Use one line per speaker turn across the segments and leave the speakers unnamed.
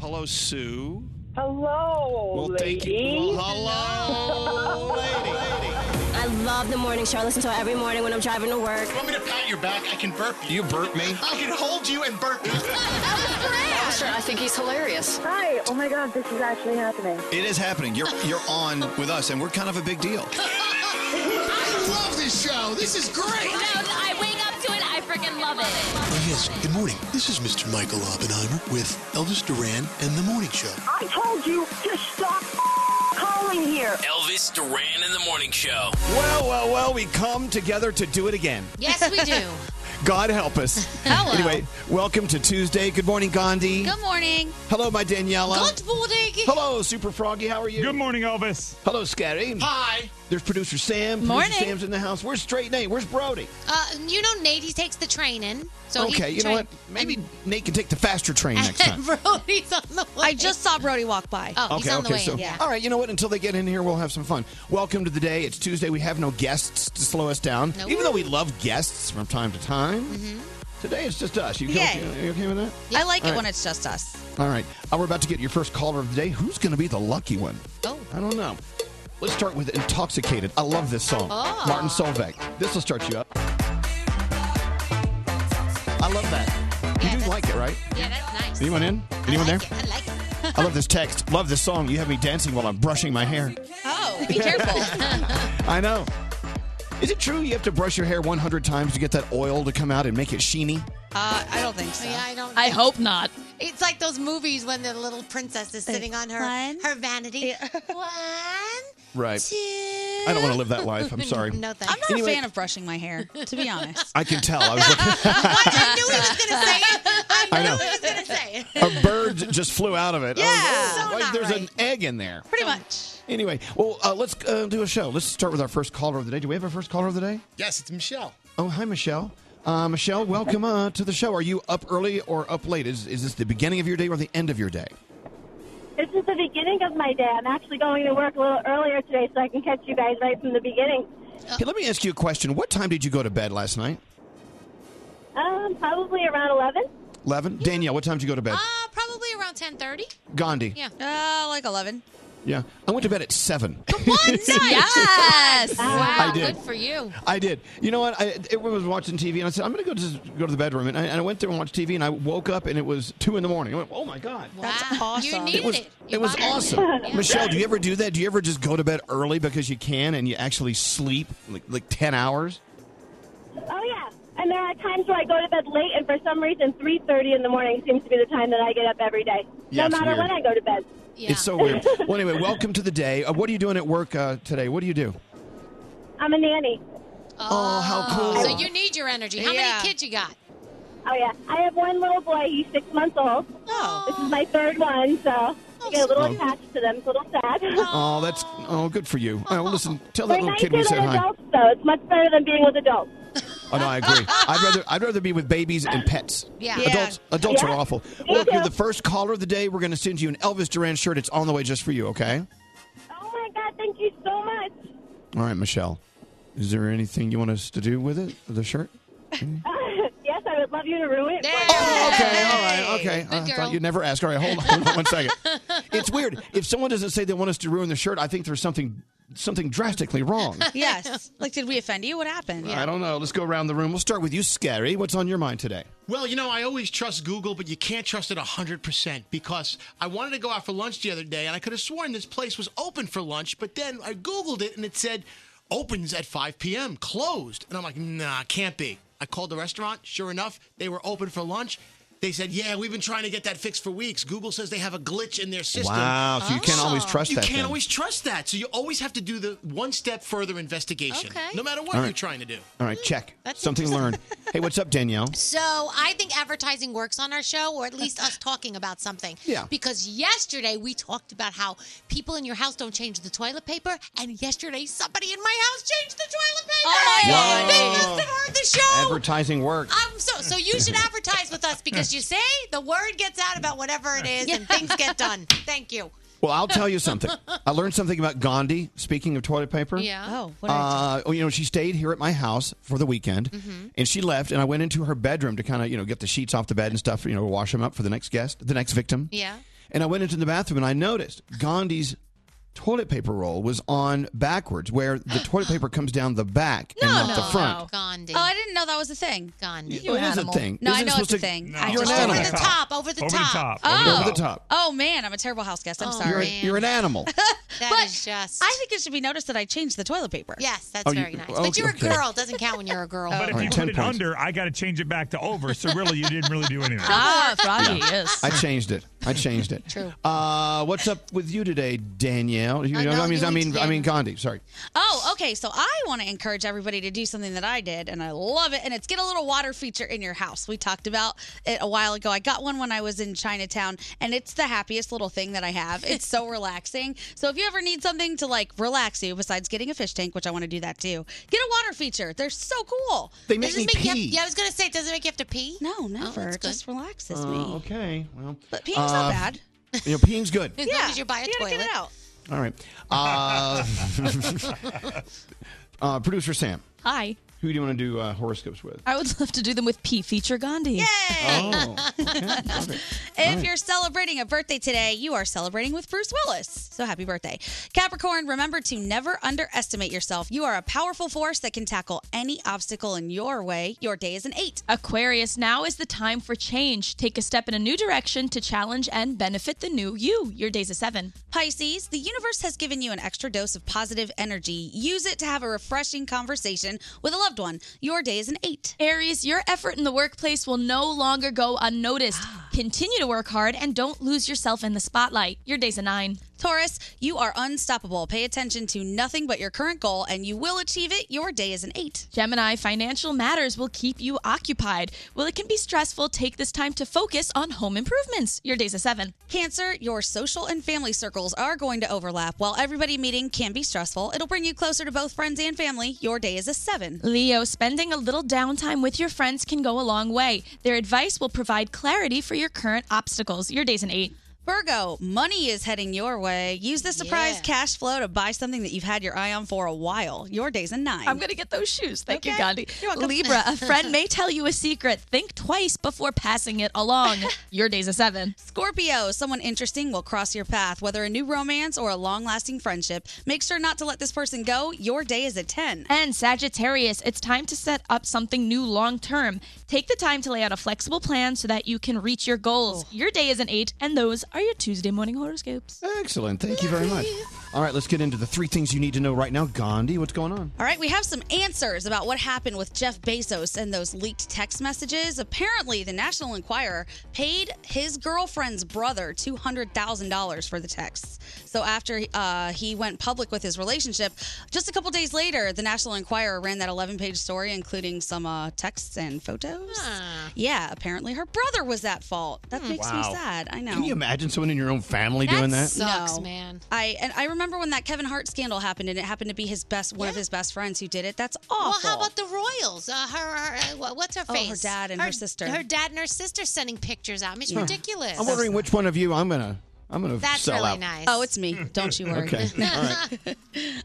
Hello, Sue.
Hello,
Well,
lady.
thank you. Well, hello, lady.
I love the morning show. I listen to it every morning when I'm driving to work.
You want me to pat your back? I can burp you.
You burp me.
I can hold you and burp you.
Sure, I think he's hilarious.
Hi. Oh my God, this is actually happening.
It is happening. You're you're on with us, and we're kind of a big deal.
I love this show. This is great.
I wake up to it. I freaking love it.
Oh, yes. Good morning. This is Mr. Michael Oppenheimer with Elvis Duran and The Morning Show.
I told you to stop calling here.
Elvis Duran in the Morning Show.
Well, well, well, we come together to do it again.
Yes, we do.
God help us.
Hello.
Anyway, welcome to Tuesday. Good morning, Gandhi.
Good morning.
Hello, my Daniela.
Good morning.
Hello, Super Froggy. How are you?
Good morning, Elvis.
Hello, Scary.
Hi.
There's producer Sam.
Morning.
Producer Sam's in the house. Where's Straight Nate? Where's Brody?
Uh, you know, Nate, he takes the train in. So
okay,
he's
you
train-
know what? Maybe Nate can take the faster train next time.
Brody's on the way. I just saw Brody walk by. Oh, he's
Okay,
on the
okay.
way
So,
in. Yeah.
all right, you know what? Until they get in here, we'll have some fun. Welcome to the day. It's Tuesday. We have no guests to slow us down,
No. Mm-hmm.
even though we love guests from time to time. Today it's just us. You, okay, you okay with that?
I like
it All when right.
it's just us.
All right. Uh, we're about to get your first caller of the day. Who's going to be the lucky one?
Oh.
I don't know. Let's start with Intoxicated. I love this song.
Oh.
Martin Solveig. This will start you up. I love that.
Yeah,
you do
that's-
like it, right?
Yeah, that's nice.
Anyone in? Anyone
I
there?
like It. I like it.
I love this text. Love this song. You have me dancing while I'm brushing my hair.
Oh, be careful.
I know. Is it true you have to brush your hair 100 times to get that oil to come out and make it sheeny?
I don't think so.
yeah, Uh, I don't.
I hope not.
It's like those movies when the little princess is sitting on her
one.
her vanity. One,
Right.
two.
I don't want to live that life. I'm sorry.
No thanks.
I'm not
Anyway-
a fan of brushing my hair, to be honest.
I can tell. I was looking.
I knew he was going to say it. I knew
I know.
he was going to say it.
A bird just flew out of it. I was,
Yeah.
"Oh,
So
wait,
not
there's an
right."
egg in there.
Pretty much.
Anyway, well, uh, let's uh, do a show. Let's start with our first caller of the day. Do we have our first caller of the day?
Yes, it's Michelle.
Oh, hi, Michelle. Uh, Michelle, welcome uh, to the show. Are you up early or up late? Is, is this the beginning of your day or the end of your day?
Uh,
This is the beginning of my day. I'm actually going to work a little earlier today so I can catch you guys right from the beginning.
Hey, let me ask you a question. What time did you go to bed last night?
Um, probably around 11.
11? Danielle, what time did you go to bed?
Uh, probably around 10:30.
Gandhi.
yeah.
Uh, like 11.
Yeah. I went to bed at 7.
Yes.
Wow,
I did.
good for you.
I did. You know what? I everyone was watching TV, and I said, "I'm going to go just go to the bedroom." And I, and I went there and watched TV, and I woke up, and it was two in the morning. I went, "Oh my god!"
That's
wow. You
awesome.
needed
It
it.
was it,
Your
was
body needed
awesome.
it. Yeah.
Michelle, do you ever do that? Do you ever just go to bed early because you can, and you actually sleep like like ten hours?
Oh, yeah. And there are times where I go to bed late, and for some reason, 3.30 in the morning seems to be the time that I get up every day,
Yeah, it's
no matter when
weird.
I go to bed.
Yeah.
It's so weird. well, anyway, welcome to the day. Uh, what are you doing at work uh, today? What do you do?
I'm a nanny.
Oh, how cool!
So you need your energy. How
Yeah.
many kids you got?
Oh, yeah. I have one little boy. He's six months old.
Oh.
This is my third one, so I get a little
Oh.
attached to them. It's a little sad.
oh, that's oh, good for you. Uh, well, listen, tell
They're
that little
nice
kid
to
we said
their
hi.
adults, though. It's much better than being with adults.
Oh no, I agree. I'd rather I'd rather be with babies and pets.
Yeah. Yeah.
Adults adults are
Yeah.
awful.
Me
Look, you're
too.
the first caller of the day. We're gonna send you an Elvis Duran shirt. It's on the way just for you, okay?
Oh, my God. Thank you so much.
All right, Michelle. Is there anything you want us to do with it? The shirt? Hmm?
yes, I would love you to ruin it. for
There.
me.
Oh, okay, all right, okay.
Good
I
girl.
thought you'd never ask. All right, hold on, hold on one second. It's weird. If someone doesn't say they want us to ruin the shirt, I think there's something something drastically wrong.
Yes. Like, did we offend you? What happened?
I don't know. Let's go around the room. We'll start with you, Scary. What's on your mind today?
Well, you know, I always trust Google, but you can't trust it 100% because I wanted to go out for lunch the other day and I could have sworn this place was open for lunch, but then I Googled it and it said opens at 5 p.m., closed. And I'm like, nah, can't be. I called the restaurant. Sure enough, they were open for lunch. They said, yeah, we've been trying to get that fixed for weeks. Google says they have a glitch in their system.
Wow, so you can't always trust
You
that.
can't
then.
always trust that. So you always have to do the one step further investigation,
Okay.
no matter what
All right.
you're trying to do.
All
Hmm,
right, check. Something learned. Hey, what's up, Danielle?
So I think advertising works on our show, or at least us talking about something.
Yeah.
Because yesterday we talked about how people in your house don't change the toilet paper, and yesterday somebody in my house changed the toilet paper.
Oh, my
God.
They must have heard the show.
Advertising works.
I'm so so you should advertise with us because you say the word gets out about whatever it is and things get done. Thank you.
Well, I'll tell you something. I learned something about Gandhi. Speaking of toilet paper,
Oh, what did I do?
Uh, well, you know, she stayed here at my house for the weekend,
Mm-hmm.
and she left, and I went into her bedroom to kind of, you know, get the sheets off the bed and stuff, you know, wash them up for the next guest, the next victim.
Yeah.
And I went into the bathroom and I noticed Gandhi's toilet paper roll was on backwards, where the toilet paper comes down the back and not the front.
Gandhi.
Oh, I didn't know that was a thing.
Gandhi.
You're an It is a animal. thing.
No, I
Isn't it
know it's
supposed
a
to-
thing.
No.
I
You're an
just
animal.
Over the top. Over the
Over the
top.
top, over the
Oh.
top. Over the top.
Oh man, I'm a terrible house guest. I'm sorry.
You're, you're an animal.
Oh, That is just.
I think it should be noticed that I changed the toilet paper. Oh.
Yes, that's
Oh, you-
very nice. But
okay,
you're a
okay.
girl. Doesn't count when you're a girl.
But if
All
you
right,
put
10
it
points.
under, I got to change it back to over. So really, you didn't really do anything.
Ah, Froggy, yes.
I changed it. I changed it. True. Uh, what's up with you today, Danielle?
Uh,
You
I
know,
know
I mean,
you
I mean, I
did.
mean, Gandhi. Sorry.
Oh, okay. So I want to encourage everybody to do something that I did, and I love it. And it's get a little water feature in your house. We talked about it a while ago. I got one when I was in Chinatown, and it's the happiest little thing that I have. It's so relaxing. So if you ever need something to like relax you, besides getting a fish tank, which I want to do that too, get a water feature. They're so cool.
They
Does
make
this
me
make you have,
pee.
yeah, I was gonna say, does it make you have to pee? Oh,
No, never.
that's
it
good.
just relaxes
Oh,
me.
okay. Well,
But peeing's not
uh,
bad.
You know, peeing's good.
As long as you buy a
you gotta
toilet.
get it out.
All right. Uh, uh, Producer Sam,
Hi.
who do you want to do uh, horoscopes with?
I would love to do them with P. Feature Gandhi. Yeah.
Oh, okay. okay.
If you're celebrating a birthday today, you are celebrating with Bruce Willis. So happy birthday. Capricorn, remember to never underestimate yourself. You are a powerful force that can tackle any obstacle in your way. Your day is an eight.
Aquarius, now is the time for change. Take a step in a new direction to challenge and benefit the new you. Your day's a seven.
Pisces, the universe has given you an extra dose of positive energy. Use it to have a refreshing conversation with a loved one. Your day is an eight.
Aries, your effort in the workplace will no longer go unnoticed. Continue to work hard and don't lose yourself in the spotlight. Your day's a nine.
Taurus, you are unstoppable. Pay attention to nothing but your current goal and you will achieve it. Your day is an eight.
Gemini, financial matters will keep you occupied. While it can be stressful, take this time to focus on home improvements. Your day's a seven.
Cancer, your social and family circles are going to overlap. While everybody meeting can be stressful, it'll bring you closer to both friends and family. Your day is a seven.
Leo, spending a little downtime with your friends can go a long way. Their advice will provide clarity for your current obstacles. Your day's an eight.
Virgo, money is heading your way. Use the surprise
Yeah.
cash flow to buy something that you've had your eye on for a while. Your day's a 9
I'm going to get those shoes. Thank you,
Okay.
Gandhi.
You're welcome.
Libra, a friend may tell you a secret. Think twice before passing it along. Your day's a seven.
Scorpio, someone interesting will cross your path, whether a new romance or a long lasting friendship. Make sure not to let this person go. Your day is a 10.
And Sagittarius, it's time to set up something new long term. Take the time to lay out a flexible plan so that you can reach your goals. Your day is an eight, and those are your Tuesday morning horoscopes.
Excellent. Thank you very much. All right, let's get into the three things you need to know right now. Gandhi, what's going on?
All right, we have some answers about what happened with Jeff Bezos and those leaked text messages. Apparently, the National Enquirer paid his girlfriend's brother $200,000 for the texts. So, after uh, he went public with his relationship, just a couple days later, the National Enquirer ran that 11 page story, including some uh, texts and photos. Yeah, apparently her brother was at fault. That makes me
Wow.
sad. I know.
Can you imagine someone in your own family
That
doing that?
sucks,
No.
man.
I and I remember when that Kevin Hart scandal happened, and it happened to be his best one of his best friends who did it. That's awful.
Well, how about the royals? Uh, her, her, uh, wha- what's her
Oh, her
face?
dad and her sister.
Her dad and her sister sending pictures out. I mean, it's ridiculous.
I'm wondering which one of you I'm gonna I'm gonna
That's
sell
really
out.
nice.
Oh, it's me. Don't you worry.
Okay. All right.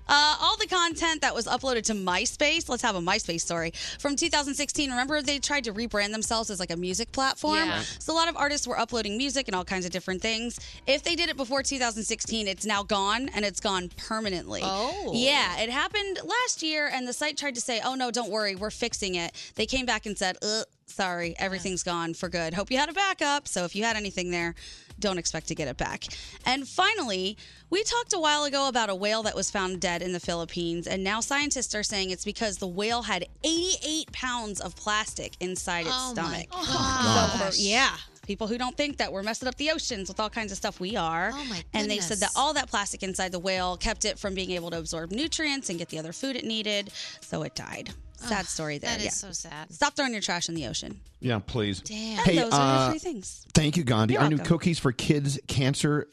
Uh, all the content that was uploaded to MySpace, let's have a MySpace story from 2016. Remember, they tried to rebrand themselves as like a music platform?
Yeah. Right.
So, a lot of artists were uploading music and all kinds of different things. If they did it before 2016, it's now gone and it's gone permanently.
Oh.
Yeah, it happened last year, and the site tried to say, oh, no, don't worry, we're fixing it. They came back and said, Ugh, sorry, everything's gone for good. Hope you had a backup. So, if you had anything there, don't expect to get it back. And finally, we talked a while ago about a whale that was found dead in the Philippines, and now scientists are saying it's because the whale had 88 pounds of plastic inside its
oh
stomach.
My
So
gosh.
for- yeah. People who don't think that we're messing up the oceans with all kinds of stuff, we are.
Oh, my
and they said that
goodness.
all that plastic inside the whale kept it from being able to absorb nutrients and get the other food it needed, so it died. Sad story there.
That is
yeah.
so sad.
Stop throwing your trash in the ocean.
Yeah, please.
Damn.
And
Hey,
those are
uh,
the three things.
Thank you, Gandhi.
You're
Our new
welcome.
cookies for kids cancer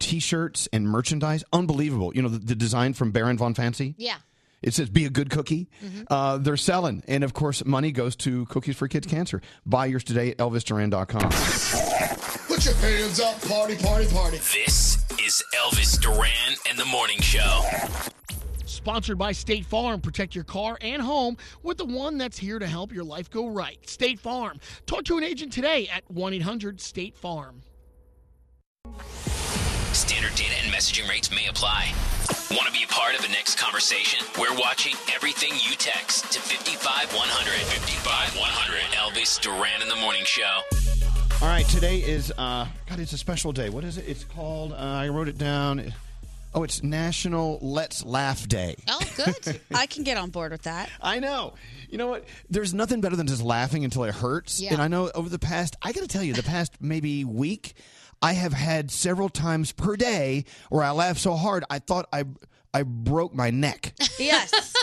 t-shirts and merchandise. Unbelievable. You know the, the design from Baron von Fancy?
Yeah.
It says be a good cookie.
Mm-hmm.
Uh, they're selling. And of course, money goes to Cookies for Kids Cancer. Buy yours today at elvisduran.com.
Put your hands up, party, party, party.
This is Elvis Duran and the Morning Show.
Sponsored by State Farm. Protect your car and home with the one that's here to help your life go right. State Farm. Talk to an agent today at 1 800 State Farm.
Standard data and messaging rates may apply. Want to be a part of the next conversation? We're watching everything you text to 55100. 55100. Elvis Duran in the Morning Show.
All right, today is uh, God. It's a special day. What is it? It's called. Uh, I wrote it down. Oh, it's National Let's Laugh Day.
Oh, good. I can get on board with that.
I know. You know what? There's nothing better than just laughing until it hurts.
Yeah.
And I know over the past, I got to tell you, the past maybe week, I have had several times per day where I laughed so hard I thought I I broke my neck.
Yes.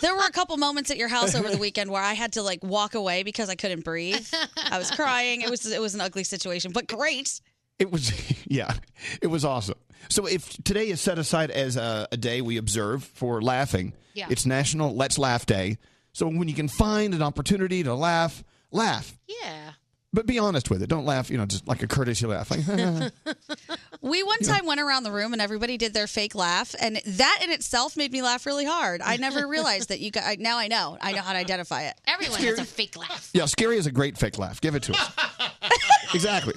There were a couple moments at your house over the weekend where I had to like walk away because I couldn't breathe. I was crying. It was it was an ugly situation, but great.
It was, yeah, it was awesome. So if today is set aside as a, a day we observe for laughing,
Yeah.
it's National Let's Laugh Day. So when you can find an opportunity to laugh, laugh.
Yeah.
But be honest with it. Don't laugh, you know, just like a courtesy laugh. Like,
We one time went around the room and everybody did their fake laugh, and that in itself made me laugh really hard. I never realized that you got. I- Now I know. I know how to identify it.
Everyone has a fake laugh.
yeah, scary is a great fake laugh. Give it to us. exactly.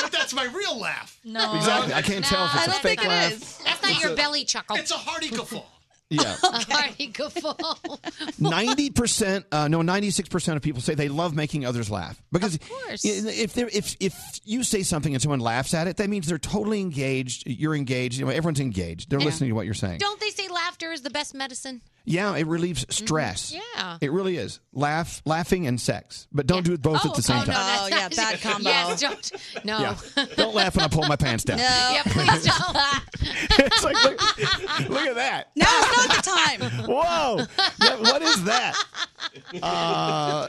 but that's my real laugh.
No.
Exactly. I can't tell if it's a fake laugh.
That's not
It's
your
a-
belly chuckle. It's
a hearty guffaw.
Yeah.
hearty guffaw.
Ninety percent, uh, no, ninety-six percent of people say they love making others laugh because
course.
if they're, if if you say something and someone laughs at it, that means they're totally engaged. You're engaged. You know, everyone's engaged. They're
Yeah.
listening to what you're saying.
Don't they say laughter is the best medicine?
Yeah, it relieves stress.
Yeah.
It really is. Laugh, laughing, and sex, but don't do both at the same
oh,
time.
No, that's
yeah,
not-
bad combo.
Yes, don't. No.
Yeah. Don't laugh when I pull my pants down.
Yeah, please don't.
it's like, look, look at that.
Now it's not the time.
Whoa! That- what is that? Uh,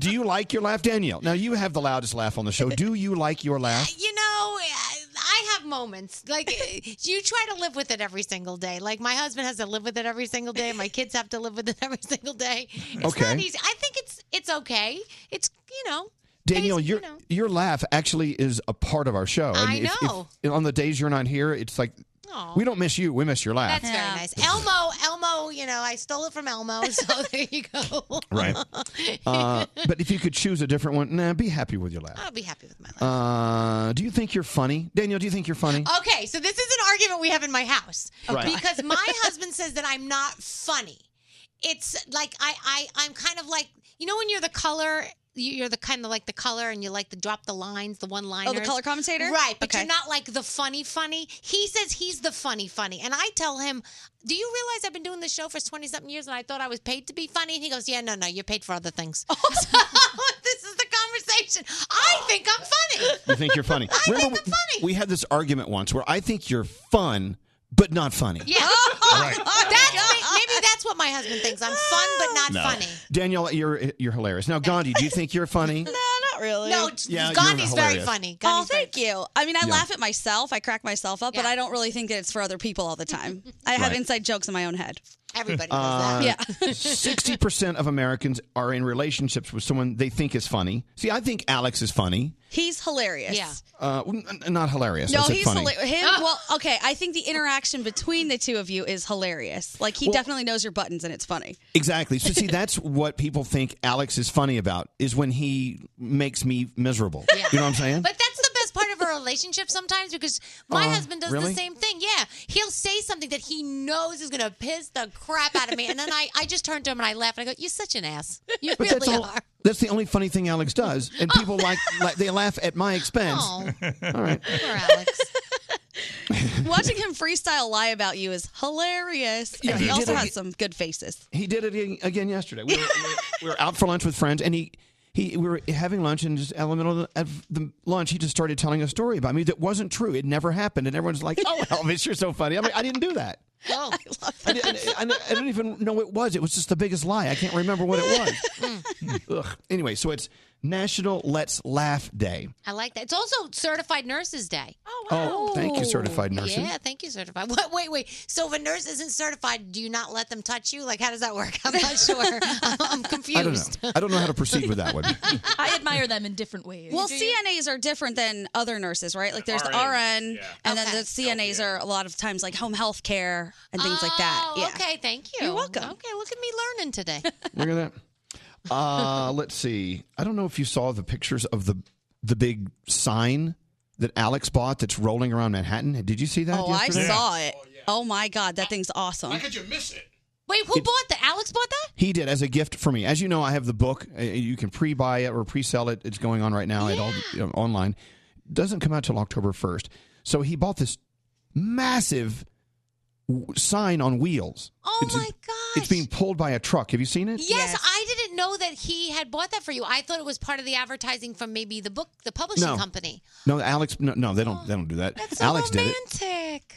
do you like your laugh, Danielle? Now you have the loudest laugh on the show. Do you like your laugh?
You know, I I have moments. Like, you try to live with it every single day. Like, my husband has to live with it every single day. My kids have to live with it every single day. It's not
Okay.
easy. I think it's it's okay. It's, you know,
Danielle, your your laugh actually is a part of our show.
I
if- if-
know.
on the days you're not here, it's like
Aw.
we don't miss you. We miss your laugh.
that's very nice. Elmo, Elmo, you know, I stole it from Elmo. So there you go.
Right. Uh, but if you could choose a different one, nah, be happy with your laugh.
I'll be happy with Oh, my.
Uh, do you think you're funny, Danielle? Do you think you're funny?
Okay, so this is an argument we have in my house
Right.
because my husband says that I'm not funny. It's like I, I I'm kind of like you know when you're the color. you- You're the kind of like the color, and you like to drop the lines, the one liners.
Oh, color commentator?
right? But
Okay.
you're not like the funny, funny. He says he's the funny, funny, and I tell him, "Do you realize I've been doing this show for twenty something years, and I thought I was paid to be funny?" And he goes, "Yeah, no, no, you're paid for other things." So
Oh.
this is the conversation. I think I'm funny.
You think you're funny?
I think
Remember,
I'm funny.
we had this argument once where I think you're fun, but not funny.
Yeah.
Right.
That's, may- maybe that's what my husband thinks. I'm fun, but not funny.
Danielle, you're you're hilarious. Now, Gandhi, do you think you're funny?
Not really.
No,
Yeah, Gandhi's you're very hilarious. funny.
oh, thank you. I mean, I
Yeah.
laugh at myself. I crack myself up, but I don't really think that it's for other people all the time. I have
Right.
inside jokes in my own head.
Everybody
Yeah.
Uh, Sixty percent of Americans are in relationships with someone they think is funny. See, I think Alex is funny.
He's hilarious. Yeah.
Uh, well, n- n- not hilarious. I
No,
said
he's
funny.
hila- him. Well, okay. I think the interaction between the two of you is hilarious. Like he definitely knows your buttons, and it's funny.
Exactly. So see, that's what people think Alex is funny about is when he makes me miserable. You know what I'm saying?
But that's the best part of a relationship sometimes because my
Uh,
husband does
really?
the same thing. Yeah. He'll say something that he knows is going to piss the crap out of me. And then I, I just turn to him and I laugh and I go, You're such an ass. You
But
really
all-
are.
that's the only funny thing Alex does, and people like, like they laugh at my expense.
Oh.
Aw.
All right.
Watching him freestyle lie about you is hilarious.
Yeah,
and
he
he
did
also
it.
has some good faces.
He did it ag- again yesterday. We were, we were- we were out for lunch with friends, and he, he we were having lunch, and just in the middle of the, of the lunch, he just started telling a story about me that wasn't true. It never happened, and everyone's like, "Oh, Elvis, you're so funny." I'm like, "I didn't do that.
Oh.
I, didn't, I, I don't even know it was. It was just the biggest lie. I can't remember what it was." Ugh. Anyway, so it's National Let's Laugh Day.
I like that. It's also Certified Nurses Day. Oh,
Oh, thank you, certified nurses.
Yeah, thank you, certified. Wait, wait, wait. So if a nurse isn't certified, do you not let them touch you? Like, how does that work? I'm not sure. I'm, I'm confused.
I don't know. I don't know how to proceed with that one.
I admire them in different ways. Well, CNAs are different than other nurses, right? Like there's the RN, and then the CNAs are a lot of times like home health care and things like that.
Oh,
Yeah.
okay. Thank you.
You're welcome.
Okay, look at me learning today.
Look at that. Uh, let's see. I don't know if you saw the pictures of the the big sign that Alex bought that's rolling around Manhattan? Did you see that?
Oh, I
yesterday?
saw it. Oh my god, that thing's awesome. How could
you miss it?
Wait, who bought that? Alex bought that?
He did as a gift for me. As you know, I have the book. Uh, You can pre-buy it or pre-sell it. It's going on right now at all you know, online. Doesn't come out till October first. So he bought this massive w- sign on wheels. Oh it's, my
god!
It's being pulled by a truck. Have you seen it?
Yes, I didn't know that he had bought that for you. I thought it was part of the advertising from maybe the book, the publishing
No.
company.
No, Alex. No, no, they don't. They don't do that.
That's so
Alex did it.
romantic.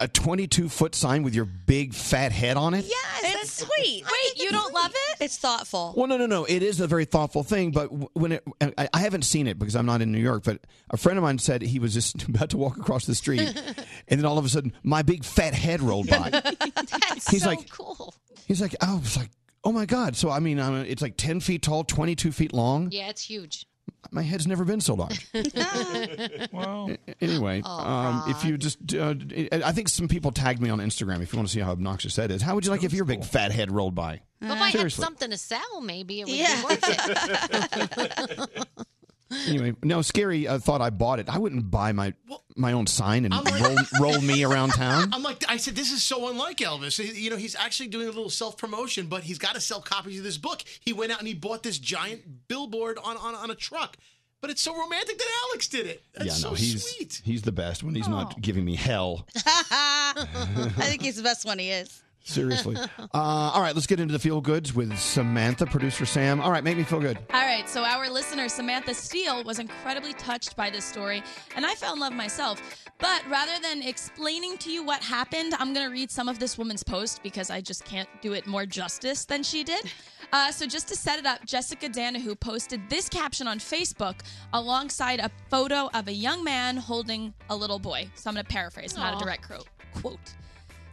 A 22 foot sign with your big fat head on it.
Yes, it's sweet. Wait, you don't love it? It's thoughtful.
Well, no, no, no. It is a very thoughtful thing, but w- when it, I, I haven't seen it because I'm not in New York. But a friend of mine said he was just about to walk across the street, and then all of a sudden, my big fat head rolled by.
That's
He's
so
like-
cool.
He's like, oh, it's like, oh my god. So I mean, I'm, it's like 10 feet tall, 22 feet long.
Yeah, it's huge.
My head's never been so large.
wow.
A- Anyway,
Oh,
um, if you just, uh, I think some people tagged me on Instagram. If you want to see how obnoxious that is, how would you like if your big fat head rolled by?
If I had
Seriously.
something to sell, maybe it would
Yeah.
be worth it.
Anyway, no, scary uh, thought I bought it. I wouldn't buy my my own sign and
I'm like-
roll, roll me around town.
I'm like, I said, this is so unlike Elvis. You know, he's actually doing a little self promotion, but he's got to sell copies of this book. He went out and he bought this giant billboard on, on, on a truck. But it's so romantic that Alex did it. That's
yeah, no,
so Oh.
he's he's the best when he's not giving me hell.
I think he's the best one he is.
Seriously. Uh, all right, let's get into the feel goods with Samantha, producer Sam. All right, make me feel good.
All right, so our listener Samantha Steele was incredibly touched by this story, and I fell in love myself. But rather than explaining to you what happened, I'm going to read some of this woman's post because I just can't do it more justice than she did. Uh, so, just to set it up, Jessica Danahu posted this caption on Facebook alongside a photo of a young man holding a little boy. So, I'm going to paraphrase, not
Aw.
a direct quote. quote.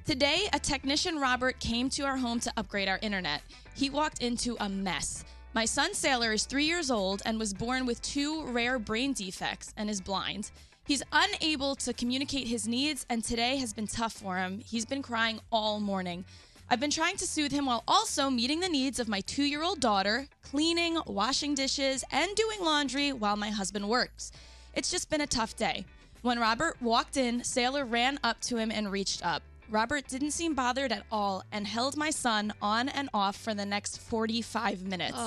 Today, a technician Robert came to our home to upgrade our internet. He walked into a mess. My son Sailor is three years old and was born with two rare brain defects and is blind. He's unable to communicate his needs, and today has been tough for him. He's been crying all morning. I've been trying to soothe him while also meeting the needs of my two year old daughter, cleaning, washing dishes, and doing laundry while my husband works. It's just been a tough day. When Robert walked in, Sailor ran up to him and reached up. Robert didn't seem bothered at all and held my son on and off for the next 45 minutes.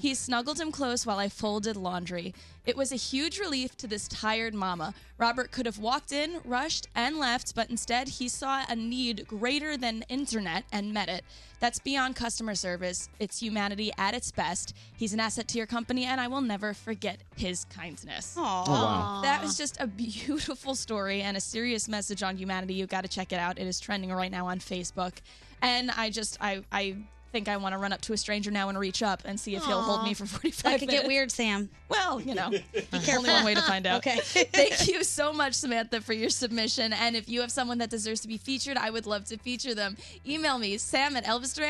He snuggled him close while I folded laundry. It was a huge relief to this tired mama. Robert could have walked in, rushed, and left, but instead he saw a need greater than internet and met it. That's beyond customer service. It's humanity at its best. He's an asset to your company, and I will never forget his kindness.
Oh, wow.
That was just a beautiful story and a serious message on humanity. You got to check it out. It is trending right now on Facebook. And I just, I, I think I want to run up to a stranger now and reach up and see if he'll hold
Aw.
me for 45
That could get
minutes.
weird, Sam.
Well, you know, only
careful.
one way to find out.
Okay.
Thank you so much, Samantha, for your submission. And if you have someone that deserves to be featured, I would love to feature them. Email me, sam at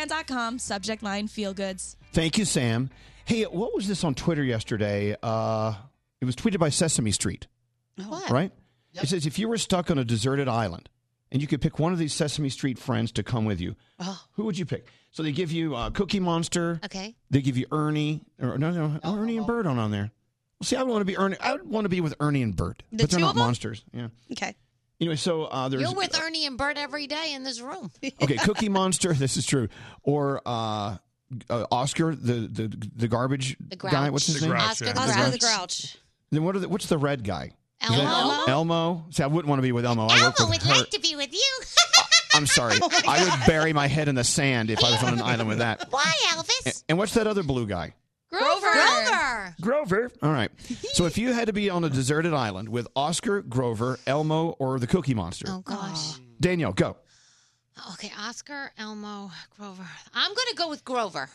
elvisduran.com, subject line feel goods.
Thank you, Sam. Hey, what was this on Twitter yesterday? Uh, it was tweeted by Sesame Street.
Oh.
What?
Right? It says if you were stuck on a deserted island and you could pick one of these Sesame Street friends to come with you,
Oh.
who would you pick? So they give you uh, Cookie Monster.
Okay.
They give you Ernie. Or, no, no, Ernie and Bert aren't on there. See, I would want to be Ernie. I would want to be with Ernie and Bert,
The
but they're
two
not
of 'em?
monsters. Yeah.
Okay.
Anyway, so uh, there's
You're with Ernie and Bert every day in this room.
Okay, Cookie Monster. This is true. Or uh, uh, Oscar, the the the garbage
The
guy. What's his
Grouch.
name?
Oscar the Oscar Grouch. the
Grouch.
Then what are the, what's the red guy? Is
Elmo?
that- Elmo. See, I wouldn't want to be with Elmo. I work with her.
Oh, to be with you.
I'm sorry.
Oh my
I would bury my head in the sand if I was on an island with that.
Why, Elvis?
And- And what's that other blue guy?
Grover.
Grover.
Grover. All right. So if you had to be on a deserted island with Oscar, Grover, Elmo, or the Cookie Monster,
Oh gosh.
Danielle, go.
Okay, Oscar, Elmo, Grover. I'm gonna go with Grover.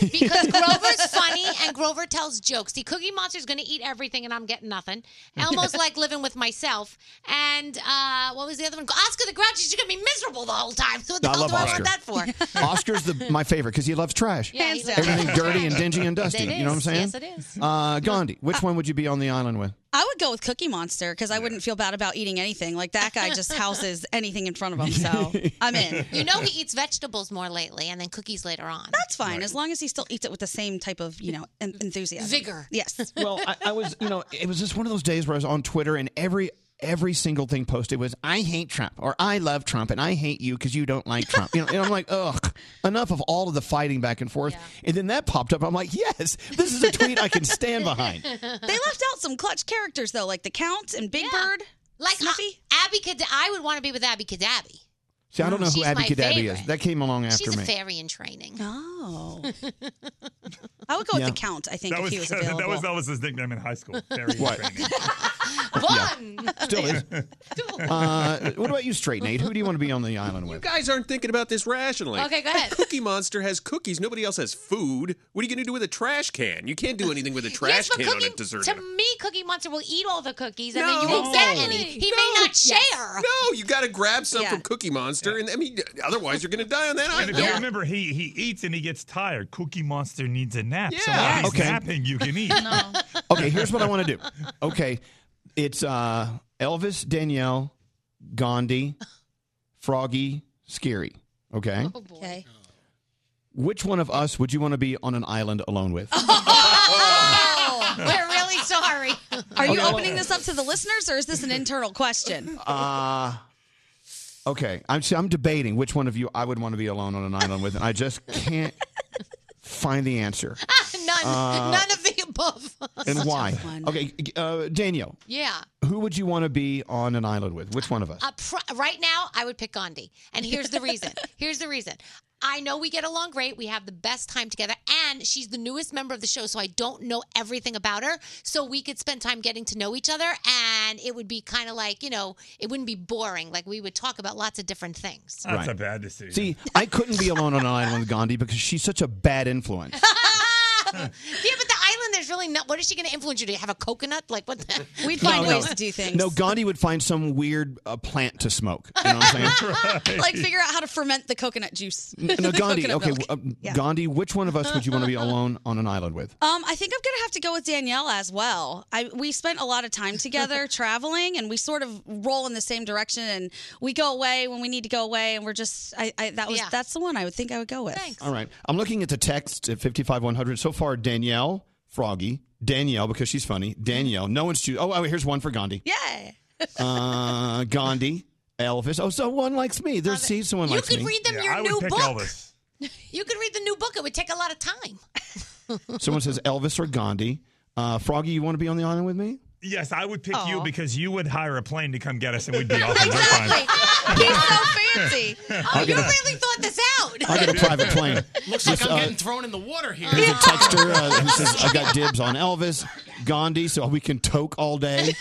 Because Grover's funny and Grover tells jokes. The Cookie Monster's gonna eat everything and I'm getting nothing. Elmo's like living with myself. And uh, what was the other one? Oscar the Grouch is gonna be miserable the whole time. So what the
I
hell
love
do
Oscar.
I want that for?
Oscar's the my favorite because he loves trash.
Yeah, he loves
Everything
trash.
dirty and dingy and dusty.
It
you know what I'm
is.
saying?
Yes, it is.
Uh, Gandhi, which one would you be on the island with?
I would go with Cookie Monster because I wouldn't feel bad about eating anything. Like that guy just houses anything in front of him. So I'm in.
You know he eats vegetables more lately, and then cookies later on.
That's fine as long as he still eats it with the same type of you know en- enthusiasm,
Vigor.
Yes.
well, I, I was, you know, it was just one of those days where I was on Twitter and every every single thing posted was I hate Trump or I love Trump and I hate you because you don't like Trump. You know, and I'm like, ugh, enough of all of the fighting back and forth. And then that popped up. I'm like, yes, this is a tweet I can stand behind.
they left out some clutch characters though, like the Count and Big Bird.
Like uh, Snuffy? Abby Cadabby. I would want to be with Abby Cadabby.
See, I don't know who
She's
Abby
my
Cadabby
favorite.
is. That came along after
She's a
me.
fairy in training.
Oh. I would go
Yeah.
with the Count. I think
that
if
was,
he was available.
that was that was his nickname in high school. Fairy
What?
Training.
Still is. Uh, what about you, Straight Nate? Who do you want to be on the island with?
You guys aren't thinking about this rationally.
Okay, go ahead.
Cookie Monster has cookies. Nobody else has food. What are you going to do with a trash can? You can't do anything with a trash
yes, but
can
Cookie,
on a dessert.
to me, Cookie Monster will eat all the cookies, and
No.
then you won't get any.
Exactly.
He may not share.
no, you got to grab some
Yeah.
from Cookie Monster, and I mean, otherwise you're going to die on that
And
island.
if you remember, he he eats and he gets tired. Cookie Monster needs a nap. So
Yeah.
while he's
Okay.
napping, you can eat.
Okay, here's what I want to do. Okay, it's uh, Elvis, Danielle, Gandhi, Froggy, Scary.
Oh,
Okay,
Okay.
which one of us would you want to be on an island alone with?
Oh, We're really sorry. Are you
Okay, well-
opening this up to the listeners, or is this an internal question?
Uh, okay, I'm see, I'm debating which one of you I would want to be alone on an island with, and I just can't find the answer.
none,
Uh,
none of the above.
And why? Okay, uh, Danielle,
Yeah.
who would you want to be on an island with? Which one of us?
Uh, pr- right now, I would pick Gandhi. And here's the reason. here's the reason. I know we get along great. We have the best time together. And she's the newest member of the show, so I don't know everything about her. So we could spend time getting to know each other. And it would be kind of like, you know, it wouldn't be boring. Like we would talk about lots of different things.
That's a bad decision.
See, I couldn't be alone on an island with Gandhi because she's such a bad influence.
yeah, but the island, there's really not. What is she going to influence you to have a coconut? Like, what the? We'd
No, no. No, Gandhi would find some weird uh, plant to smoke. You know what I'm saying?
like figure out how to ferment the coconut juice.
N- No,
The
Gandhi.
coconut
Okay,
milk.
uh,
Yeah.
Gandhi. Which one of us would you want to be alone on an island with?
Um, I think I'm gonna have to go with Danielle as well. I we spent a lot of time together traveling, and we sort of roll in the same direction. And we go away when we need to go away, and we're just I, I that was that's the one I would think I would go with.
All right. I'm looking at the text at 55100. So far, Danielle, Froggy, Danielle because she's funny. Danielle. No one's choosing. Oh, oh, here's one for Gandhi.
Yay!
Uh, Gandhi, Elvis. Oh, someone likes me. There's see, someone
You
likes
could
me.
read them your new book. You could read the new book. It would take a lot of time.
Someone says Elvis or Gandhi. Uh, Froggy, you want to be on the island with me?
Yes, I would pick
Aw.
you because you would hire a plane to come get us, and we'd be off in no time.
He's so fancy.
I'll get a-
thought this out.
I'll get a private plane.
Looks like
This,
I'm
uh,
getting thrown in the water here.
There's a texter uh, who says, I got dibs on Elvis, Gandhi, so we can toke all day.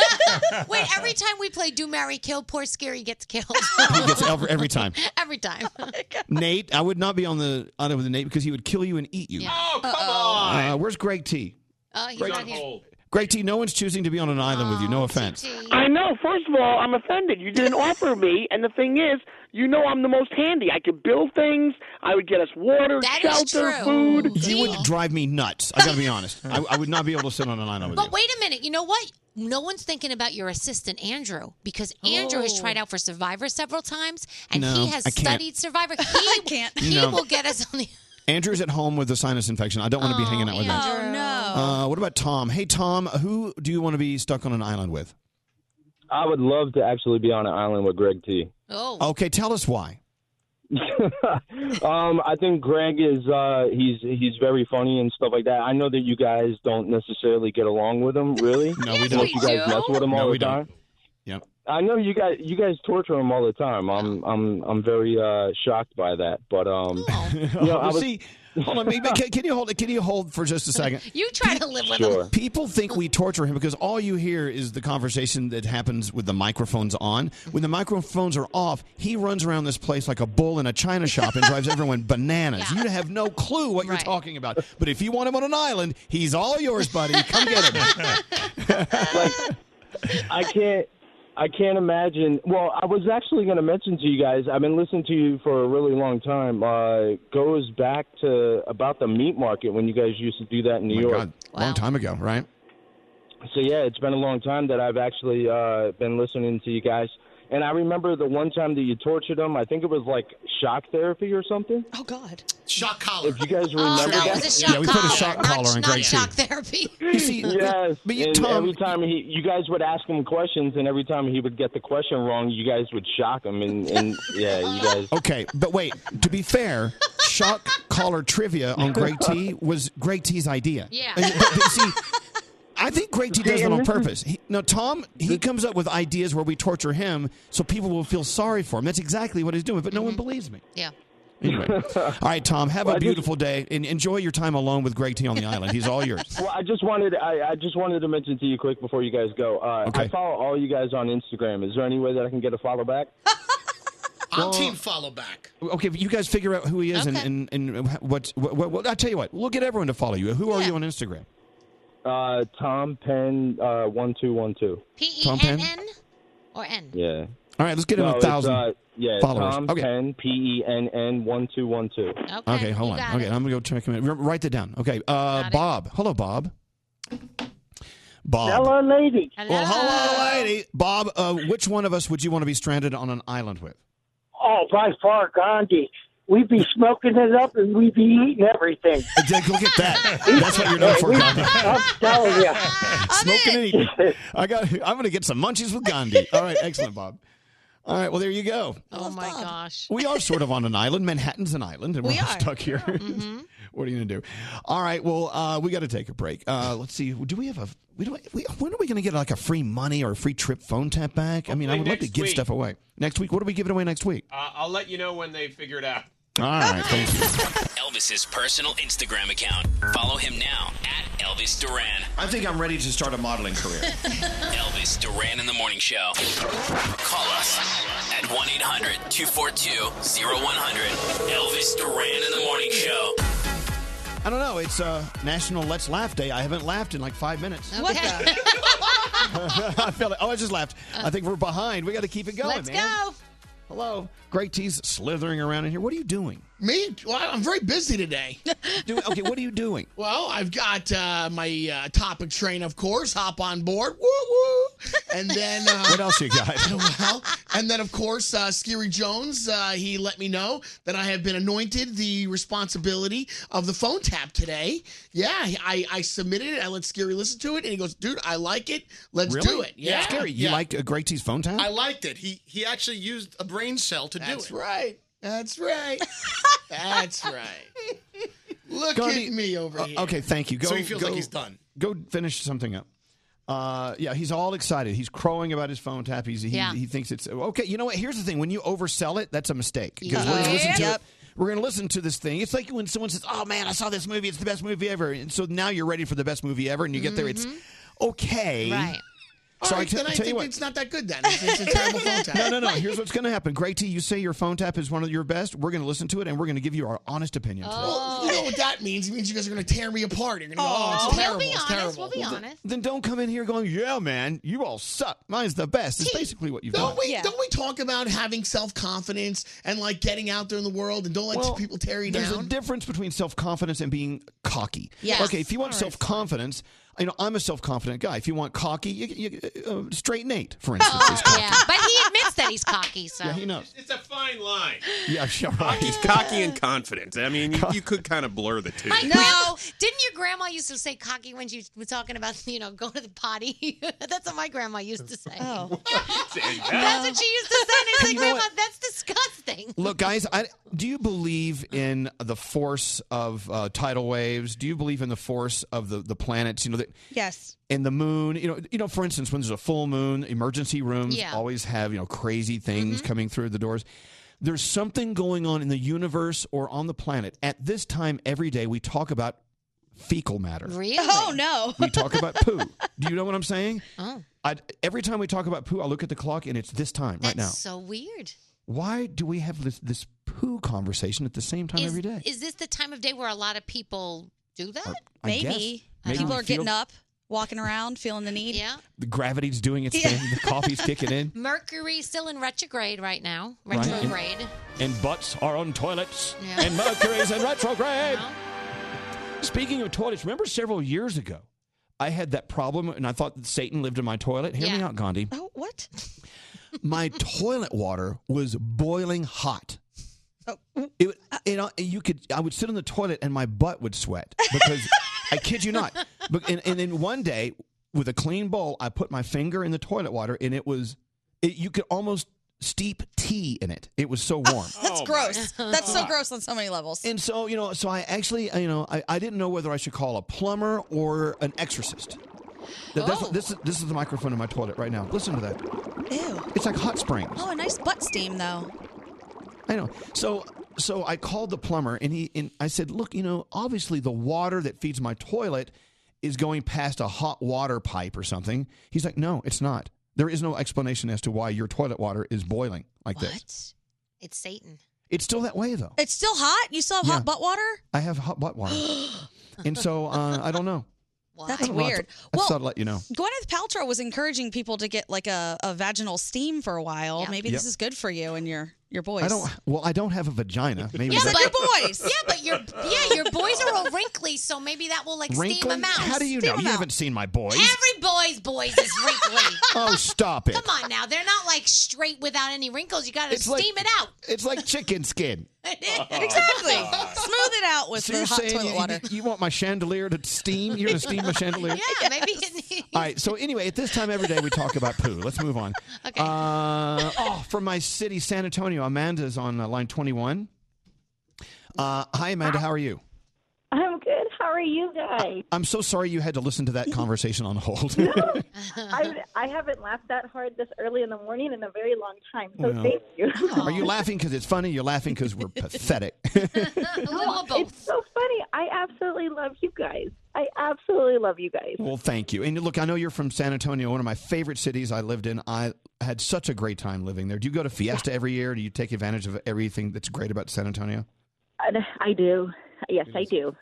Wait, every time we play Do Marry Kill, poor Scary gets killed.
He gets every, every time.
every time.
Nate, I would not be on the island with Nate because he would kill you and eat you.
Oh, come
Uh, where's Greg T?
Oh, he's
Great.
not here.
Greg T, no one's choosing to be on an island with you. No offense.
I know. First of all, I'm offended. You didn't offer me, and the thing is, you know I'm the most handy. I could build things. I would get us water, shelter, food.
You would drive me nuts. I got to be honest. I, I would not be able to sit on an island with you.
But wait a minute. You know what? No one's thinking about your assistant, Andrew, because Andrew has tried out for Survivor several times, and
No,
he has
I can't.
studied Survivor. He, can't. He
No.
will get us on the.
Andrew's at home with a sinus infection. I don't want to be hanging out with him.
Oh, no.
Oh, Uh, what about Tom? Hey, Tom, who do you want to be stuck on an island with?
I would love to actually be on an island with Greg T.
Oh.
Okay, tell us why.
um, I think Greg is uh, he's he's very funny and stuff like that. I know that you guys don't necessarily get along with him, really. no,
we don't.
You guys
we do.
mess with him
No,
all
we
the
don't.
time.
Yep.
I know you guys you guys torture him all the time. I'm I'm I'm very uh, shocked by that. But um, you know, I
Well,
was-
see, hold on, maybe- can, can you hold? Can you hold for just a second?
You try to live with him.
People think we torture him because all you hear is the conversation that happens with the microphones on. When the microphones are off, he runs around this place like a bull in a china shop and drives everyone bananas. You have no clue what you're talking about. But if you want him on an island, he's all yours, buddy. Come get him. Oh
I can't. I can't imagine. Well, I was actually going to mention to you guys. I've been listening to you for a really long time. Uh, goes back
Oh
to about the meat market when you guys used to do that in New York.
Long time ago, right?
so yeah, it's been a long time that I've actually uh, been listening to you guys. And I remember the one time that you tortured him. I think it was like shock therapy or something.
Oh God.
Shock collar.
If you guys remember
Oh, no,
that,
it was a shock Yeah, we put a collar, shock not- collar on not Greg shock T. therapy. You see,
yes.
but you-
and
Tom-
every time he, you guys would ask him questions, and every time he would get the question wrong, you guys would shock him, and, and yeah, you guys.
Okay, but wait. To be fair, shock collar trivia on Greg T was Greg T's idea.
Yeah.
And- but- but see, I think Greg T
See,
does it
and
on
this is-
purpose. He, no, Tom, he comes up with ideas where we torture him so people will feel sorry for him. That's exactly what he's doing, but no one believes me.
Yeah.
Anyway. All right, Tom, have
Well, I
a
just-
beautiful day and enjoy your time alone with Greg T on the island. He's all yours.
Well, I just wanted I, I just wanted to mention to you quick before you guys go. Uh, I follow all you guys on Instagram. Is there any way that I can get a follow back?
I'm
Well-
team follow back.
Okay, but you guys figure out who he is and, and, and what, what, what, I'll tell you what, we'll get everyone to follow you. Who are you on Instagram?
Uh, Tom Penn uh, one two one two.
P E
Tom
N
Penn?
N or N?
Yeah.
All right, let's get him
no,
a
it's,
thousand
uh, yeah,
followers.
Tom
okay.
Penn P E N N one two one two.
Okay, hold on. Okay, I'm gonna go check him in. Rem- Write that down. Okay, uh, Bob. Hello, Bob. Bob.
Hello, lady.
Well, hello, lady. Bob, uh, which one of us would you want to be stranded on an island with?
Oh, by far, Gandhi. We'd be smoking it up and we'd be eating everything.
Dick, look at that. That's what you're known for, Gandhi.
I'm telling you.
Smoking and eating. I got. I'm gonna get some munchies with Gandhi. All right, excellent, Bob. All right, well there you go.
Oh my gosh.
We are sort of on an island. Manhattan's an island, and we're
We
all
are. Mm-hmm.
stuck here. what are you gonna do? All right. Well, uh, we got to take a break. Uh, let's see. Do we have a? We do. We, when are we gonna get like a free money or a free trip phone tap back? I mean, I
Hopefully
would love to
next
give
week.
stuff away next week. What are we giving away next week?
Uh, I'll let you know when they figure it out.
All right. Thank you.
Elvis's personal Instagram account. Follow him now at Elvis Duran.
I think I'm ready to start a modeling career.
Elvis Duran in the Morning Show. Call us at 1 800 242 0100. Elvis Duran in the Morning Show.
I don't know. It's uh, National Let's Laugh Day. I haven't laughed in like five minutes.
What
I feel it. Oh, I just laughed. I think we're behind. We got to keep it going,
Uh. Let's
man.
go.
Hello. Great T's slithering around in here. What are you doing?
Me? Well, I'm very busy today.
Do, okay, what are you doing?
Well, I've got uh, my uh, topic train, of course. Hop on board. Woo woo. And then. Uh,
What else you got?
well, and then, of course, uh, Scary Jones, uh, he let me know that I have been anointed the responsibility of the phone tap today. Yeah, I, I submitted it. I let Scary listen to it, and he goes, dude, I like it. Let's
really?
do it. Yeah.
Scary. You
yeah.
like a Great T's phone tap? Uh,
I liked it. He he actually used a brain cell to
That's
do it. right. That's right. That's right. Look
Gandhi-
at me over
Uh,
here.
Okay, thank you. Go,
so he feels
go-
like he's done.
Go finish something up. Uh, yeah, he's all excited. He's crowing about his phone tap. He's, he,
Yeah.
he thinks it's okay. You know what? Here's the thing: when you oversell it, that's a mistake because we're
Yeah.
going to listen to
Yep.
it. We're going to listen to this thing. It's like when someone says, "Oh man, I saw this movie. It's the best movie ever," and so now you're ready for the best movie ever, and you get there, it's okay.
Mm-hmm. Right. All
So
right,
I t-
then I
tell you
think
what.
it's not that good then. It's, it's a terrible phone tap.
No, no, no. Here's what's going to happen. Great T, you say your phone tap is one of your best. We're going to listen to it, and we're going to give you our honest opinion.
Well, you know what that means? It means you guys are going to tear me apart. You're going to go,
Oh. We'll
oh, it's
be
terrible. it's
honest,
terrible.
we'll be Well, honest. Then don't come in here going, "Yeah, man, you all suck. Mine's the best." It's basically what you've done.
Don't we, don't we talk about having self confidence and like getting out there in the world and don't let
Well,
people tear you
There's
down?
a difference between self confidence and being cocky.
Yes.
Okay, if you want self confidence, you know I'm a self confident guy. If you want cocky, you, you, uh, straight Nate, for instance. is cocky.
Oh, yeah, but he admits that he's cocky. So
Yeah, he knows.
It's a fine line.
Yeah, sure. Right.
He's cocky and confident. I mean, you, you could kind of blur the two.
My grandma, didn't your grandma used to say cocky when she was talking about, you know, go to the potty? that's what my grandma used to say. Oh. That's what she used to say. And I said,
You know
Grandma,
what?
that's disgusting.
Look, guys, I, do you believe in the force of uh, tidal waves? Do you believe in the force of the, the planets? You know, the,
Yes.
and the moon. You know, you know. For instance, when there's a full moon, emergency rooms
Yeah.
always have you know crazy things
Mm-hmm.
coming through the doors. There's something going on in the universe or on the planet at this time every day. We talk about fecal matter.
Really? Oh no.
We talk about poo. Do you know what I'm saying?
Oh.
I, every time we talk about poo, I look at the clock and it's this time right now.
That's so weird.
Why do we have this this poo conversation at the same time
Is,
every day?
is this the time of day where a lot of people do that? Uh,
I guess.
Maybe.
Maybe
People
we
are getting
feel-
up, walking around, feeling the need. Yeah.
The gravity's doing its
Yeah.
thing. The coffee's kicking in.
Mercury still in retrograde right now.
Right. And-
Retrograde.
and butts are on toilets,
Yeah.
and Mercury's in retrograde. Speaking of toilets, remember several years ago, I had that problem and I thought that Satan lived in my toilet. Hear me out, Gandhi.
Oh, what?
My toilet water was boiling hot.
Oh.
It, would- it, uh, you could, I would sit on the toilet and my butt would sweat because I kid you not. But, and, and then one day with a clean bowl, I put my finger in the toilet water and it was, it, you could almost steep tea in it. It was so warm.
That's gross. That's so
God.
gross on so many levels.
Oh, And so, you know, so I actually, uh, you know, I, I didn't know whether I should call a plumber or an exorcist. Th- that's-
Oh.
this, is, this is the microphone in my toilet right now. Listen to that.
Ew.
It's like hot springs.
Oh, a nice butt steam though.
I know. So, so I called the plumber and he and I said, look, you know, obviously the water that feeds my toilet is going past a hot water pipe or something. He's like, no, it's not. There is no explanation as to why your toilet water is boiling like this.
It's Satan.
It's still that way though.
It's still hot. You still have
Yeah.
hot butt water.
I have hot butt water, and so uh, I don't know. I
That's
don't know. I
weird.
thought- I just thought I'd let you know.
Gwyneth Paltrow was encouraging people to get like a, a vaginal steam for a while. Maybe this
Yep.
is good for you and your your boys.
I don't. Well, I don't have a vagina. Maybe
Yeah,
that-
but your boys.
Yeah, but your yeah, your boys are all wrinkly, so maybe that will like steam
wrinkly.
them out.
How do you
Steam
know?
them
You
out.
haven't seen my boys.
Every boy's boys is wrinkly.
oh, stop it!
Come on now, they're not like straight without any wrinkles. You got to
It's like-
steam it out.
It's like chicken skin.
exactly. Smooth it out with
so
the
you're
hot
saying
toilet
you- you,
water.
You, want my chandelier to steam? You're gonna steam my chandelier?
Yeah, maybe it needs.
All right. So anyway, at this time every day we talk about poo. Let's move on.
Okay.
Uh, oh, from my city, San Antonio. Amanda's on uh, line 21. Uh, hi, Amanda. How are you?
I'm good. How are you guys?
I'm so sorry you had to listen to that conversation on hold.
I, I haven't laughed that hard this early in the morning in a very long time. So
Well,
thank you.
Are you laughing because it's funny? You're laughing because we're pathetic.
It's so funny. I absolutely love you guys. I absolutely love you guys.
Well, thank you. And look, I know you're from San Antonio, one of my favorite cities I lived in. I had such a great time living there. Do you go to Fiesta every year? Do you take advantage of everything that's great about San Antonio?
And I do. Yes, I do.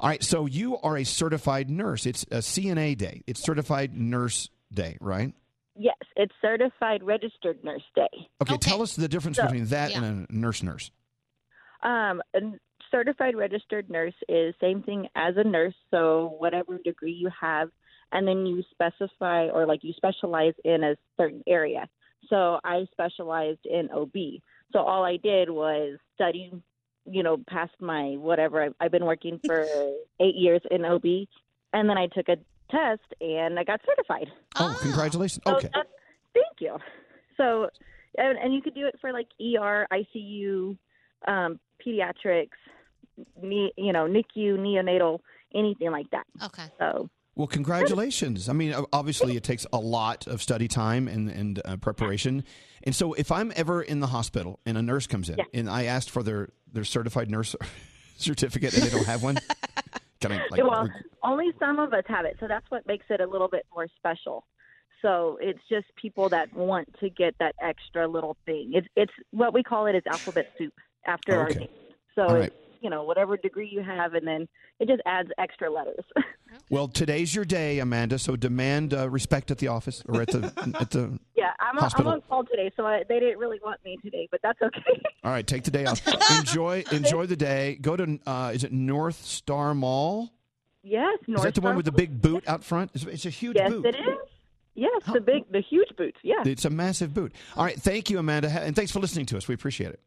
All right, so you are a certified nurse. It's a CNA day. It's Certified Nurse Day, right?
yes, it's Certified Registered Nurse Day.
Okay, tell us the difference
So-
between that
yeah.
and a nurse nurse.
Um, a certified registered nurse is same thing as a nurse, so whatever degree you have, and then you specify or like you specialize in a certain area. So I specialized in OB. So all I did was study, you know, past my whatever. I've, I've been working for eight years in OB, and then I took a test and I got certified.
Oh, congratulations.
So
Okay.
that's- thank you. So, and, and you could do it for like ER, ICU, um, pediatrics, ne- you know, NICU, neonatal, anything like that.
Okay.
So,
Well, congratulations. I mean, o- obviously, it takes a lot of study time and, and uh, preparation. And so, if I'm ever in the hospital and a nurse comes in and I asked for their, their certified nurse certificate and they don't have one, can I, like,
well,
re-
only some of us have it, so that's what makes it a little bit more special. So it's just people that want to get that extra little thing. It's it's what we call it is alphabet soup after our
Okay.
name. So
All
it's, you know whatever degree you have, and then it just adds extra letters.
well, today's your day, Amanda. So, demand uh, respect at the office or at the, at the
Yeah, I'm, on- I'm
hospital.
on call today, so I, they didn't really want me today, but that's okay.
All right, take the day off. enjoy enjoy the day. Go to uh, is it North Star Mall?
yes, North
is that the one
Star-
with the big boot out front? It's, it's a huge
Yes,
boot.
it is. Yes, the big, the huge boots. Yes.
It's a massive boot. All right, thank you, Amanda, Ha- and thanks for listening to us. We appreciate it.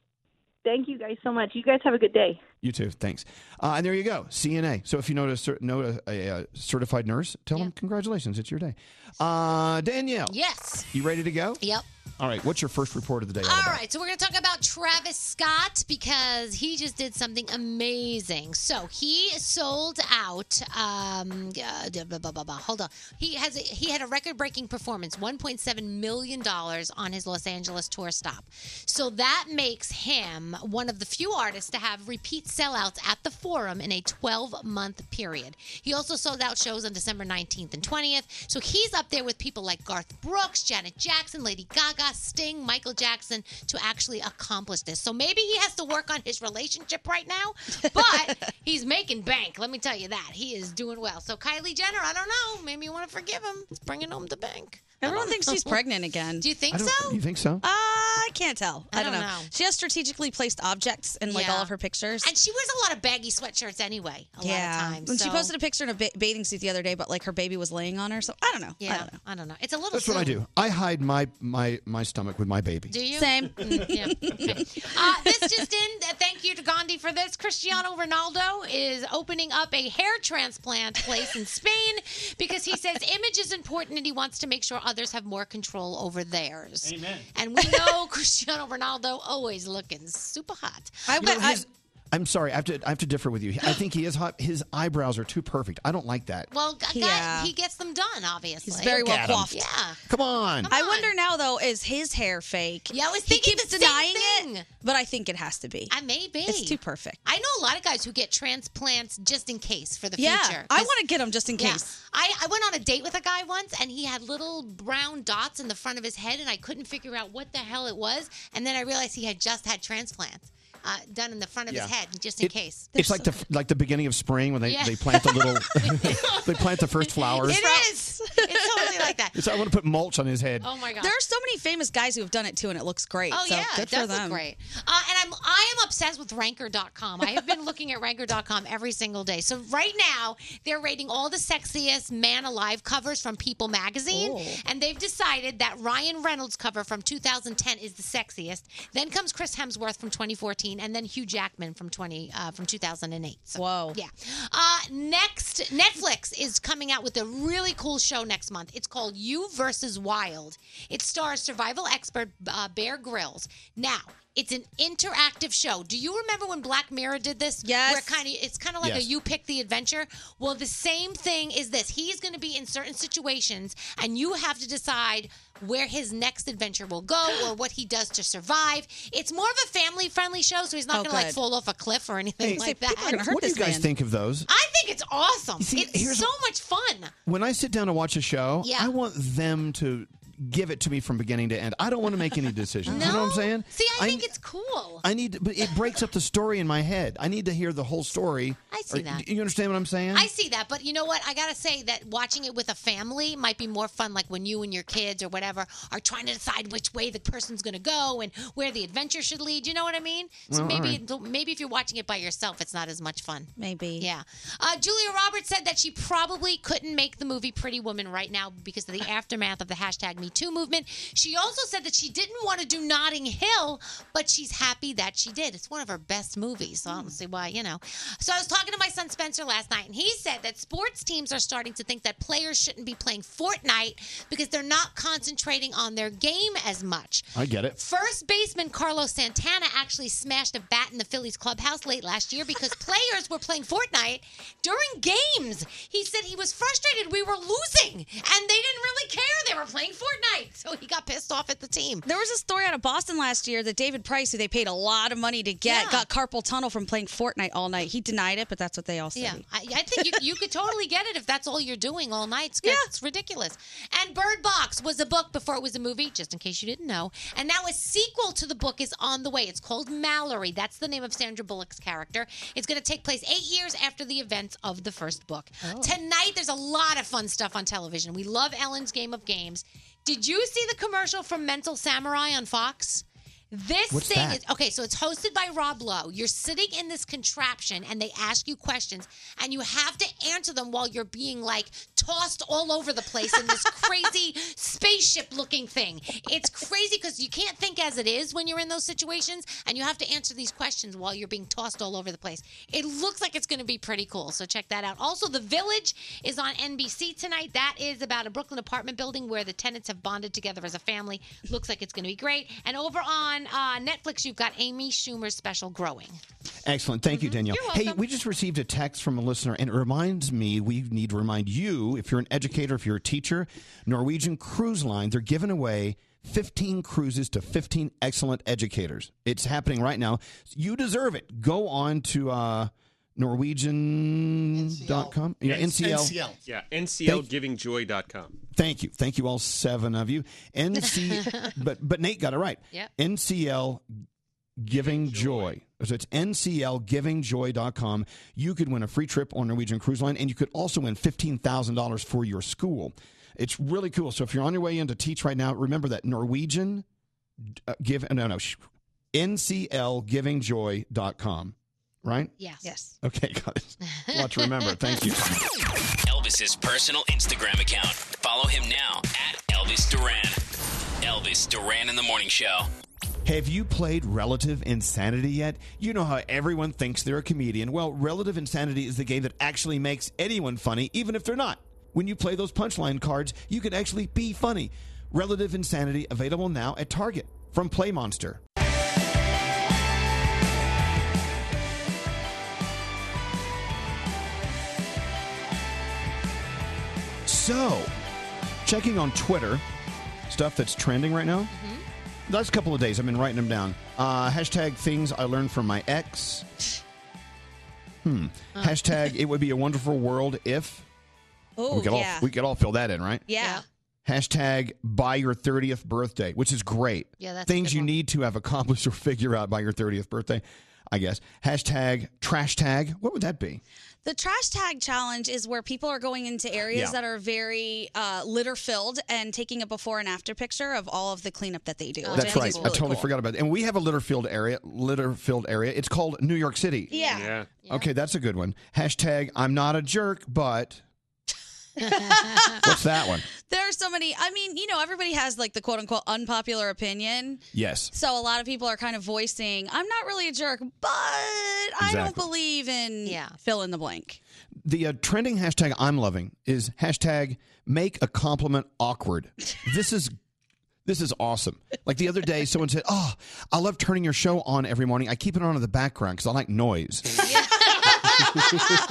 Thank you guys so much. You guys have a good day.
You too. Thanks. Uh, and there you go, CNA. So if you know a, cer- know a, a, uh, certified nurse, tell them congratulations, it's your day. Uh, Danielle.
Yes.
You ready to go?
Yep.
All right. What's your first report of the day? all
All
about?
right, so we're going to talk about Travis Scott because he just did something amazing. So he sold out. Um, uh, blah, blah, blah, blah, blah. Hold on, he has a, he had a record-breaking performance, 1.7 million dollars on his Los Angeles tour stop. So that makes him one of the few artists to have repeat sellouts at the Forum in a 12-month period. He also sold out shows on December 19th and 20th. So he's up there with people like Garth Brooks, Janet Jackson, Lady Gaga, Sting, Michael Jackson to actually accomplish this. So maybe he has to work on his relationship right now, but he's making bank. Let me tell you that. He is doing well. So Kylie Jenner, I don't know. Maybe you want to forgive him. It's bringing home the bank.
Everyone thinks she's pregnant again. Do
I
you think
don't- You think so?
I can't tell. I,
I
don't,
don't
know.
know.
She has strategically placed objects in like
Yeah.
all of her pictures.
And she wears a lot of baggy sweatshirts anyway. A
yeah.
lot of times.
And she
so-
posted a picture in a ba- bathing suit the other day, but like her baby was laying on her. So I don't know. I don't know.
I don't know. It's a little.
That's what I do. I hide my my my stomach with my baby.
Do you?
Same.
Mm, yeah. Okay. uh, this just in. uh, Thank you to Gandhi for this. Cristiano Ronaldo is opening up a hair transplant place in Spain because he says image is important and he wants to make sure others have more control over theirs. Amen. And we know Cristiano Ronaldo always looking super hot.
I,
You know, his- I'm sorry. I have to I have to differ with you. I think he is hot. His eyebrows are too perfect. I don't like that.
well, g- guy,
Yeah.
he gets them done. Obviously,
He's very well
Look at him.
coiffed.
Yeah.
Come on.
I wonder now though, is his hair fake? Yeah, I was thinking he keeps denying it, but I think it has to be.
I maybe
It's too perfect.
I know a lot of guys who get transplants just in case for the
Yeah,
future.
I want to get him just in
Yeah.
case.
I, I went on a date with a guy once and he had little brown dots in the front of his head and I couldn't figure out what the hell it was. And then I realized he had just had transplants uh, done in the front of his
Yeah.
head just in
It-
case.
It's like the like the beginning of spring when they,
Yeah.
they plant the little they plant the first flowers.
is.
it's totally like that. Oh,
It's- I want to put mulch on his head.
my god.
There are so many famous guys who have done it too, and it looks great.
Oh
so
yeah,
good
it does
for them.
look great. Uh, and I'm I am obsessed with Ranker.com. I have been looking at Ranker.com every single day. So right now they're rating all the sexiest man alive covers from People magazine,
Oh.
and they've decided that Ryan Reynolds cover from 2010 is the sexiest. Then comes Chris Hemsworth from 2014, and then Hugh Jackman from 20 uh, from 2008. So, Whoa, yeah. Uh, next, Netflix is coming out with a really cool show next month. It's called You versus Wild. It stars survival expert uh, Bear Grylls. Now, it's an interactive show. Do you remember when Black Mirror did this? Yes. Where kind of it's kind of like
Yes.
a you pick the adventure. Well, the same thing is this. He's going to be in certain situations, and you have to decide where his next adventure will go or what he does to survive. It's more of a family friendly show, so he's not
Oh,
going to like
good.
fall off a cliff or anything
Hey,
like
people
that.
are gonna
what do you guys think of those?
I think it's awesome. it's
here's-
so much fun.
When I sit down to watch a show,
Yeah.
I want them to give it to me from beginning to end. I don't want to make any decisions. You know what I'm saying?
See, I, think it's cool.
I need, but it breaks up the story in my head. I need to hear the whole story.
I see
Or-
that.
do You understand what I'm saying?
I see that, but you know what? I gotta say that watching it with a family might be more fun. Like when you and your kids or whatever are trying to decide which way the person's gonna go and where the adventure should lead. You know what I mean? So
Well,
maybe
alright.
th- maybe if you're watching it by yourself, it's not as much fun.
Maybe.
Yeah. Uh, Julia Roberts said that she probably couldn't make the movie Pretty Woman right now because of the aftermath of the hashtag Me Too movement. She also said that she didn't want to do Notting Hill, but she's happy that she did. It's one of her best movies, so I don't see why, you know. So I was talking to my son Spencer last night, and he said that sports teams are starting to think that players shouldn't be playing Fortnite because they're not concentrating on their game as much.
I get it.
First baseman Carlos Santana actually smashed a bat in the Phillies clubhouse late last year because players were playing Fortnite during games. He said he was frustrated we were losing and they didn't really care they were playing Fortnite. So he got pissed off at the team.
There was a story out of Boston last year that David Price, who they paid a lot of money to get, got carpal tunnel from playing Fortnite all night. He denied it, but that's what they all said.
Yeah, I, I think you, you could totally get it if that's all you're doing all night. It's, it's ridiculous. And Bird Box was a book before it was a movie, just in case you didn't know. And now a sequel to the book is on the way. It's called Mallory. That's the name of Sandra Bullock's character. It's going to take place eight years after the events of the first book. Tonight, there's a lot of fun stuff on television. We love Ellen's Game of Games. Did you see the commercial from Mental Samurai on Fox? This
What's
thing
that?
is okay. So it's hosted by Rob Lowe. You're sitting in this contraption, and they ask you questions, and you have to answer them while you're being like tossed all over the place in this crazy spaceship-looking thing. It's crazy because you can't think as it is when you're in those situations, and you have to answer these questions while you're being tossed all over the place. It looks like it's going to be pretty cool. So check that out. Also, The Village is on NBC tonight. That is about a Brooklyn apartment building where the tenants have bonded together as a family. Looks like it's going to be great. And over on uh, Netflix, you've got Amy Schumer's special Growing.
Excellent. Thank you, Danielle.
Mm-hmm. You're
hey,
welcome.
we just received a text from a listener, and it reminds me we need to remind you if you're an educator, if you're a teacher, Norwegian Cruise Line, they're giving away 15 cruises to 15 excellent educators. It's happening right now. You deserve it. Go on to uh, Norwegian.com. Yeah, NCL.
Yeah,
Thank-
nclgivingjoy.com.
Thank you. Thank you, all seven of you. NC, but but Nate got it right.
Yep.
NCL Giving Joy. So it's nclgivingjoy.com. You could win a free trip on Norwegian Cruise Line, and you could also win $15,000 for your school. It's really cool. So if you're on your way in to teach right now, remember that Norwegian uh, give no no sh- nclgivingjoy.com, right?
Yes. Yes.
Okay, got it. A lot to remember. Thank you.
Elvis's personal Instagram account. Follow him now at Elvis Duran. Elvis Duran in the Morning Show.
Have you played Relative Insanity yet? You know how everyone thinks they're a comedian. Well, Relative Insanity is the game that actually makes anyone funny, even if they're not. When you play those punchline cards, you can actually be funny. Relative Insanity available now at Target from Play Monster. So, checking on Twitter, stuff that's trending right now.
Mm-hmm.
Last couple of days, I've been writing them down. Uh, hashtag things I learned from my ex. Hmm.
Oh.
Hashtag it would be a wonderful world if.
Oh,
we could
yeah.
all we could all fill that in, right?
yeah.
Hashtag by your 30th birthday, which is great.
Yeah, that's a
Things
good
you need to have accomplished or figure out by your 30th birthday, I guess. Hashtag trash tag. What would that be?
The trash tag challenge is where people are going into areas
Yeah.
that are very uh, litter filled and taking a before and after picture of all of the cleanup that they do. which I
That's
think
right.
is
I
really
totally
cool.
forgot about that. And we have a litter filled area. Litter filled area. It's called New York City.
Yeah.
Okay, that's a good one. Hashtag I'm not a jerk, but what's that one?
There are so many. I mean, you know, everybody has like the quote unquote unpopular opinion.
Yes.
So a lot of people are kind of voicing, I'm not really a jerk, but I don't
Exactly.
believe in fill in the blank.
The uh, trending hashtag I'm loving is hashtag make a compliment awkward. This is this is awesome. Like the other day, someone said, "Oh, I love turning your show on every morning. I keep it on in the background because I like noise."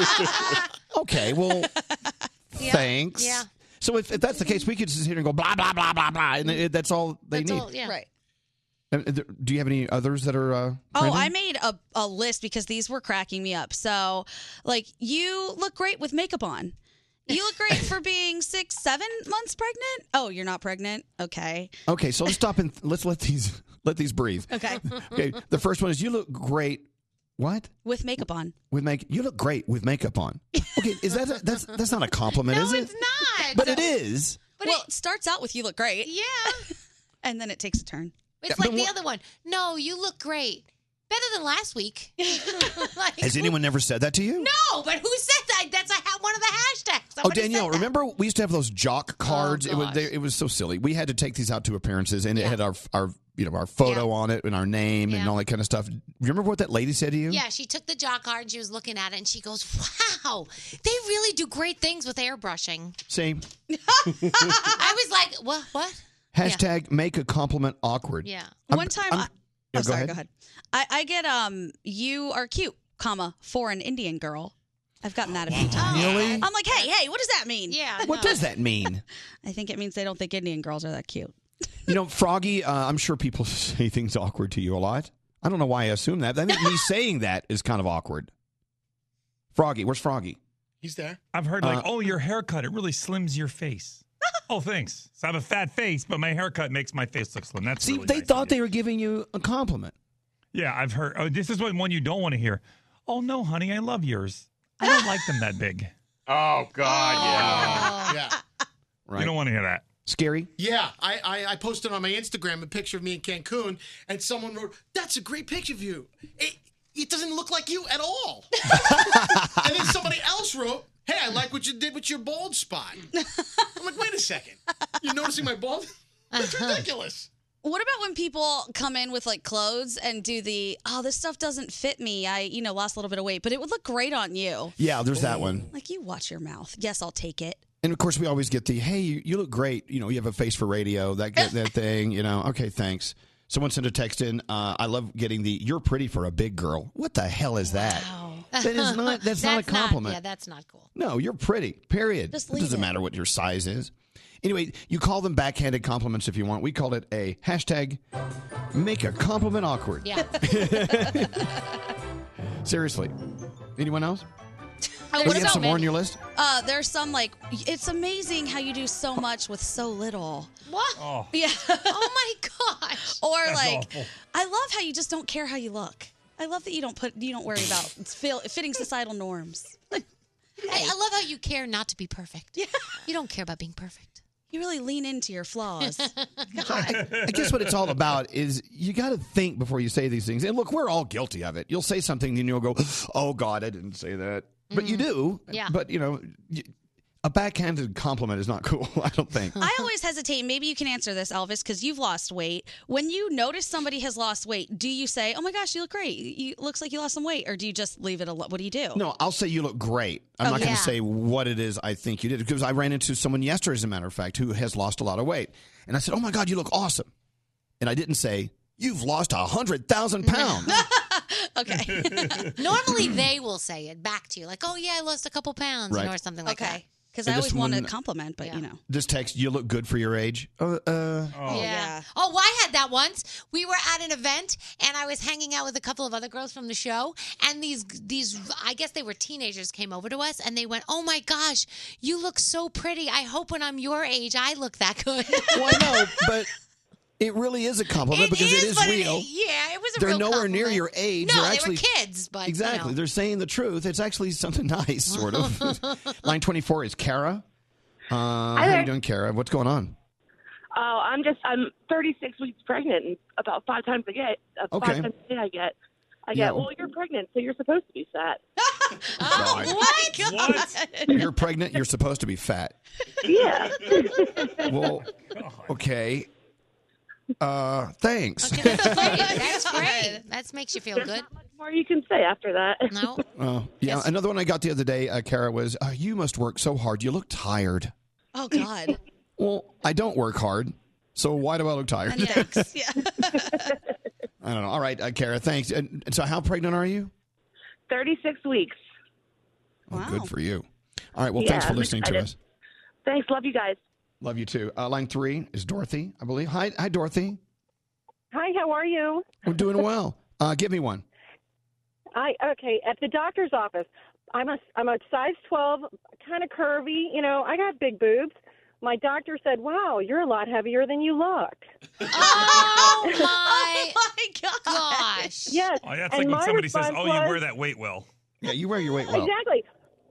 okay, well,
Yeah,
thanks.
yeah.
So if, if that's the case, we could sit here and go blah blah blah blah blah, and it- that's all they
That's
need.
all- yeah. Right.
And, uh, th- Do you have any others that are? Uh,
Oh,
trending?
I made a, a list because these were cracking me up. So, like, you look great with makeup on. You look great for being six, seven months pregnant. Oh, you're not pregnant? Okay.
Okay, so let's stop and th- let's let these let these breathe.
Okay.
Okay, the first one is you look great. What
With makeup on.
with make you look great with makeup on? Okay, is that a, that's that's not a compliment, is it?
not.
But it is.
well, it, starts out with you look great.
Yeah.
and then it takes a turn.
It's like the other one. No, you look great. Better than last week. like,
Has anyone never said that to you?
No, but who said that? That's a, ha- one of the hashtags.
Oh,
Somebody said
Danielle, remember we used to have those jock
Oh,
cards? it was
gosh.
they, it was so silly. We had to take these out to appearances, and it had our our you know our photo on it and our name and
Yeah.
all that kind of stuff. You remember what that lady said to you?
Yeah, she took the jaw card and she was looking at it and she goes, Wow, they really do great things with airbrushing.
Same.
I was like, What? What?
Hashtag make a compliment awkward.
Yeah.
I'm-
One time
I'm-
I-
Yeah,
oh, sorry, go ahead. I, I get um you are cute, comma, for an Indian girl. I've gotten that a few times.
Really?
I'm like, hey, hey, what does that mean? Yeah.
What does that mean?
I think it means they don't think Indian girls are that cute.
You know, Froggy, uh, I'm sure people say things awkward to you a lot. I don't know why I assume that. I think me saying that is kind of awkward. Froggy, where's Froggy?
He's there.
I've heard like,
Uh,
oh, your haircut, it really slims your face. oh, thanks. So I have a fat face, but my haircut makes my face look slim. That's
See,
really
they
nice.
thought they were giving you a compliment.
Yeah, I've heard. Oh, this is one one you don't want to hear. Oh no, honey, I love yours. I don't like them that big.
Oh God,
yeah.
Right.
You don't want to hear that.
Scary.
Yeah, I, I, I posted on my Instagram a picture of me in Cancun, and someone wrote, "That's a great picture of you. It, it doesn't look like you at all." and then somebody else wrote, "Hey, I like what you did with your bald spot." I'm like, "Wait a second, you're noticing my bald? That's ridiculous."
What about when people come in with like clothes and do the oh this stuff doesn't fit me I you know lost a little bit of weight but it would look great on you
Yeah, there's that one.
like you watch your mouth yes I'll take it
And of course, we always get the hey, you, you look great. You know, you have a face for radio. That get that thing. You know, okay, thanks. Someone sent a text in. Uh, I love getting the "You're pretty for a big girl." What the hell is that? That is not. That's, not a compliment.
yeah, that's not cool.
No, you're pretty. Period.
Just
it
leave
doesn't
it.
matter what your size is. Anyway, you call them backhanded compliments if you want. We call it a hashtag make a compliment awkward.
Yeah.
Seriously. Anyone else?
Oh,
Do you have some more on your list?
uh there's some like it's amazing how you do so much with so little
what
Oh.
yeah oh
my gosh
or
That's
like
awful.
I love how you just don't care how you look I love that you don't put you don't worry about feel, fitting societal norms
I, I love how you care not to be perfect. You don't care about being perfect.
You really lean into your flaws.
I guess what it's all about is you got to think before you say these things. And look, we're all guilty of it. You'll say something and you'll go, "Oh God, I didn't say that," but
Mm.
you do.
Yeah.
But you know, y- a backhanded compliment is not cool. I don't think.
I always hesitate. Maybe you can answer this, Elvis, because you've lost weight. When you notice somebody has lost weight, do you say, "Oh my gosh, you look great. You looks like you lost some weight," or do you just leave it alone? What do you do?
No, I'll say you look great. I'm
Oh,
not going
yeah.
to say what it is I think you did because I ran into someone yesterday, as a matter of fact, who has lost a lot of weight, and I said, "Oh my God, you look awesome," and I didn't say you've lost a hundred thousand pounds.
okay.
Normally they will say it back to you, like, "Oh yeah, I lost a couple pounds," you know,
Right.
or something like that.
Because
And
I
this
always want a
one-
compliment, but you know.
This text, you look good for your age. Uh, uh,
yeah. Oh, well, I had that once. We were at an event, and I was hanging out with a couple of other girls from the show, and these these I guess they were teenagers came over to us, and they went, "Oh my gosh, you look so pretty! I hope when I'm your age, I look that good."
well, no, but it really is a compliment because it is
but
real.
yeah, it was a
they're
real
nowhere
compliment.
near your age.
No,
they're
they
actually,
were kids, but you
exactly.
know.
They're saying the truth. It's actually something nice, sort of. Line twenty four is Kara. Uh, how
there.
you doing, Kara? What's going on?
Oh, I'm just I'm 36 weeks pregnant, and about five times I get uh,
Okay.
five times a day I get I get.
Yeah.
Well, you're pregnant, so you're supposed to be fat.
Oh
God. You're pregnant. You're supposed to be fat.
Yeah.
Well, okay. Uh, thanks.
That's great. That makes you feel good.
More you can say after that.
No.
Oh, yeah, another one I got the other day, uh, Kara, was uh, you must work so hard. You look tired.
Oh God.
Well, I don't work hard, so why do I look tired?
yeah.
I don't know. All right, uh, Kara, thanks. And, and so, how pregnant are you?
36 weeks.
Oh, Good for you. All right. Well, thanks
Yeah,
for
I'm
listening to
excited.
us.
Thanks. Love you guys.
Love you too. Uh, line three is Dorothy, I believe. Hi, hi, Dorothy.
Hi, how are you?
We're doing well. Uh, give me one.
I okay at the doctor's office. I'm a I'm a size 12, kind of curvy. You know, I got big boobs. My doctor said, "Wow, you're a lot heavier than you look."
Oh my, gosh.
Yes.
Oh,
and
that's like when
my
somebody says,
response
"Oh, you
was-
wear that weight well."
Yeah, you wear your weight
Exactly.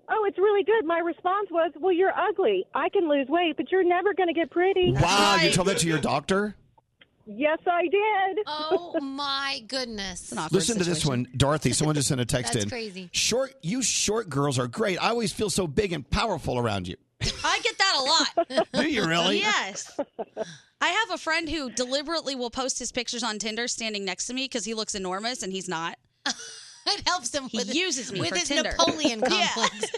Oh, it's really good. My response was, "Well, you're ugly. I can lose weight, but you're never going to get pretty."
Wow, you told that to your doctor?
Yes, I did.
Oh my goodness.
Listen to this one, Dorothy. Someone just sent a text
That's
in.
crazy.
Short, you short girls are great. I always feel so big and powerful around you.
I get that a lot.
Do you really?
Yes. I have a friend who deliberately will post his pictures on Tinder standing next to me because he looks enormous and he's not.
it helps him.
He uses me
with
for
his
Tinder.
Napoleon complex.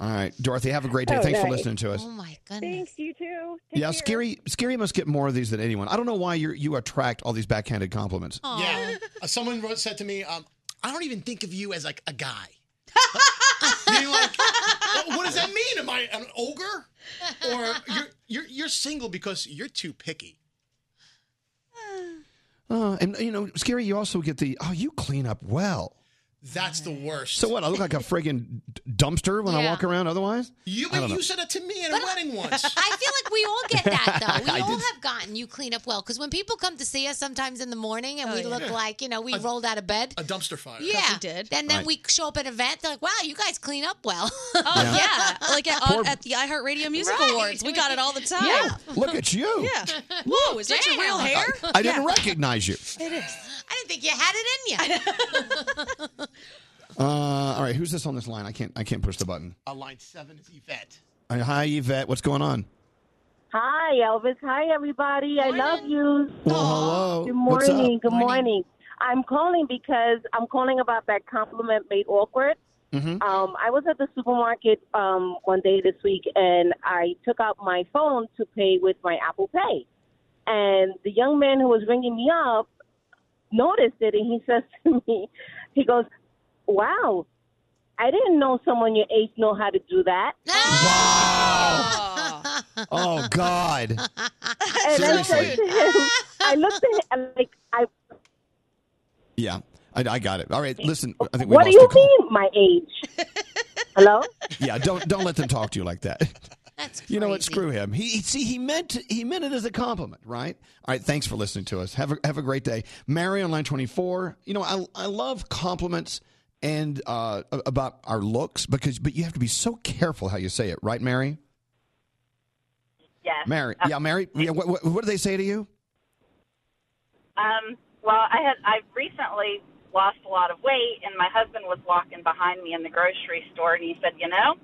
All right, Dorothy, have a great day.
Oh,
Thanks for
nice.
listening to us.
Oh my goodness.
Thanks you too.
yeah, scary. Scary must get more of these than anyone. I don't know why you you attract all these backhanded compliments.
Yeah. Uh, Someone wrote said to me, um, I don't even think of you as like a guy. Meaning like, what what does that mean? Am I an ogre? Or you're you're you're single because you're too picky. Oh.
Uh, and you know, scary. You also get the oh, you clean up well.
That's the worst.
So what? I look like a friggin' dumpster when I
Yeah.
walk around. Otherwise,
You
I don't know.
you said that to me at a wedding once.
I feel like we all get that though. We
I
all
did.
have gotten you clean up well because when people come to see us sometimes in the morning
Oh,
and we look
Yeah.
like you know we rolled out of bed.
A dumpster fire.
Yeah, did. And then
Right.
we show up at an event. They're like, "Wow, you guys clean up well."
Oh yeah, like at,
Poor-
at the iHeartRadio Music
Right.
Awards, we got it all the time.
Yeah. Look at you.
Yeah. Whoa, is that your real hair?
I, I didn't recognize you.
It is.
I didn't think you had it in you.
Uh, all right, who's this on this line? I can't. I can't push the button.
Uh, line seven is Yvette.
Uh, Hi, Yvette. What's going on?
Hi, Elvis. Hi, everybody. I love you.
Well, hello.
Good
What's up?
morning. Good morning. I'm calling because I'm calling about that compliment made awkward.
Mhm.
Um, I was at the supermarket um, one day this week, and I took out my phone to pay with my Apple Pay. And the young man who was ringing me up noticed it, and he says to me, he goes, "Wow, I didn't know someone your age know how to do that."
Oh God.
And I said
Seriously.
to him, I looked at him and, like, I,
Yeah, I, I got it. All right, listen. I think we
what do
lost
you
the call.
mean my age? Hello?
Yeah, don't don't let them talk to you like that.
That's
you know what? Screw him. He he- see he meant to- he meant it as a compliment, right? All right. Thanks for listening to us. Have a have a great day, Mary on line twenty four. You know I I love compliments and uh a- about our looks because but you have to be so careful how you say it, right, Mary?
Yes.
Mary. Yeah, Mary. Yeah, what, what, what do they say to you?
Um, well, I had I recently lost a lot of weight, and my husband was walking behind me in the grocery store, and he said, "You know,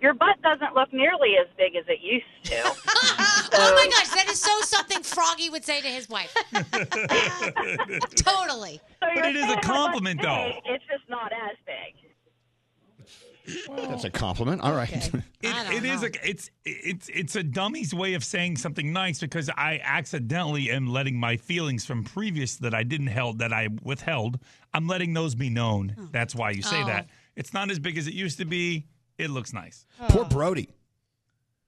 your butt doesn't look nearly as big as it used to."
Oh my gosh, that is so something Froggy would say to his wife. totally.
But
it is a compliment, though.
It's just not as big.
That's a compliment. All right.
It, it is a it's it's it's a dummy's way of saying something nice because I accidentally am letting my feelings from previous that I didn't held that I withheld. I'm letting those be known. That's why you say
Oh.
that. It's not as big as it used to be. It looks nice.
Oh.
Poor Brody.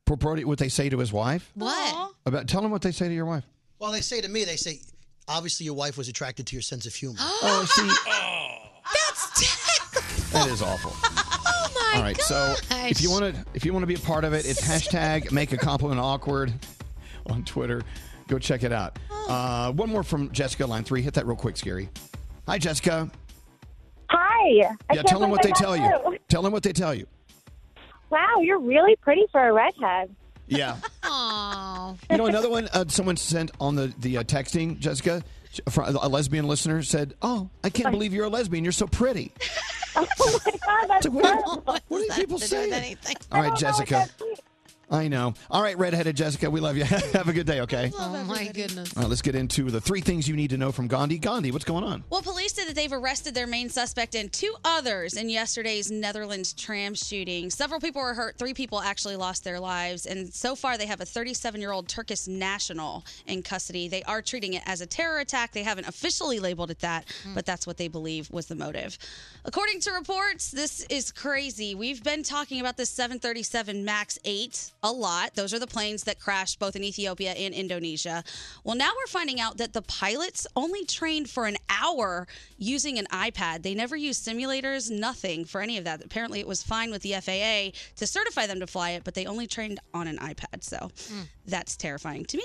Poor Brody. What they say to his wife?
What?
About tell him what they say to your wife.
Well, they say to me, they say, obviously your wife was attracted to your sense of humor.
Oh, see,
That's
that is awful.
oh my
All right. So if you want to if you want to be a part of it, it's hashtag make a compliment awkward on Twitter. Go check it out. Uh, one more from Jessica, line three. Hit that real quick, Scary. Hi, Jessica.
Hi. I
Yeah,
can't
tell them what they
believe I
tell
got
you. Tell them what they tell you.
Wow, you're really pretty for a redhead.
Yeah.
Aww.
You know, another one uh, someone sent on the the uh, texting, Jessica, fr- a lesbian listener said, "Oh, I can't believe you're a lesbian. You're so pretty."
Oh my god, that's
What are-
terrible.
What are these people saying?
I
All right,
don't know what
Jessica.
that
I know. All right, redheaded Jessica, we love you. Have a good day, okay? All
Oh my goodness.
right, Uh, let's get into the three things you need to know from Gandhi. Gandhi, what's going on?
Well, police said that they've arrested their main suspect and two others in yesterday's Netherlands tram shooting. Several people were hurt. Three people actually lost their lives. And so far, they have a 37 year old Turkish national in custody. They are treating it as a terror attack. They haven't officially labeled it that, but that's what they believe was the motive. According to reports, this is crazy. We've been talking about the 737 MAX 8 a lot. Those are the planes that crashed both in Ethiopia and Indonesia. Well, now we're finding out that the pilots only trained for an hour using an iPad. They never used simulators, nothing for any of that. Apparently, it was fine with the FAA to certify them to fly it, but they only trained on an iPad. So that's terrifying to me.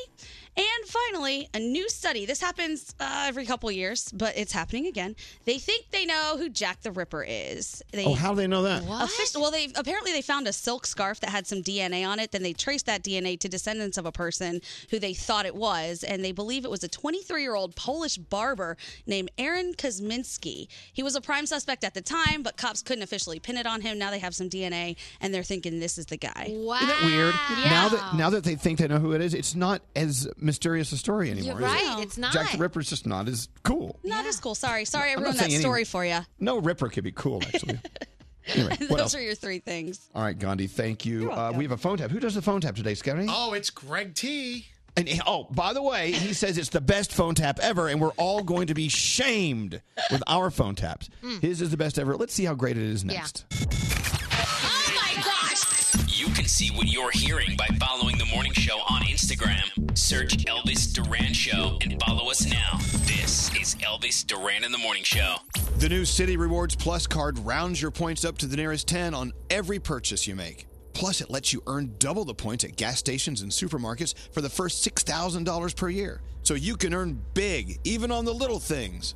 And finally, a new study. This happens uh, every couple years, but it's happening again. They think they know who Jack the Ripper is. They
Oh, how do they know that?
Official, well, they apparently they found a silk scarf that had some DNA on it. Then they traced that DNA to descendants of a person who they thought it was, and they believe it was a 23-year-old Polish barber named Aaron Kosminski. He was a prime suspect at the time, but cops couldn't officially pin it on him. Now they have some DNA, and they're thinking this is the guy.
Wow.
Isn't that weird? Now that now that they think they know who it is, it's not as mysterious a story anymore. is it?
right. It's not.
Jack the Ripper's just not as cool.
Not as cool. Sorry, sorry, I
I'm not
ruined that
saying any-
story for you.
No Ripper could be cool, actually. anyway, what
Those
else?
are your three things.
All right, Gandhi, thank you. Uh, we have a phone tap. Who does the phone tap today, Scary?
Oh, it's Greg T.
And oh, by the way, he says it's the best phone tap ever, and we're all going to be shamed with our phone taps.
Mm.
His is the best ever. Let's see how great it is next.
Oh
You can see what you're hearing by following the morning show on Instagram. Search Elvis Duran Show and follow us now. This is Elvis Duran in the Morning Show.
The new City Rewards Plus card rounds your points up to the nearest 10 on every purchase you make. Plus, it lets you earn double the points at gas stations and supermarkets for the first $6,000 per year. So you can earn big, even on the little things.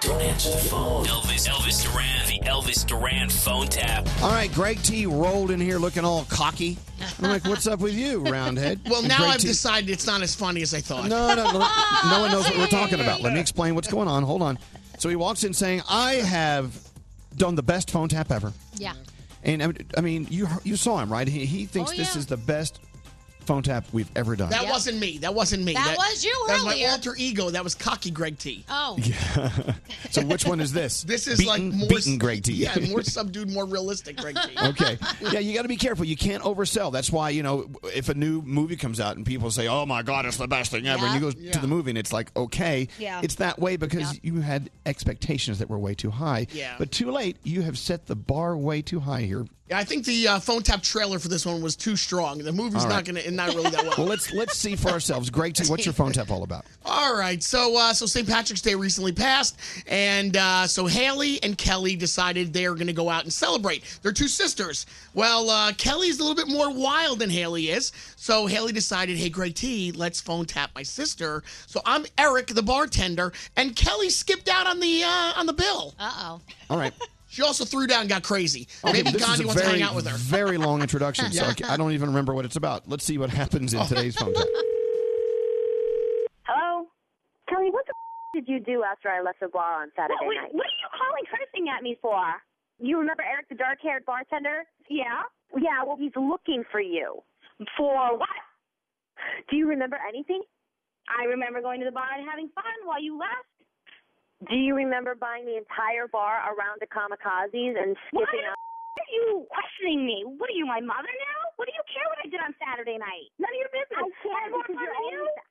Don't answer the phone. Elvis, Elvis Duran, the Elvis Duran phone tap.
All right, Greg T rolled in here looking all cocky. I'm like, what's up with you, roundhead?
Well,
And
now
Greg
I've
T-
decided it's not as funny as I thought.
No, no, no, no one knows what we're talking about. Let me explain what's going on. Hold on. So he walks in saying, "I have done the best phone tap ever."
Yeah.
And I- I mean, you you saw him, right? He, he thinks
Oh,
this
yeah.
is the best phone tap we've ever done.
That wasn't me. That wasn't me.
That was you
That was my
earlier.
alter ego. That was cocky Greg T.
Oh.
so which one is this?
This is
Beaten-
like more
beaten Greg T.
Yeah, more subdued, more realistic Greg T.
okay. Yeah, you got to be careful. You can't oversell. That's why you know if a new movie comes out and people say, "Oh my God, it's the best thing ever," and you go to the movie and it's like, okay,
Yeah.
it's that way because you had expectations that were way too high.
Yeah.
But too late. You have set the bar way too high here.
I think the uh, phone tap trailer for this one was too strong. The movie's
All
not
right.
going to, not really that well.
Well, let's let's see for ourselves. Greg T, what's your phone tap all about?
All right, so uh, so St. Patrick's Day recently passed, and uh, so Haley and Kelly decided they are going to go out and celebrate. They're two sisters. Well, uh, Kelly's a little bit more wild than Haley is, so Haley decided, hey, Greg T, let's phone tap my sister. So I'm Eric, the bartender, and Kelly skipped out on the uh, on the bill.
Uh oh.
All right.
She also threw down and got crazy.
Okay,
Maybe
this is
Gandhi
a
wants to
very,
hang out with her.
Very long introduction, so
Yeah.
I ca- I don't even remember what it's about. Let's see what happens in today's phone tap.
Hello? Kelly, what the f- did you do after I left the bar on Saturday
what,
night?
What are you calling cursing at me for?
You remember Eric, the dark haired bartender?
Yeah?
Yeah, well, he's looking for you.
For what?
Do you remember anything?
I remember going to the bar and having fun while you left.
Do you remember buying the entire bar around to kamikazes and
Why
skipping
the
out?
f- are you questioning me? What are you, my mother now? What do you care what I did on Saturday night? None of your business.
I care
I had more
because
fun
you're
than you.
always-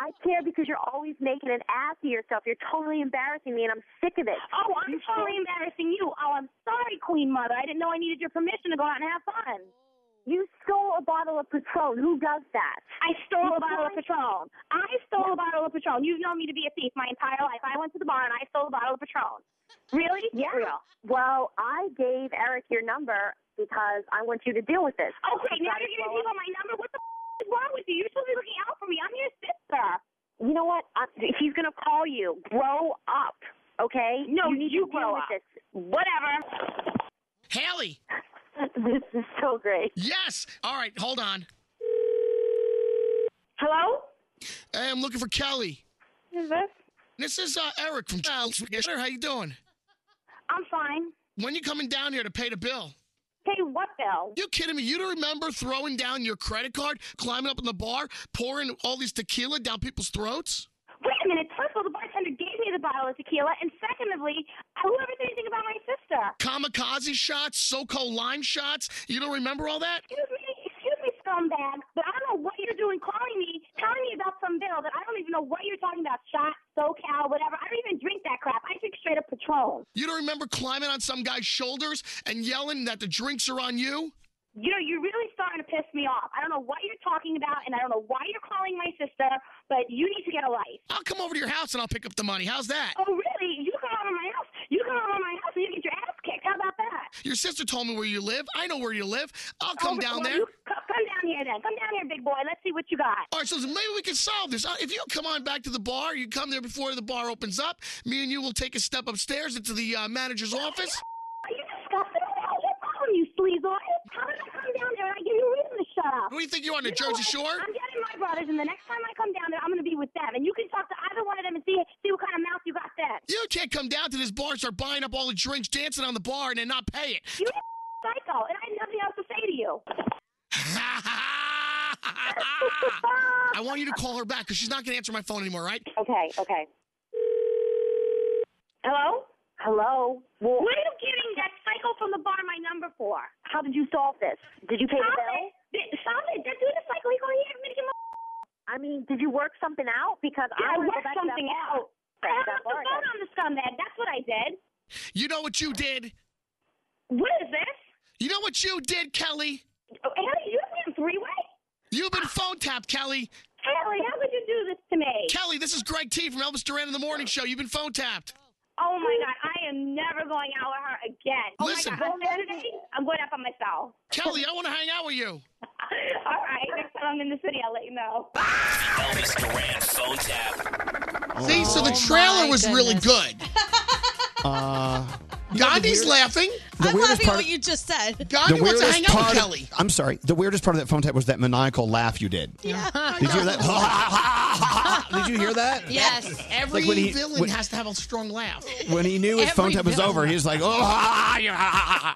I care because you're always making an ass of yourself. You're totally embarrassing me, and I'm sick of it.
Oh, I'm
You
totally
should-
embarrassing you. Oh, I'm sorry, Queen Mother. I didn't know I needed your permission to go out and have fun.
You stole a bottle of Patron. Who does that?
I stole
You
a bottle of
blind-
Patron. I stole a bottle of Patron. You've known me to be a thief my entire life. I went to the bar and I stole a bottle of Patron. Really? Get
Yeah.
Real.
Well, I gave Eric your number because I want you to deal with this.
Okay,
You've
now
got
you're
it
gonna
blowing-
give up my number. What the f- is wrong with you? You're supposed to be looking out for me. I'm your sister.
You know what? I, he's gonna call you. Grow up, okay?
No,
you need
you
to
grow
deal
up.
with this.
Whatever.
Hallie.
This is so great.
Yes. All right, hold on.
Hello?
Hey, I'm looking for Kelly.
Who's this?
This is uh, Eric from Child. How you doing?
I'm fine.
When you coming down here to pay the bill?
Pay what bill?
You kidding me? You don't remember throwing down your credit card, climbing up in the bar, pouring all these tequila down people's throats?
Wait a minute. First of all, the bartender gave me the bottle of tequila, and secondly, whoever said anything about my sister.
Kamikaze shots, SoCo lime shots. You don't remember all that?
Excuse me, excuse me, scumbag, but I don't know what you're doing calling me, telling me about some bill that I don't even know what you're talking about. Shot, SoCal, whatever. I don't even drink that crap. I drink straight up Patron.
You don't remember climbing on some guy's shoulders and yelling that the drinks are on you?
You know, you're really starting to piss me off. I don't know what you're talking about, and I don't know why you're calling my sister, but you need to get a life.
I'll come over to your house and I'll pick up the money. How's that?
Oh, really? You come over my house. You come over my house and you get your ass kicked. How about that?
Your sister told me where you live. I know where you live. I'll come
Oh,
down
well,
there.
You, c- come down here then. Come down here, big boy. Let's see what you got.
All right, so maybe we can solve this. Uh, If you come on back to the bar, you come there before the bar opens up. Me and you will take a step upstairs into the uh, manager's office.
Are you disgusted? Oh, What the hell's your problem, you sleazoid? How did I come down there and I give you a reason to shut up?
What do you think you're on the
know
Jersey
what?
Shore?
I'm getting my brothers, and the next time I come down there, I'm going to be with them. And you can talk to either one of them and see see what kind of mouth you got then.
You can't come down to this bar and start buying up all the drinks, dancing on the bar, and then not pay it.
You psycho, and I have nothing else to say to you.
I want you to call her back because she's not going to answer my phone anymore, right?
Okay, okay.
Hello?
Hello. Well,
What are you giving that psycho from the bar my number for?
how did you solve this? Did you pay
Stop
the bill?
it. Th- Stop it. That dude is psycho. He's going to hit me to my
I mean, did you work something out? Because
Yeah, I
I wanna go
worked
back to that
something
bar.
out. I hung
That
up the
bar
phone
again.
on the scumbag. That's what I did.
You know what you did?
What is this?
You know what you did, Kelly?
Oh, Haley, you have me in three-way?
You've been phone tapped, Kelly.
Haley, how could you do this to me?
Kelly, this is Greg T from Elvis Duran in the Morning Show. You've been phone tapped.
Oh my god, I am never going out with her again. Oh
Listen.
my god, on Saturday, I'm going out by myself.
Kelly, I want to hang out with you.
All right, next time I'm in the city, I'll let you know.
Elvis Duran phone tap.
See, so the trailer was really good.
Uh,
Gandhi's laughing.
The
I'm laughing
weirdest
at
part-
what you just said.
the
Gandhi wants to
weirdest
hang out
part
with Kelly.
I'm sorry. The weirdest part of that phone tap was that maniacal laugh you did. Did you hear that? did you hear that?
Yes.
Every
Like when he-
villain
when-
has to have a strong laugh.
When he knew his
Every
phone tap was
villain.
over, he was like,
Ah,
"Oh, yeah."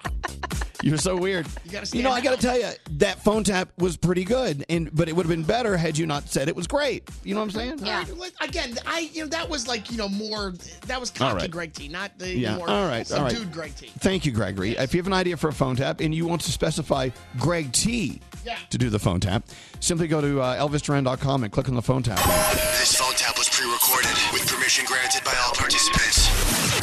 you're so weird." You,
gotta
you know, I got
stand
to tell you, that phone tap was pretty good, and but it would have been better had you not said it was great. You know what I'm saying?
All right, let- Again, I you know that was like you know more that was
All
cocky
right.
Greg T, not the
Yeah.
more
all right. All right.
subdued Greg T.
Thank you, Gregory. If you have an idea for a phone tap and you want to specify Greg T
Yeah.
to do the phone tap, simply go to uh, elvisduran.com and click on the phone tap.
This phone tap was pre-recorded with permission granted by all participants.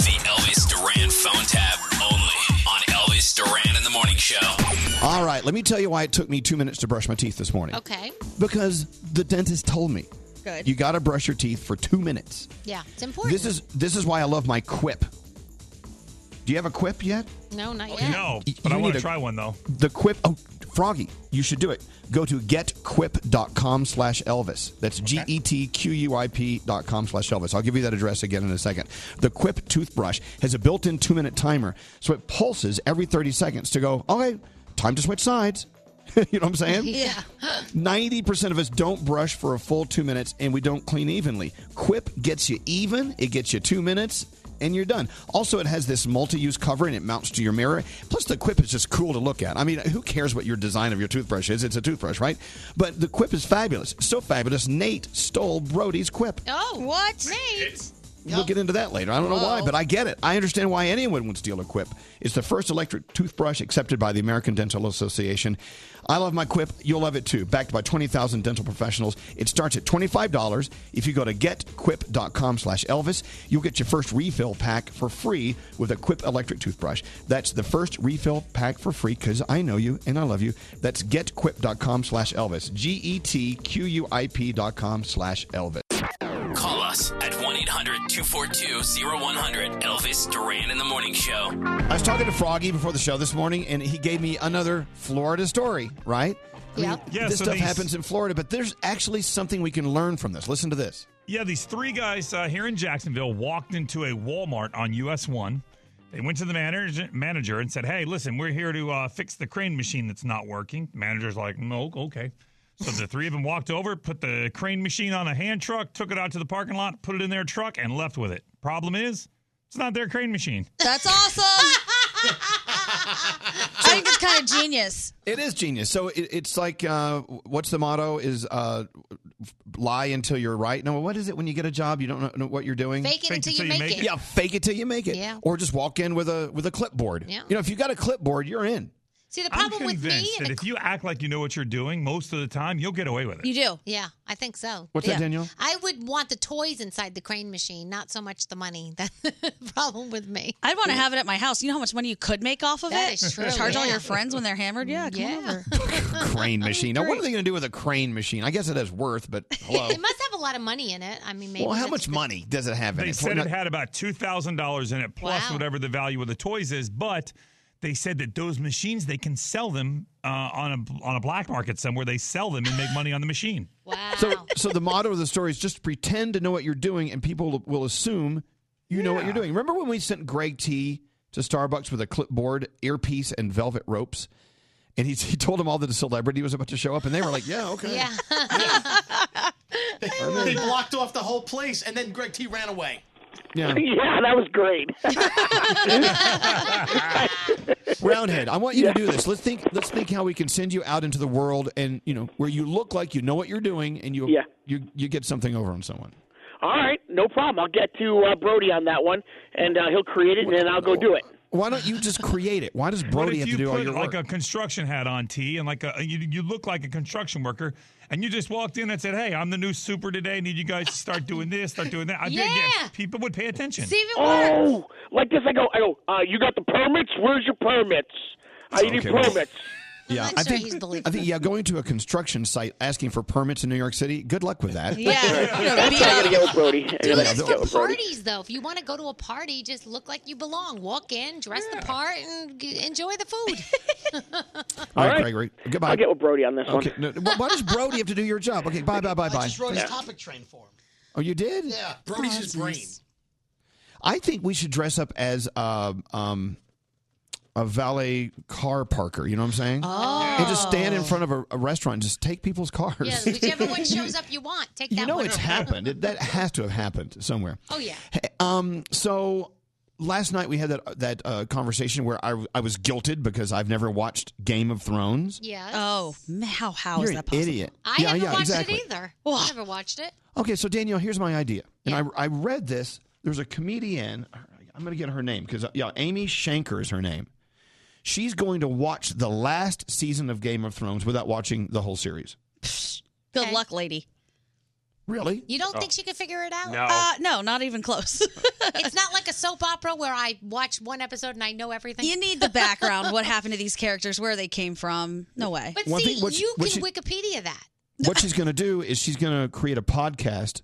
The Elvis Duran phone tap only on Elvis Duran in the Morning Show.
All right. Let me tell you why it took me two minutes to brush my teeth this morning.
Okay.
Because the dentist told me.
Good.
You got to brush your teeth for two minutes.
Yeah, it's important.
This is this is why I love my quip. Do you have a quip yet?
no, not yet.
No,
Oh, but I wanna
to
try one, though.
The quip. Oh, Froggy, you should do it. Go to getquip.com slash Elvis. That's E G-E-T-Q-U-I-P dot com slash Elvis. I'll give you that address again in a second. The Quip toothbrush has a built-in two-minute timer, so it pulses every 30 seconds to go, okay, time to switch sides. you know what I'm saying?
Yeah.
90% of us don't brush for a full two minutes and we don't clean evenly. Quip gets you even, it gets you two minutes. And you're done. Also, it has this multi use cover and it mounts to your mirror. Plus, the Quip is just cool to look at. I mean, who cares what your design of your toothbrush is? It's a toothbrush, right? But the Quip is fabulous. So fabulous, Nate stole Brody's Quip.
Oh, what? Nate.
We'll get into that later. I don't know why,
Whoa.
but I get it. I understand why anyone would steal a Quip. It's the first electric toothbrush accepted by the American Dental Association. I love my Quip. You'll love it too. Backed by 20,000 dental professionals. It starts at $25. If you go to getquip.com slash Elvis, you'll get your first refill pack for free with a Quip electric toothbrush. That's the first refill pack for free because I know you and I love you. That's getquip.com slash Elvis. E G-E-T-Q-U-I-P dot com slash Elvis.
Call us at 1 800 242 0100. Elvis Duran in the Morning Show.
I was talking to Froggy before the show this morning, and he gave me another Florida story, right? I mean,
Yep. Yeah,
this
so
stuff
these-
happens in Florida, but there's actually something we can learn from this. Listen to this.
Yeah, these three guys uh, here in Jacksonville walked into a Walmart on US 1. They went to the manager, manager and said, Hey, listen, we're here to uh, fix the crane machine that's not working. manager's like, No, okay. So the three of them walked over, put the crane machine on a hand truck, took it out to the parking lot, put it in their truck, and left with it. Problem is, it's not their crane machine.
That's awesome. I think it's kind of genius.
It is genius. So it, it's like, uh, what's the motto? Is uh, lie until you're right? No, what is it when you get a job you don't know, know what you're doing?
Fake it Fake it until you till you make make it. it.
Yeah, fake it till you make it.
Yeah.
Or just walk in with a with a clipboard.
Yeah.
You know, if you got a clipboard, you're in.
See, the
I'm
problem with me.
convinced
And
that
the
if you act like you know what you're doing most of the time, you'll get away with it.
You do.
Yeah, I think so.
What's that,
Yeah.
Danielle?
I would want the toys inside the crane machine, not so much the money. That's the problem with me.
I'd want to have it at my house. You know how much money you could make off of
That
it?
is true,
Charge all
yeah.
your friends when they're hammered. Yeah, come
Yeah.
over.
crane machine. Now, what are they going to do with a crane machine? I guess it has worth, but hello.
It must have a lot of money in it. I mean, maybe.
well, how
that's-
much money does it have in
They
it?
said
Now-
it had about two thousand dollars in it, plus
Wow.
whatever the value of the toys is. But they said that those machines they can sell them uh, on a on a black market somewhere. They sell them and make money on the machine.
So, so the motto of the story is just pretend to know what you're doing, and people will assume you know what you're doing. Remember when we sent Greg T to Starbucks with a clipboard, earpiece, and velvet ropes, and he, he told them all that a celebrity was about to show up, and they were like, "Yeah, okay."
Yeah.
they blocked off the whole place, and then Greg T ran away.
Yeah.
Yeah, that was great.
Roundhead, I want you to do this. Let's think. Let's think how we can send you out into the world, and you know where you look like you know what you're doing, and you
Yeah.
you you get something over on someone.
All right, no problem. I'll get to uh, Brody on that one, and uh, he'll create it, and then I'll go do it.
Why don't you just create it? Why does
What
Brody
if
have
you
to do all
put
your work?
like a construction hat on T and like a you, you look like a construction worker and you just walked in and said, "Hey, I'm the new super today. Need you guys to start doing this, start doing that." I think,
Yeah.
people would pay attention.
oh, like this. I go. I go. Uh, you got the permits? Where's your permits? I need
Okay, well-
permits.
Yeah,
not
I
sure
think
he's believable.
I think yeah, going to a construction site asking for permits in New York City. Good luck with that.
Yeah.
That's how I gotta get with Brody. I
Yeah,
gotta
the-
get with Brody.
Parties, though. If you want to go to a party, just look like you belong. Walk in, dress the part, and g- enjoy the food.
All right, Gregory. Goodbye.
I'll get with Brody on this
Okay. No, wh- why does Brody have to do your job? Okay. Bye. Bye. Bye. Bye.
I just wrote
Yeah.
his topic train for him.
Oh, you did?
Yeah, Brody's his brain.
I think we should dress up as um, um, a valet car parker. You know what I'm saying?
Oh.
And just stand in front of a, a restaurant and just take people's cars.
yeah, whichever one shows up you want, take that
you know
one.
it's happened. It, that has to have happened somewhere.
Oh, yeah.
Hey, Um. So last night we had that that uh, conversation where I I was guilted because I've never watched Game of Thrones.
Yes.
Oh, ma- how how
You're
is
an
that possible?
idiot.
I
yeah,
haven't
yeah,
watched
exactly.
it either. I never watched it.
Okay, so Danielle, here's my idea, and I I read this. There's a comedian. I'm going to get her name because yeah, Amy Shanker is her name. She's going to watch the last season of Game of Thrones without watching the whole series.
Good luck, lady.
Really?
You don't
Oh.
think she could figure it out?
No.
Uh, no, not even close.
it's not like a soap opera where I watch one episode and I know everything.
you need the background. What happened to these characters? Where they came from? No way.
But
One
see,
thing- what she-
you
what
can
she-
Wikipedia that.
What she's going to do is she's going to create a podcast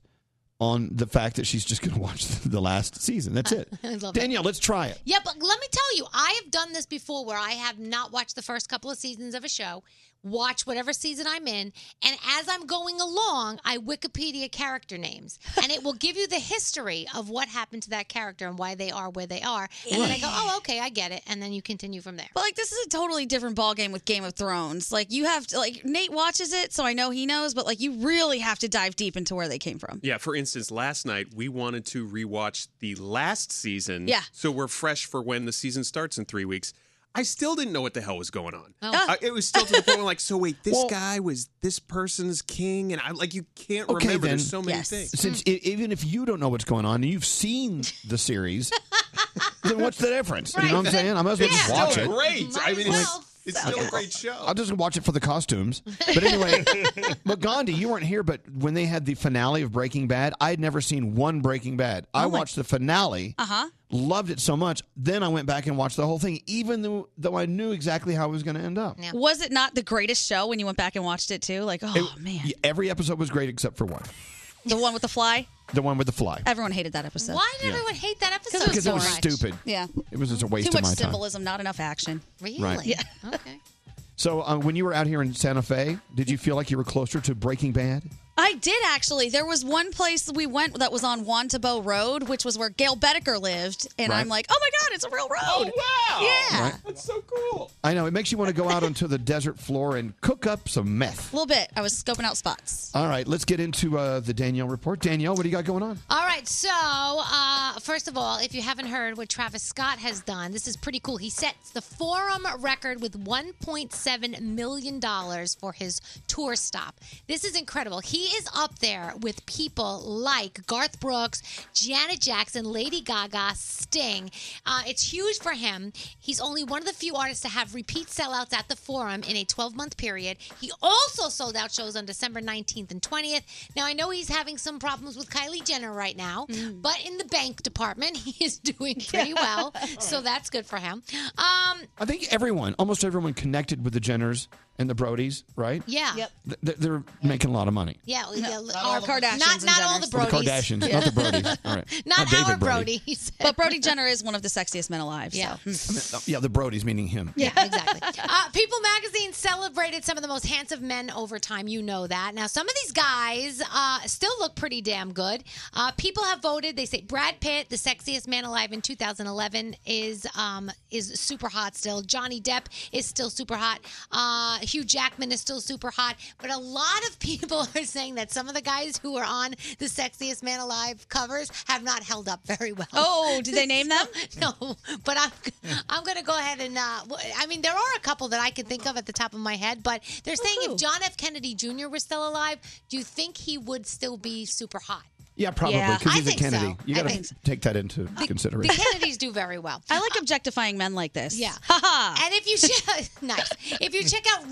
on the fact that she's just going to watch the last season. That's it.
I love it.
Danielle, let's try it.
Yeah, but let me tell you, I have done this before where I have not watched the first couple of seasons of a show, watch whatever season I'm in, and as I'm going along, I Wikipedia character names, and it will give you the history of what happened to that character and why they are where they are. And then I go, oh, okay, I get it, and then you continue from there.
But like this is a totally different ballgame with Game of Thrones. Like you have to like Nate watches it, so I know he knows, but like you really have to dive deep into where they came from.
Yeah, for instance, last night we wanted to rewatch the last season.
Yeah.
So we're fresh for when the season starts in three weeks. I still didn't know what the hell was going on.
Oh.
I- it was still to the point where, like, so wait, this guy was this person's king, and I like you can't
Okay,
remember.
then.
There's so many things.
Since e- even if you don't know what's going on and you've seen the series, then what's the difference? You know what I'm saying? I might as well just watch
still
it.
Great. I mean, it's, it's still
Okay.
a great show.
I'll just watch it for the costumes. But anyway, but Gandhi, you weren't here, but when they had the finale of Breaking Bad, I had never seen one Breaking Bad.
Oh
I watched the finale,
Uh huh.
loved it so much. Then I went back and watched the whole thing, even though, though I knew exactly how it was going to end up.
Was it not the greatest show when you went back and watched it too? Like, oh
It-
man,
yeah, Every episode was great except for one
the one with the fly.
the one with the fly.
Everyone hated that episode.
Why did
Yeah.
everyone hate that episode?
Because it was
so much?
stupid.
Yeah.
It was just a waste
Too
of
much
my time.
symbolism, not enough action.
Really?
Right.
Yeah.
Okay.
So uh, when you were out here in Santa Fe, did you feel like you were closer to Breaking Bad?
I did actually. There was one place we went that was on Wantabo Road, which was where Gail Bedecker lived, and
Right.
I'm like, oh my god, it's a real road.
Oh,
wow.
Yeah.
Right?
That's so cool.
I know it makes you want to go out onto the desert floor and cook up some meth.
A little bit. I was scoping out spots.
All right, let's get into uh, the Danielle report. Danielle, what do you got going on?
All right, so uh, first of all, if you haven't heard what Travis Scott has done, this is pretty cool. He sets the Forum record with $1.7 million for his tour stop. This is incredible. He is up there with people like Garth Brooks, Janet Jackson, Lady Gaga, Sting. Uh, it's huge for him. He's only one of the few artists to have repeat sellouts at the Forum in a 12 month period. He also sold out shows on December 19th and 20th. Now, I know he's having some problems with Kylie Jenner right now,
Mm.
but in the bank department, he is doing pretty well. so that's good for him. Um,
I think everyone, almost everyone, connected with the Jenners and the Brodies, right?
yeah. Yep.
Th- th- they're making a lot of money.
Yeah, yeah. Not
all the- Kardashians
Not,
and
not all the
Jenners.
Or
Brodies.
The Kardashians, not the Brodies. All right. David
But Brody Jenner is one of the sexiest men alive. Hmm. Yeah.
I mean, uh, yeah, the Brodies, meaning him.
Yeah, exactly. Uh, People magazine celebrated some of the most handsome men over time. You know that. Now, some of these guys uh, still look pretty damn good. Uh, people have voted. They say Brad Pitt, the sexiest man alive in 2011, is um, is super hot still. Johnny Depp is still super hot. Uh, Hugh Jackman is still super hot. But a lot of people are saying that some of the guys who are on the sexiest man alive covers have not held up very well.
Oh, did they name them?
no, but I'm I'm gonna go ahead and uh, w- I mean there are a couple that I can think of at the top of my head, but they're saying if John F. Kennedy Jr. was still alive, do you think he would still be super hot?
Yeah, probably
Yeah.
because
I
he's a
think so.
Kennedy. You
I
got
think
to take that into
The
consideration.
Kennedys do very well.
I like objectifying men like this.
Yeah. and if you che- nice. If you check out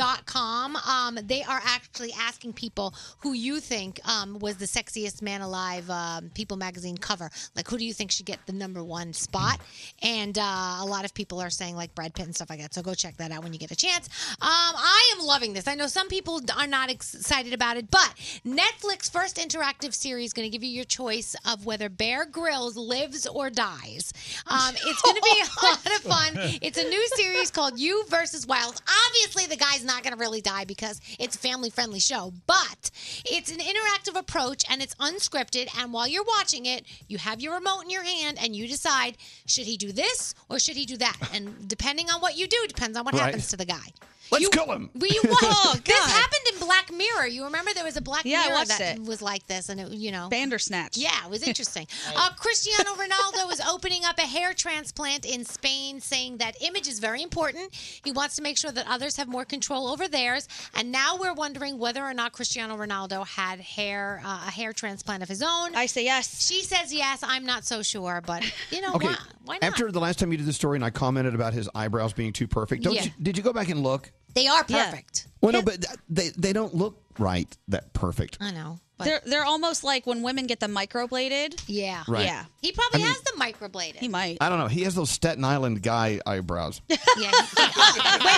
ranker.com, um, they are actually asking people who you think um, was the sexiest man alive um, People magazine cover. Like who do you think should get the number one spot? And uh, a lot of people are saying like Brad Pitt and stuff like that. So go check that out when you get a chance. Um, I am loving this. I know some people are not excited about it, but Netflix first interactive series going to give you your choice of whether Bear Grylls lives or dies. Um, it's going to be a lot of fun. It's a new series called You versus Wild. Obviously, the guy's not going to really die because it's a family friendly show, but it's an interactive approach and it's unscripted. And while you're watching it, you have your remote in your hand and you decide should he do this or should he do that? And depending on what you do, depends on what
Right.
happens to the guy. Oh,
Let's kill him.
Will you watch? this happened in Black Mirror. You remember there was a Black
Yeah, I
Mirror
watched
that
it.
was like this, and it, you know,
Bandersnatch.
Yeah, it was interesting. uh, Cristiano Ronaldo is opening up a hair transplant in Spain, saying that image is very important. He wants to make sure that others have more control over theirs. And now we're wondering whether or not Cristiano Ronaldo had hair uh, a hair transplant of his own. I
say yes.
She says yes. I'm not so sure, but you know
Okay.
why? Why not?
After the last time you did the story and I commented about his eyebrows being too perfect, don't
Yeah.
you, did you go back and look?
they are
Yeah.
perfect.
Well, no, but th- they they don't look right that perfect.
I know.
They're they're almost like when women get them microbladed.
Yeah.
Right.
Yeah.
He probably has the microbladed. He
might.
I don't know. He has those Staten Island guy eyebrows.
Wait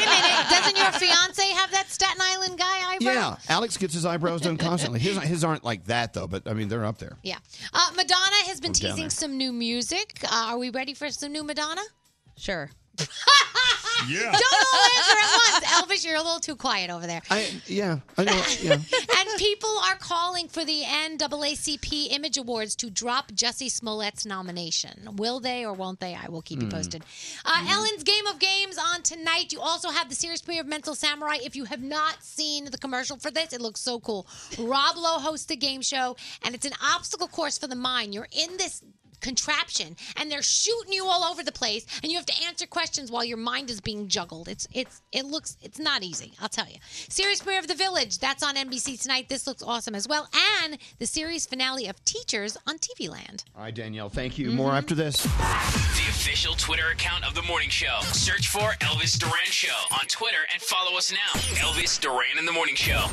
a minute. Doesn't your fiance have that Staten Island guy eyebrow?
yeah, Alex gets his eyebrows done constantly. His his aren't like that though, but I mean they're up there.
Yeah. Uh, Madonna has been
Or down
teasing
there.
some new music. Uh, are we ready for some new Madonna?
Sure.
Yeah.
Don't all answer at once. Elvis, you're a little too quiet over there.
I yeah. I know. Yeah.
And people are calling for the NAACP Image Awards to drop Jesse Smollett's nomination. Will they or won't they? I will keep you
Hmm.
posted. Uh, Ellen's Game of Games on tonight. You also have the series premiere of Mental Samurai. If you have not seen the commercial for this, it looks so cool. Rob Lowe hosts a game show, and it's an obstacle course for the mind. You're in this contraption and they're shooting you all over the place and you have to answer questions while your mind is being juggled it's it's it looks it's not easy i'll tell you series premiere of the village that's on nbc tonight this looks awesome as well and the series finale of teachers on tv land
All right, Danielle. Thank you.
Mm-hmm.
More after this.
The official Twitter account of the morning show. Search for Elvis Duran Show on Twitter and follow us now. Elvis Duran in the morning show.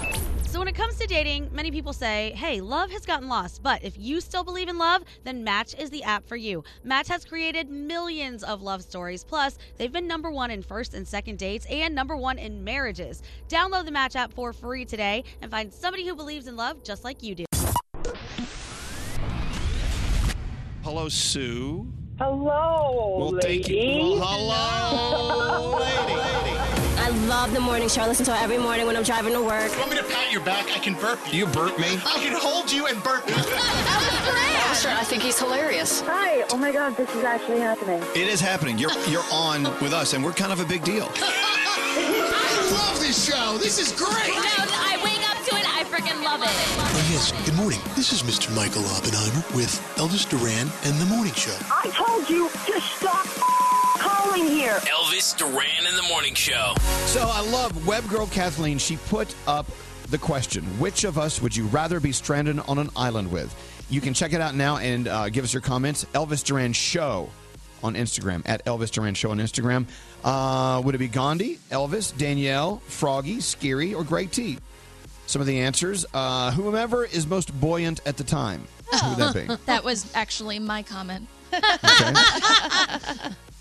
So, when it comes to dating, many people say, hey, love has gotten lost. But if you still believe in love, then Match is the app for you. Match has created millions of love stories. Plus, they've been number one in first and second dates and number one in marriages. Download the Match app for free today and find somebody who believes in love just like you do.
Hello, Sue.
Hello,
Well,
lady.
thank you. Well,
hello, lady. I love the morning show. I listen to it every morning when I'm driving to work.
You want me to pat your back? I can burp you.
You burp me.
I can hold you and burp you.
Sure, I think he's hilarious.
Hi. Oh my God, this is actually happening.
It is happening. You're you're on with us, and we're kind of a big deal.
I love this show. This is great.
I wake up to it. I freaking love it.
Oh, yes. Good morning. This is Mr. Michael Oppenheimer with Elvis Duran and The Morning Show.
I told you to stop calling here.
Elvis Duran in the morning show.
So I love web girl Kathleen. She put up the question: Which of us would you rather be stranded on an island with? You can check it out now and uh, give us your comments. Elvis Duran Show on Instagram at Elvis Duran Show on Instagram. Uh, would it be Gandhi, Elvis, Danielle, Froggy, Scary, or Greg T? Some of the answers. Uh, whomever is most buoyant at the time. Who would that be?
That was actually my comment.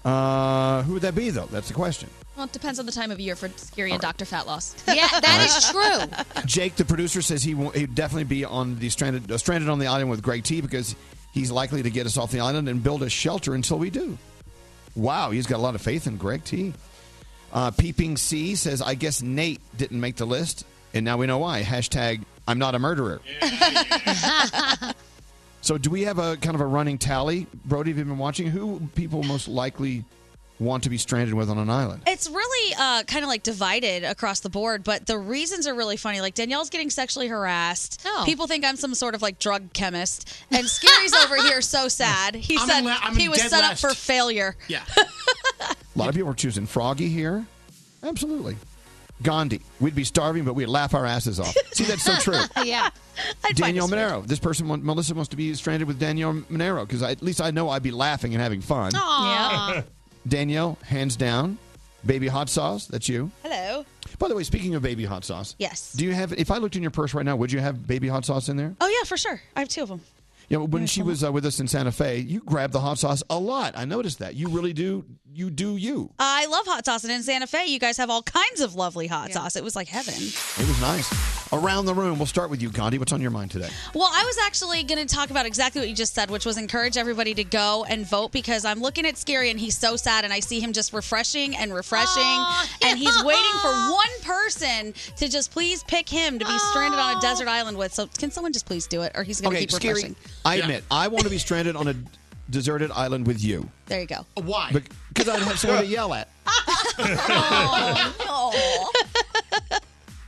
Uh, who would that be though? That's the question.
Well, it depends on the time of year for Scary and Dr. Fat Loss.
Yeah,
All
that is true.
Jake, the producer, says he will, he'd definitely be on the stranded uh, stranded on the island with Greg T because he's likely to get us off the island and build a shelter until we do. Wow, he's got a lot of faith in Greg T. Uh, Peeping C says, "I guess Nate didn't make the list, and now we know why." Hashtag I'm not a murderer. so, do we have a kind of a running tally, Brody? Have you been watching who people most likely want to be stranded with on an island?
It's really uh, kind of like divided across the board, but the reasons are really funny. Like Danielle's getting sexually harassed. People think I'm some sort of like drug chemist, and Scary's over here so sad. He
I'm in
said
la- I'm
he
in
was
dead
set
last.
up for failure.
Yeah.
A lot of people are choosing Froggy here. Absolutely. Gandhi. We'd be starving, but we'd laugh our asses off. See, that's so true.
yeah.
Danielle Monero. This person, want, Melissa, wants to be stranded with Danielle Monero because at least I know I'd be laughing and having fun.
Aw. Yeah.
Danielle, hands down. Baby hot sauce. That's you.
Hello.
By the way, speaking of baby hot sauce,
Yes.
do you have? If I looked in your purse right now, would you have baby hot sauce in there?
Oh yeah, for sure. I have two of them.
Yeah, but when she was uh, with us in Santa Fe, you grabbed the hot sauce a lot. I noticed that. You really do. You do you.
I love hot sauce, and in Santa Fe, you guys have all kinds of lovely hot sauce. It was like heaven.
It was nice. Around the room, we'll start with you, Gandhi. What's on your mind today?
Well, I was actually going to talk about exactly what you just said, which was encourage everybody to go and vote because I'm looking at Scary and he's so sad, and I see him just refreshing and refreshing, and he's waiting for one person to just please pick him to be stranded on a desert island with. So, can someone just please do it, or he's going to keep refreshing?
I admit, I want to be stranded on a deserted island with you
There you go.
Why?
because I'd have someone to yell at.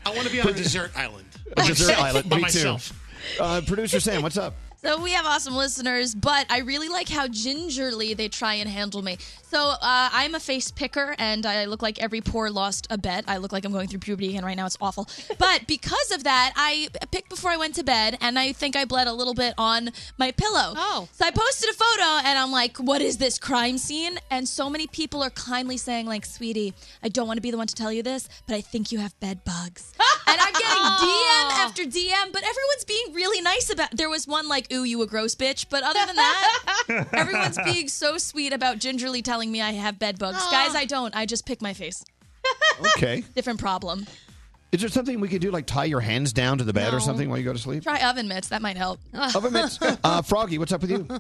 I want to be on a desert island.
A desert
Myself,
island.
by
Me too.
myself.
Uh, Producer Sam, what's up?
So we have awesome listeners, but I really like how gingerly they try and handle me. So uh, I'm a face picker, and I look like every poor lost a bet. I look like I'm going through puberty again right now. It's awful. But because of that, I picked before I went to bed, and I think I bled a little bit on my pillow. Oh. So I posted a photo, and I'm like, "What is this crime scene?" And so many people are kindly saying, "Like, sweetie, I don't want to be the one to tell you this, but I think you have bed bugs." and I'm getting DM after DM, but everyone's being really nice about. There was one like, "Ooh, you a gross bitch," but other than that, everyone's being so sweet about gingerly telling me I have bed bugs. Guys, I don't. I just pick my face.
Okay.
Different problem.
Is there something we could do, like tie your hands down to the bed or
No.
something while you go to sleep?
Try oven mitts. That might help.
Oven mitts. Uh, Froggy, what's up with you? Mm-hmm.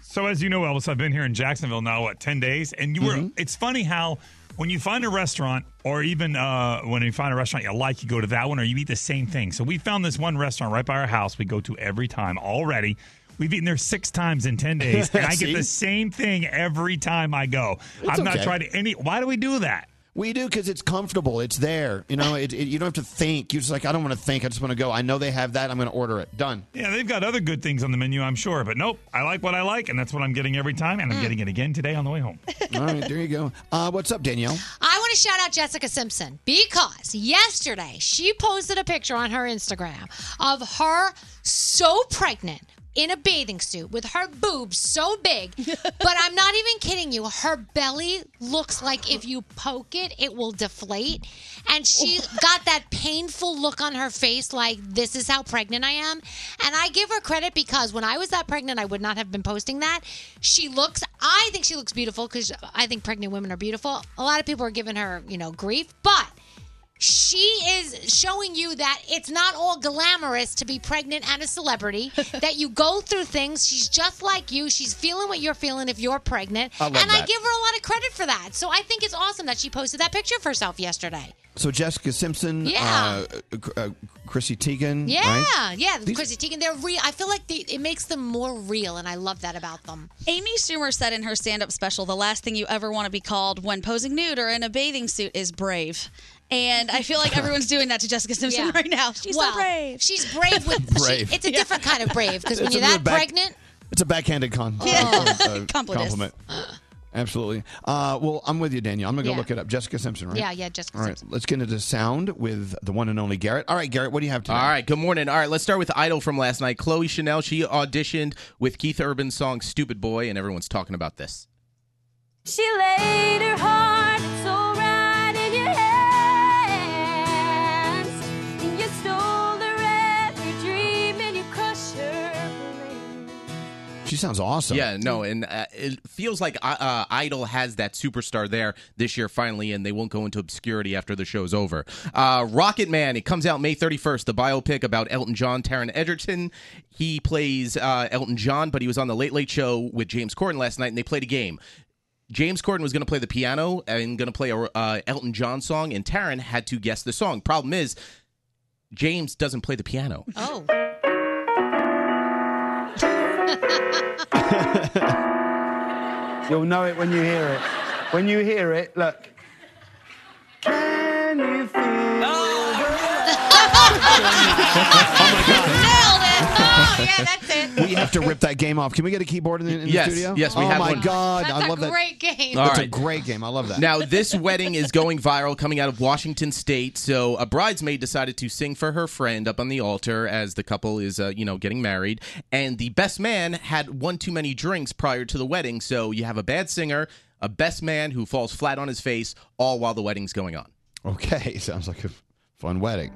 So as you know, Elvis, I've been here in Jacksonville now what ten days, and you were. It's funny how When you find a restaurant, or even uh, when you find a restaurant you like, you go to that one, or you eat the same thing. So we found this one restaurant right by our house. We go to every time already. We've eaten there six times in ten days, and I
See?
get the same thing every time I go.
It's
I've not
okay.
tried any. Why do we do that?
We do because it's comfortable. It's there. You know, it, it, you don't have to think. You're just like, I don't want to think. I just want to go. I know they have that. I'm going to order it. Done.
Yeah, they've got other good things on the menu, I'm sure. But nope, I like what I like, and that's what I'm getting every time, and I'm getting it again today on the way home.
Mm. All right, there you go. Uh, what's up, Danielle?
I want to shout out Jessica Simpson because yesterday she posted a picture on her Instagram of her so pregnant in a bathing suit with her boobs so big. but I'm not even kidding you. Her belly looks like if you poke it, it will deflate. And she got that painful look on her face like, this is how pregnant I am. And I give her credit because when I was that pregnant, I would not have been posting that. She looks, I think she looks beautiful because I think pregnant women are beautiful. A lot of people are giving her, you know, grief, but she is showing you that it's not all glamorous to be pregnant and a celebrity, that you go through things. She's just like you. She's feeling what you're feeling if you're pregnant.
I love
and I
that.
give her a lot of credit for that. So I think it's awesome that she posted that picture of herself yesterday.
So Jessica Simpson,
Yeah.
uh, uh, Chrissy Teigen,
Yeah,
Mm, right?
yeah.
These-
Chrissy Teigen, they're real. I feel like they, it makes them more real, and I love that about them.
Amy Schumer said in her stand up special, the last thing you ever want to be called when posing nude or in a bathing suit is brave. And I feel like everyone's doing that to Jessica Simpson
Yeah.
right now. She's
Well,
so brave.
She's brave with
Brave.
It's a different kind of brave because when
It's a
you're
little
that
back-
pregnant,
It's a backhanded con-
Yeah.
uh,
Compliment.
compliment. Absolutely. Uh, well, I'm with you, Danielle. I'm going to go
Yeah.
look it up. Jessica Simpson, right?
Yeah, yeah, Jessica
All right, let's get into sound with the one and only Garrett. All right, Garrett, what do you have today?
All right, good morning. All right, let's start with Idol from last night. Chloe Chanel, she auditioned with Keith Urban's song Stupid Boy, and everyone's talking about this.
She laid her heart and soul right in your hands. And you stole her every dream and you crushed her brain.
She sounds awesome.
Yeah, no, and uh, it feels like uh, uh, Idol has that superstar there this year finally, and they won't go into obscurity after the show's over. Uh, Rocket Man, it comes out May 31st, the biopic about Elton John, Taron Egerton. He plays uh, Elton John, but he was on The Late Late Show with James Corden last night, and they played a game. James Corden was going to play the piano and going to play a uh, Elton John song, and Taron had to guess the song. Problem is, James doesn't play the piano.
Oh.
You'll know it when you hear it. When you hear it, look. Can you feel
Oh, yeah, that's it.
We have to rip that game off. Can we get a keyboard in the, in the
Yes,
studio?
yes, we
oh
have
my
one.
God,
That's
I
a
love that.
great game.
All
That's a
right.
great game. I love that.
Now, this wedding is going viral coming out of Washington State. So, a bridesmaid decided to sing for her friend up on the altar as the couple is, uh, you know, getting married. And the best man had one too many drinks prior to the wedding. So, you have a bad singer, a best man who falls flat on his face, all while the wedding's going on.
Okay, sounds like a fun wedding.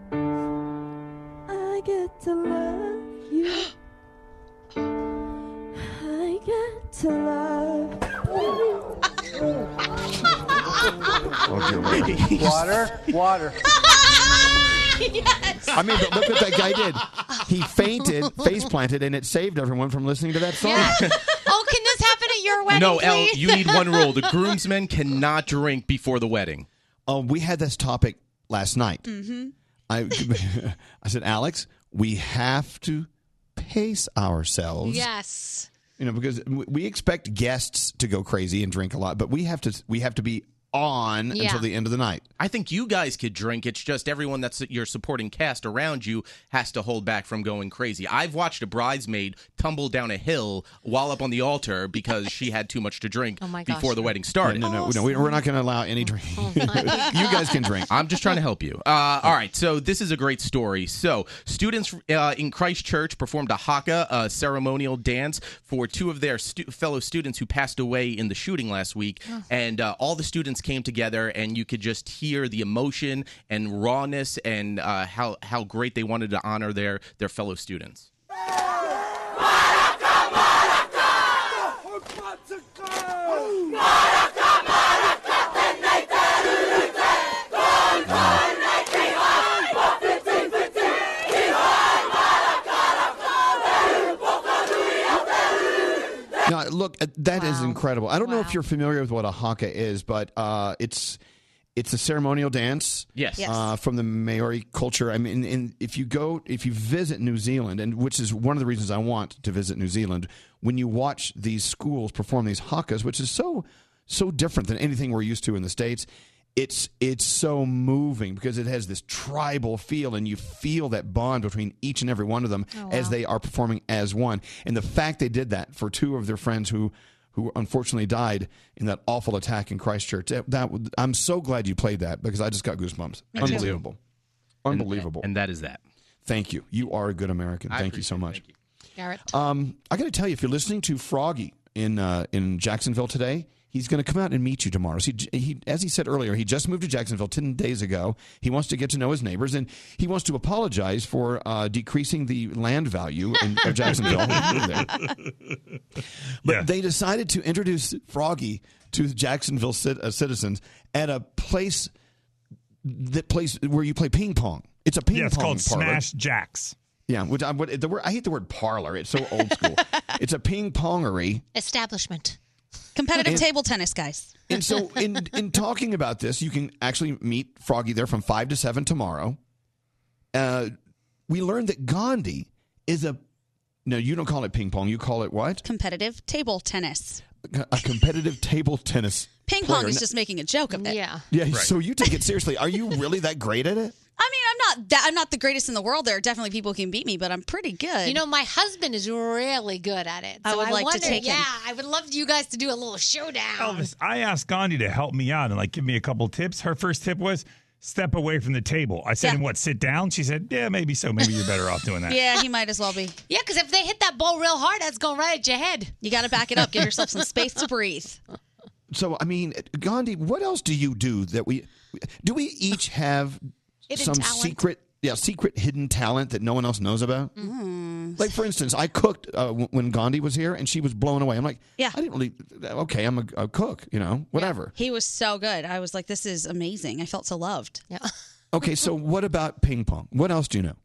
I get to love you. I get to love you.
Water, water.
yes.
I mean, but look what that guy did. He fainted, face planted, and it saved everyone from listening to that song.
oh, can this happen at your wedding?
no, Elle,
please?
you need one rule the groomsmen cannot drink before the wedding.
Oh, we had this topic last night.
Mm-hmm.
I, I said, Alex, we have to pace ourselves.
Yes.
You know, because we- we expect guests to go crazy and drink a lot, but we have to we have to be on
Yeah.
until the end of the night.
I think you guys could drink. It's just everyone that's your supporting cast around you has to hold back from going crazy. I've watched a bridesmaid tumble down a hill while up on the altar because she had too much to drink
Oh my gosh. Oh
before the wedding started.
No, no, no, we- we're not going to allow any drink. you guys can drink.
I'm just trying to help you. Uh, all right, so this is a great story. So, students uh, in Christchurch performed a haka, a ceremonial dance, for two of their stu- fellow students who passed away in the shooting last week.
Oh.
And uh, all the students came together, and you could just hear the emotion and rawness and uh, how, how great they wanted to honor their, their fellow students.
Now, look, uh, that is
Wow.
incredible. I don't know if you're familiar with what a haka is, but uh, it's it's a ceremonial dance.
Yes. Yes.
Uh, from the Maori culture. I mean, and if you go, if you visit New Zealand, and which is one of the reasons I want to visit New Zealand, when you watch these schools perform these hakas, which is so so different than anything we're used to in the states. It's it's so moving because it has this tribal feel, and you feel that bond between each and every one of them
Oh,
as
wow.
they they are performing as one. And the fact they did that for two of their friends who who unfortunately died in that awful attack in Christchurch. That, that would- I'm so glad you played that because I just got goosebumps.
Me too.
Unbelievable. Unbelievable.
And that is that.
Thank you. You are a good American.
I
Thank you so much.
Garrett.
Um, I got to tell you, if you're listening to Froggy in uh, in Jacksonville today, he's going to come out and meet you tomorrow. So he, he, as he said earlier, he just moved to Jacksonville ten days ago. He wants to get to know his neighbors, and he wants to apologize for uh, decreasing the land value in, of Jacksonville. But they decided to introduce Froggy to Jacksonville cit- uh, citizens at a place that place where you play ping pong. It's a ping
Yeah, it's
pong
called
parlor.
Smash Jacks.
Yeah, which I, what, the word, I hate the word parlor. It's so old school. it's a ping pongery.
Establishment.
Competitive
And-
table tennis, guys.
And so, in in talking about this, you can actually meet Froggy there from five to seven tomorrow. Uh, we learned that Gandhi is a no. You don't call it ping pong. You call it what?
competitive table tennis.
A competitive table tennis.
Ping pong
player.
is just making a joke of it.
Yeah.
Yeah. So you take it seriously. Are you really that great at it?
I mean, I'm not that I'm not the greatest in the world. There are definitely people who can beat me, but I'm pretty good.
You know, my husband is really good at it.
I
so
would like to
Oh, wonder,
take him.
Yeah, I would love you guys to do a little showdown.
Elvis, I asked Gandhi to help me out and like give me a couple tips. Her first tip was step away from the table. I said,
Yeah.
"And what? Sit down?" She said, "Yeah, maybe so. Maybe you're better off doing that."
he might as well be.
Yeah, because if they hit that ball real hard, that's going right at your head.
You got to back it up. Give yourself some space to breathe.
So I mean, Gandhi, what else do you do that we do? We each have
Hidden
some
talent. Mm.
secret, yeah, secret hidden talent that no one else knows about. Like for instance, I cooked uh, w- when Gandhi was here, and she was blown away. I'm like, yeah, I didn't really. Okay, I'm a, a cook, you know, whatever.
He was so good. I was like, this is amazing. I felt so loved.
Yeah.
Okay, so what about ping pong? What else do you know?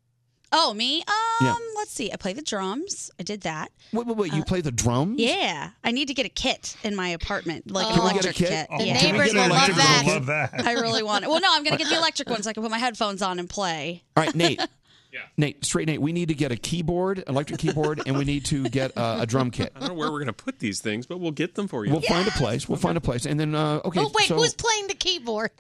Oh, me? Um,
Yeah.
let's see. I play the drums. I did that.
Wait, wait, wait. You play the drums?
uh, Yeah, I need to get a kit in my apartment, like an
Can we get a
electric
kit?
kit.
Oh,
yeah.
can we get an electric one? Love that.
I really want it. Well, no, I'm gonna get the electric one so I can put my headphones on and play.
All right, Nate. Nate, straight Nate, we need to get a keyboard, electric keyboard, and we need to get uh, a drum kit.
I don't know where we're going to put these things, but we'll get them for you.
We'll find a place. We'll find a place, and then uh, okay.
oh, wait,
so,
who's playing the keyboard?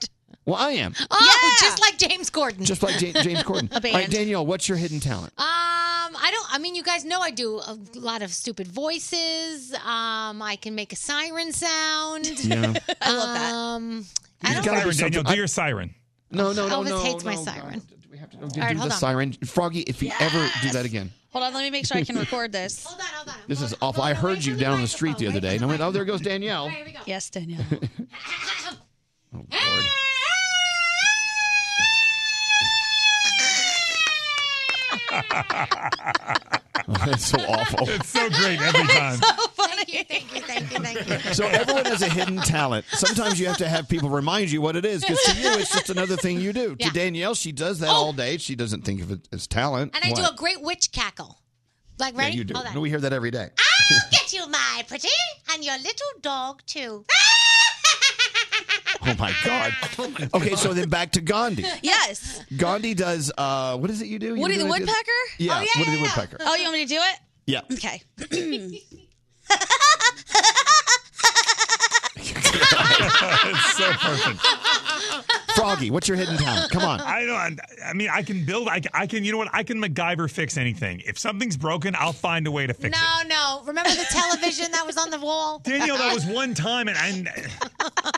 Well, I am.
Oh, just like James Gordon.
Just like Ja- James Corden.
A band.
All right, Danielle, what's your hidden talent?
Um, I don't. I mean, you guys know I do a lot of stupid voices. Um, I can make a siren sound.
Yeah.
I love that. Um, I don't.
Siren, Daniel, do
I-
your siren.
No, no, no,
Elvis
no.
hates my
no.
siren.
Don't
All right,
do
hold
the
on.
siren, Froggy. If you ever do that again,
Hold on, let me make sure I can record this. hold
on, hold on.
this is awful. I heard you down the street the other day, and I went, "Oh, there goes Danielle."
we go.
Yes, Danielle.
Oh Lord. That's so awful.
It's so great every time.
Thank you, thank you, thank you, thank you.
So everyone has a hidden talent. Sometimes you have to have people remind you what it is because to you it's just another thing you do.
Yeah. Oh.
To Danielle, she does that all day. She doesn't think of it as talent.
And I do
What?
a great witch cackle. Like,
Yeah,
ready?
you do.
Hold on. Ah!
We hear that every day.
I'll get you, my pretty, and your little dog too.
Oh my god. Okay, so then back to Gandhi.
Yes.
Gandhi does. Uh, what is it you do? You
Woody
do
the
it-
Woodpecker?
Oh,
Yeah, Woody the Woodpecker.
Oh, you want me to do it?
Yeah.
Okay.
it's so perfect.
Froggy, what's your hidden talent? Come on.
I know. I, I mean, I can build. I, I can. You know what? I can MacGyver fix anything. If something's broken, I'll find a way to fix it.
no, no. Remember the television that was on the wall?
Danielle, that was one time, and I.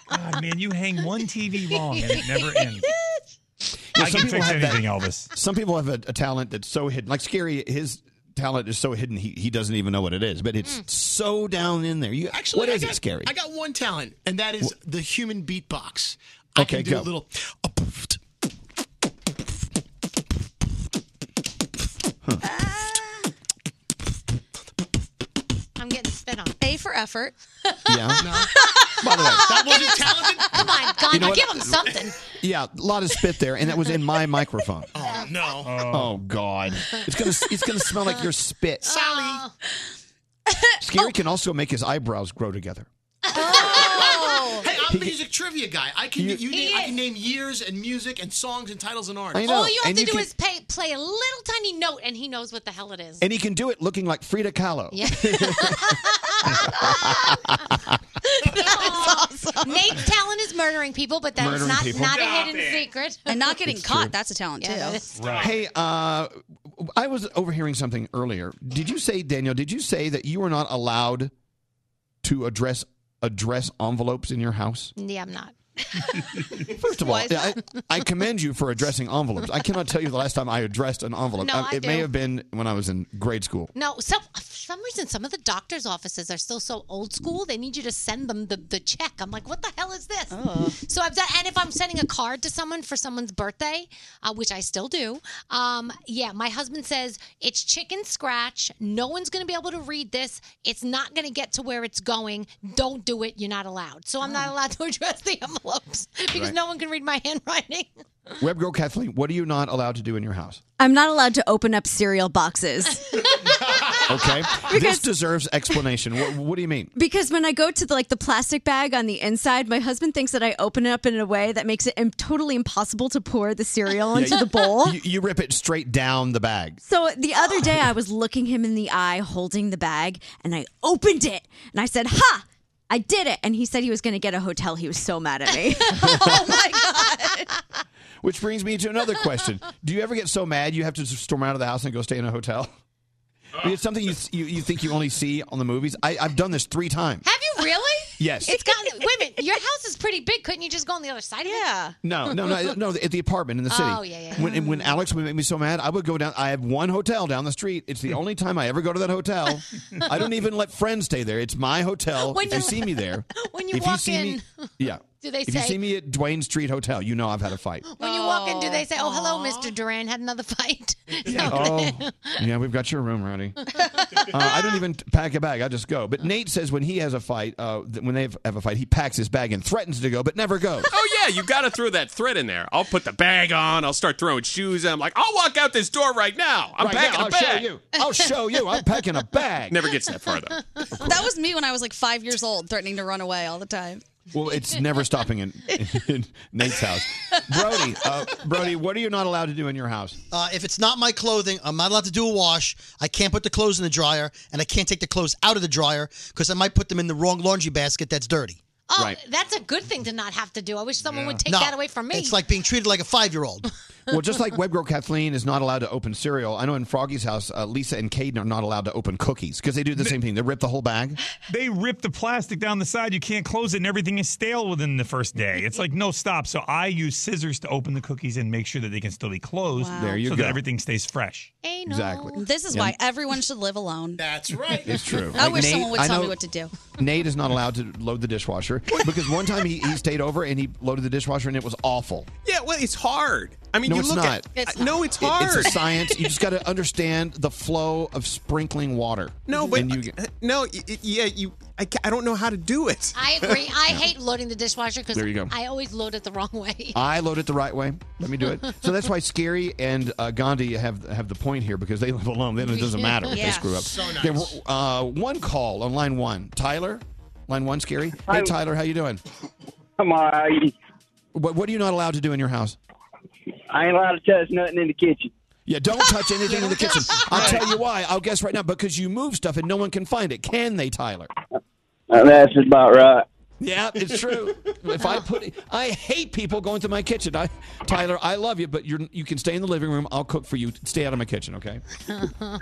God, man, you hang one TV wrong, and it never ends.
Yeah,
I can fix anything, Elvis.
Some people have a, a talent that's so hidden. Like Scary, his talent is so hidden he, he doesn't even know what it is, but it's
Mm.
so down in there. You actually, what
I
is
got-
it, Scary?
I got one talent, and that is the human beatbox. I
Okay,
can do
go.
a little.
I'm getting spit on.
A for effort.
Yeah. By the way,
that wasn't talented. Come on, Gandhi,
You know what?
give him something.
yeah, a lot of spit there, and that was in my microphone.
Oh no!
Oh God, it's gonna it's gonna smell like your spit.
Sally.
Scary can also make his eyebrows grow together.
Oh.
Hey, I'm a music trivia guy. I can
You-
you, name, I can name years and music and songs and titles and artists.
I know,
All you have
and
to
you
do
can-
is pay, play a little tiny note, and he knows what the hell it is.
And he can do it looking like Frida Kahlo.
Yeah. Nate's talent is murdering people, but that's
Murdering
not,
people.
not a
Stop
hidden
it.
secret.
And not getting caught, that's a talent
Yeah, that is-
too.
Hey, uh, I was overhearing something earlier. Did you say, Daniel? Did you say that you were not allowed to address address envelopes in your house?
Yeah, I'm not.
First of all, I, I commend you for addressing envelopes. I cannot tell you the last time I addressed an envelope. Um,
No, I
it may
do.
have been when I was in grade school.
No, so uh, for some reason, some of the doctors' offices are still so old school. They need you to send them the, the check. I'm like, what the hell is this?
Oh.
So I've done, and if I'm sending a card to someone for someone's birthday, uh, which I still do, um, yeah, my husband says it's chicken scratch. No one's going to be able to read this. It's not going to get to where it's going. Don't do it. You're not allowed. So I'm not allowed to address the envelopes because
Oh. Right.
no one can read my handwriting.
Web girl Kathleen, what are you not allowed to do in your house?
I'm not allowed to open up cereal boxes
Okay, this
Because-
deserves explanation. What, what do you mean?
because when I go to the, like the plastic bag on the inside, my husband thinks that I open it up in a way that makes it im- totally impossible to pour the cereal
Yeah,
into
you-
the bowl.
You, you rip it straight down the bag.
So the other day, I was looking him in the eye, holding the bag, and I opened it, and I said, "Ha." I did it, and he said he was going to get a hotel. He was so mad at me.
Which brings me to another question: Do you ever get so mad you have to storm out of the house and go stay in a hotel? I mean, it's something you, you you think you only see on the movies. I, I've done this three times.
Have you really?
Yes.
It's got. Wait a minute. Your house is pretty big. Couldn't you just go on the other side? Yeah.
No, no, no, no. At the apartment in the city.
Oh, yeah, yeah, yeah.
When, and when Alex would make me so mad, I would go down. I have one hotel down the street. It's the only time I ever go to that hotel. I don't even let friends stay there. It's my hotel.
When
if you
you-
see me there,
when you
if
walk
see me-
in-
yeah.
Do they
if you
say-
see me at Dwayne Street Hotel, you know I've had a fight.
When you walk in, do they say, "Oh, hello, Mr. Duran, had another fight"? No.
Oh, yeah, we've got your room, Rowdy. Uh, I don't even pack a bag. I just go. But Nate says when he has a fight, uh, th- when they have, have a fight, he packs his bag and threatens to go, but never goes.
Oh yeah, you got to throw that thread in there. I'll put the bag on. I'll start throwing shoes. And I'm like, I'll walk out this door right now. I'm
Right now,
packing
I'll
a bag.
show you. I'll show you. I'm packing a bag.
Never gets that far though.
That was me when I was like five years old, threatening to run away all the time.
Well, it's never stopping in, in Nate's house. Brody, uh, Brody, what are you not allowed to do in your house?
Uh, if it's not my clothing, I'm not allowed to do a wash. I can't put the clothes in the dryer, and I can't take the clothes out of the dryer because I might put them in the wrong laundry basket that's dirty.
Oh, that's a good thing to not have to do. I wish someone would take
No,
that away from me.
It's like being treated like a five year old.
Well, just like Webgirl Kathleen is not allowed to open cereal, I know in Froggy's house, uh, Lisa and Caden are not allowed to open cookies because they do the same thing. They rip the whole bag.
They rip the plastic down the side. You can't close it, and everything is stale within the first day. It's like no stop. So I use scissors to open the cookies and make sure that they can still be closed.
Wow. There
you
so
go.
that everything stays fresh.
Exactly.
This is
Yeah.
why everyone should live alone.
That's right.
It's true.
I
Like
wish
Nate-
someone would
I
tell me
know-
what to do.
Nate is not allowed to load the dishwasher because one time he, he stayed over and he loaded the dishwasher and it was awful.
Yeah, well, it's hard. I mean,
no,
you
it's
look
not.
at I- no, it's
It-
hard.
it's a science. You just got to understand the flow of sprinkling water.
No, but uh,
And you-
no, y- y- yeah, you. I, ca- I don't know how to do it.
I agree. I hate loading the dishwasher because
There you go.
I always load it the wrong way.
I load it the right way. Let me do it. So that's why Scary and uh, Gandhi have have the point here because they live alone. Then it doesn't matter if they
Yeah.
screw up.
So
Okay, we're- uh, one call on line one. Tyler, line one, Scary. Hey, Tyler, how you doing?
Come on.
What, what are you not allowed to do in your house?
I ain't allowed to touch nothing in the kitchen.
Yeah, don't touch anything in the kitchen. I'll tell you why. I'll guess right now because you move stuff and no one can find it. Can they, Tyler?
Uh, that's about right.
Yeah, it's true. if I put, I hate people going to my kitchen. I, Tyler, I love you, but you're you can stay in the living room. I'll cook for you. Stay out of my kitchen, okay? All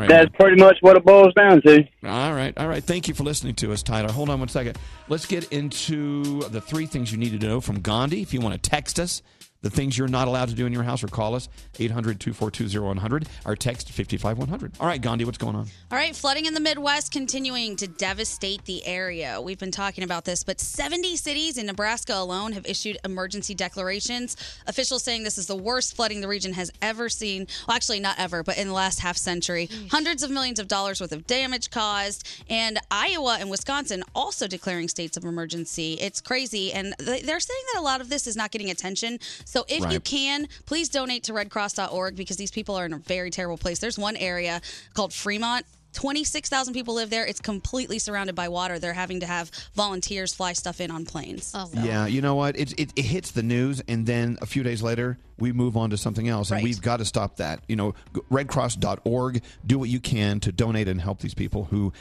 right.
That's pretty much what it boils down to.
All right, all right. Thank you for listening to us, Tyler. Hold on one second. Let's get into the three things you need to know from Gandhi. If you want to text us, the things you're not allowed to do in your house, or call us 800 242 0100 or text 55100. All right, Gandhi, what's going on?
All right, flooding in the Midwest continuing to devastate the area. We've been talking about this, but 70 cities in Nebraska alone have issued emergency declarations. Officials saying this is the worst flooding the region has ever seen. Well, actually, not ever, but in the last half century. Hundreds of millions of dollars worth of damage caused. And Iowa and Wisconsin also declaring states of emergency. It's crazy. And th- they're saying that a lot of this is not getting attention. So if you
Right.
can, can, please donate to redcross.org because these people are in a very terrible place. There's one area called Fremont. 26,000 people live there. It's completely surrounded by water. They're having to have volunteers fly stuff in on planes. Oh,
Yeah, you know what? It, it it hits the news, and then a few days later, we move on to something else, and we've got to stop that. You know, g- RedCross.org, do what you can to donate and help these people who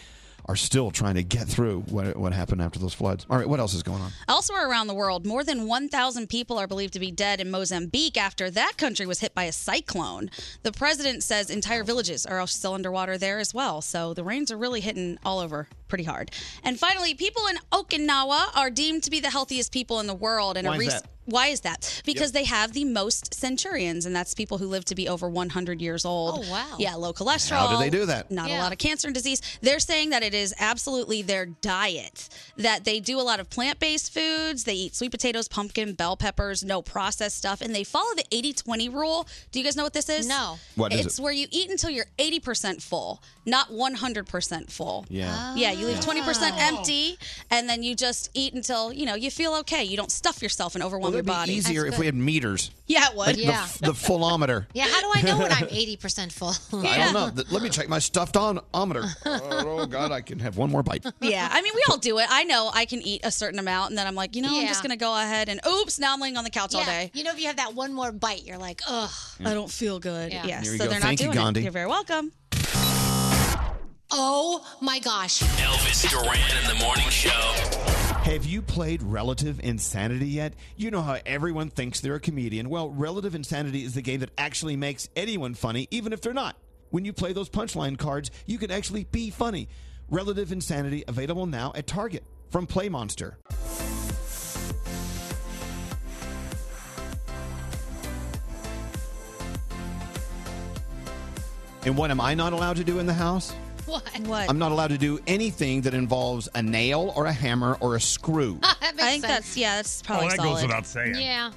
are still trying to get through what what happened after those floods. All right, what else is going on?
Elsewhere around the world, more than 1,000 people are believed to be dead in Mozambique after that country was hit by a cyclone. The president says entire villages are still underwater there as well. So the rains are really hitting all over pretty hard. And finally, people in Okinawa are deemed to be the healthiest people in the world. And
Why
a
is
rec-
that?
Why is that? Because they have the most centurions, and that's people who live to be over 100 years old. Oh, wow. Yeah, low cholesterol.
How do they do that?
Not a
Yeah.
lot of cancer and disease. They're saying that it is absolutely their diet, that they do a lot of plant based foods. They eat sweet potatoes, pumpkin, bell peppers, no processed stuff, and they follow the 80 20 rule. Do you guys know what this is? No.
What is it?
it's where you eat until you're 80% full, not 100% full.
Oh.
Yeah.
Yeah, you leave
Yeah.
20% empty, and then you just eat until, you know, you feel okay. You don't stuff yourself and
Well,
overwhelm your
it'd be
body.
easier if we had meters.
Yeah, it would.
Like the
Yeah.
f- the, phelometer.
Yeah, how do I know when I'm 80% full?
I don't know. Th- Let me check my stuffed onometer. Oh, oh, God, I can have one more bite.
yeah, I mean, we all do it. I know I can eat a certain amount, and then I'm like, you know, I'm
Yeah.
just gonna go ahead and oops, now I'm laying on the couch all
Yeah.
day.
You know, if you have that one more bite, you're like, ugh.
I don't feel good.
Yeah.
Yeah,
There
so
you
they're
go.
not
Thank you,
doing
Gandhi.
it. You're very welcome.
Oh my gosh.
Elvis Duran in the morning show.
Have you played Relative Insanity yet? You know how everyone thinks they're a comedian. Well, Relative Insanity is the game that actually makes anyone funny, even if they're not. When you play those punchline cards, you can actually be funny. Relative Insanity available now at Target from Play Monster. And what am I not allowed to do in the house?
What?
What?
I'm not allowed to do anything that involves a nail or a hammer or a screw.
I think that's yeah, that's probably
Oh, that goes
solid.
without saying.
Yeah.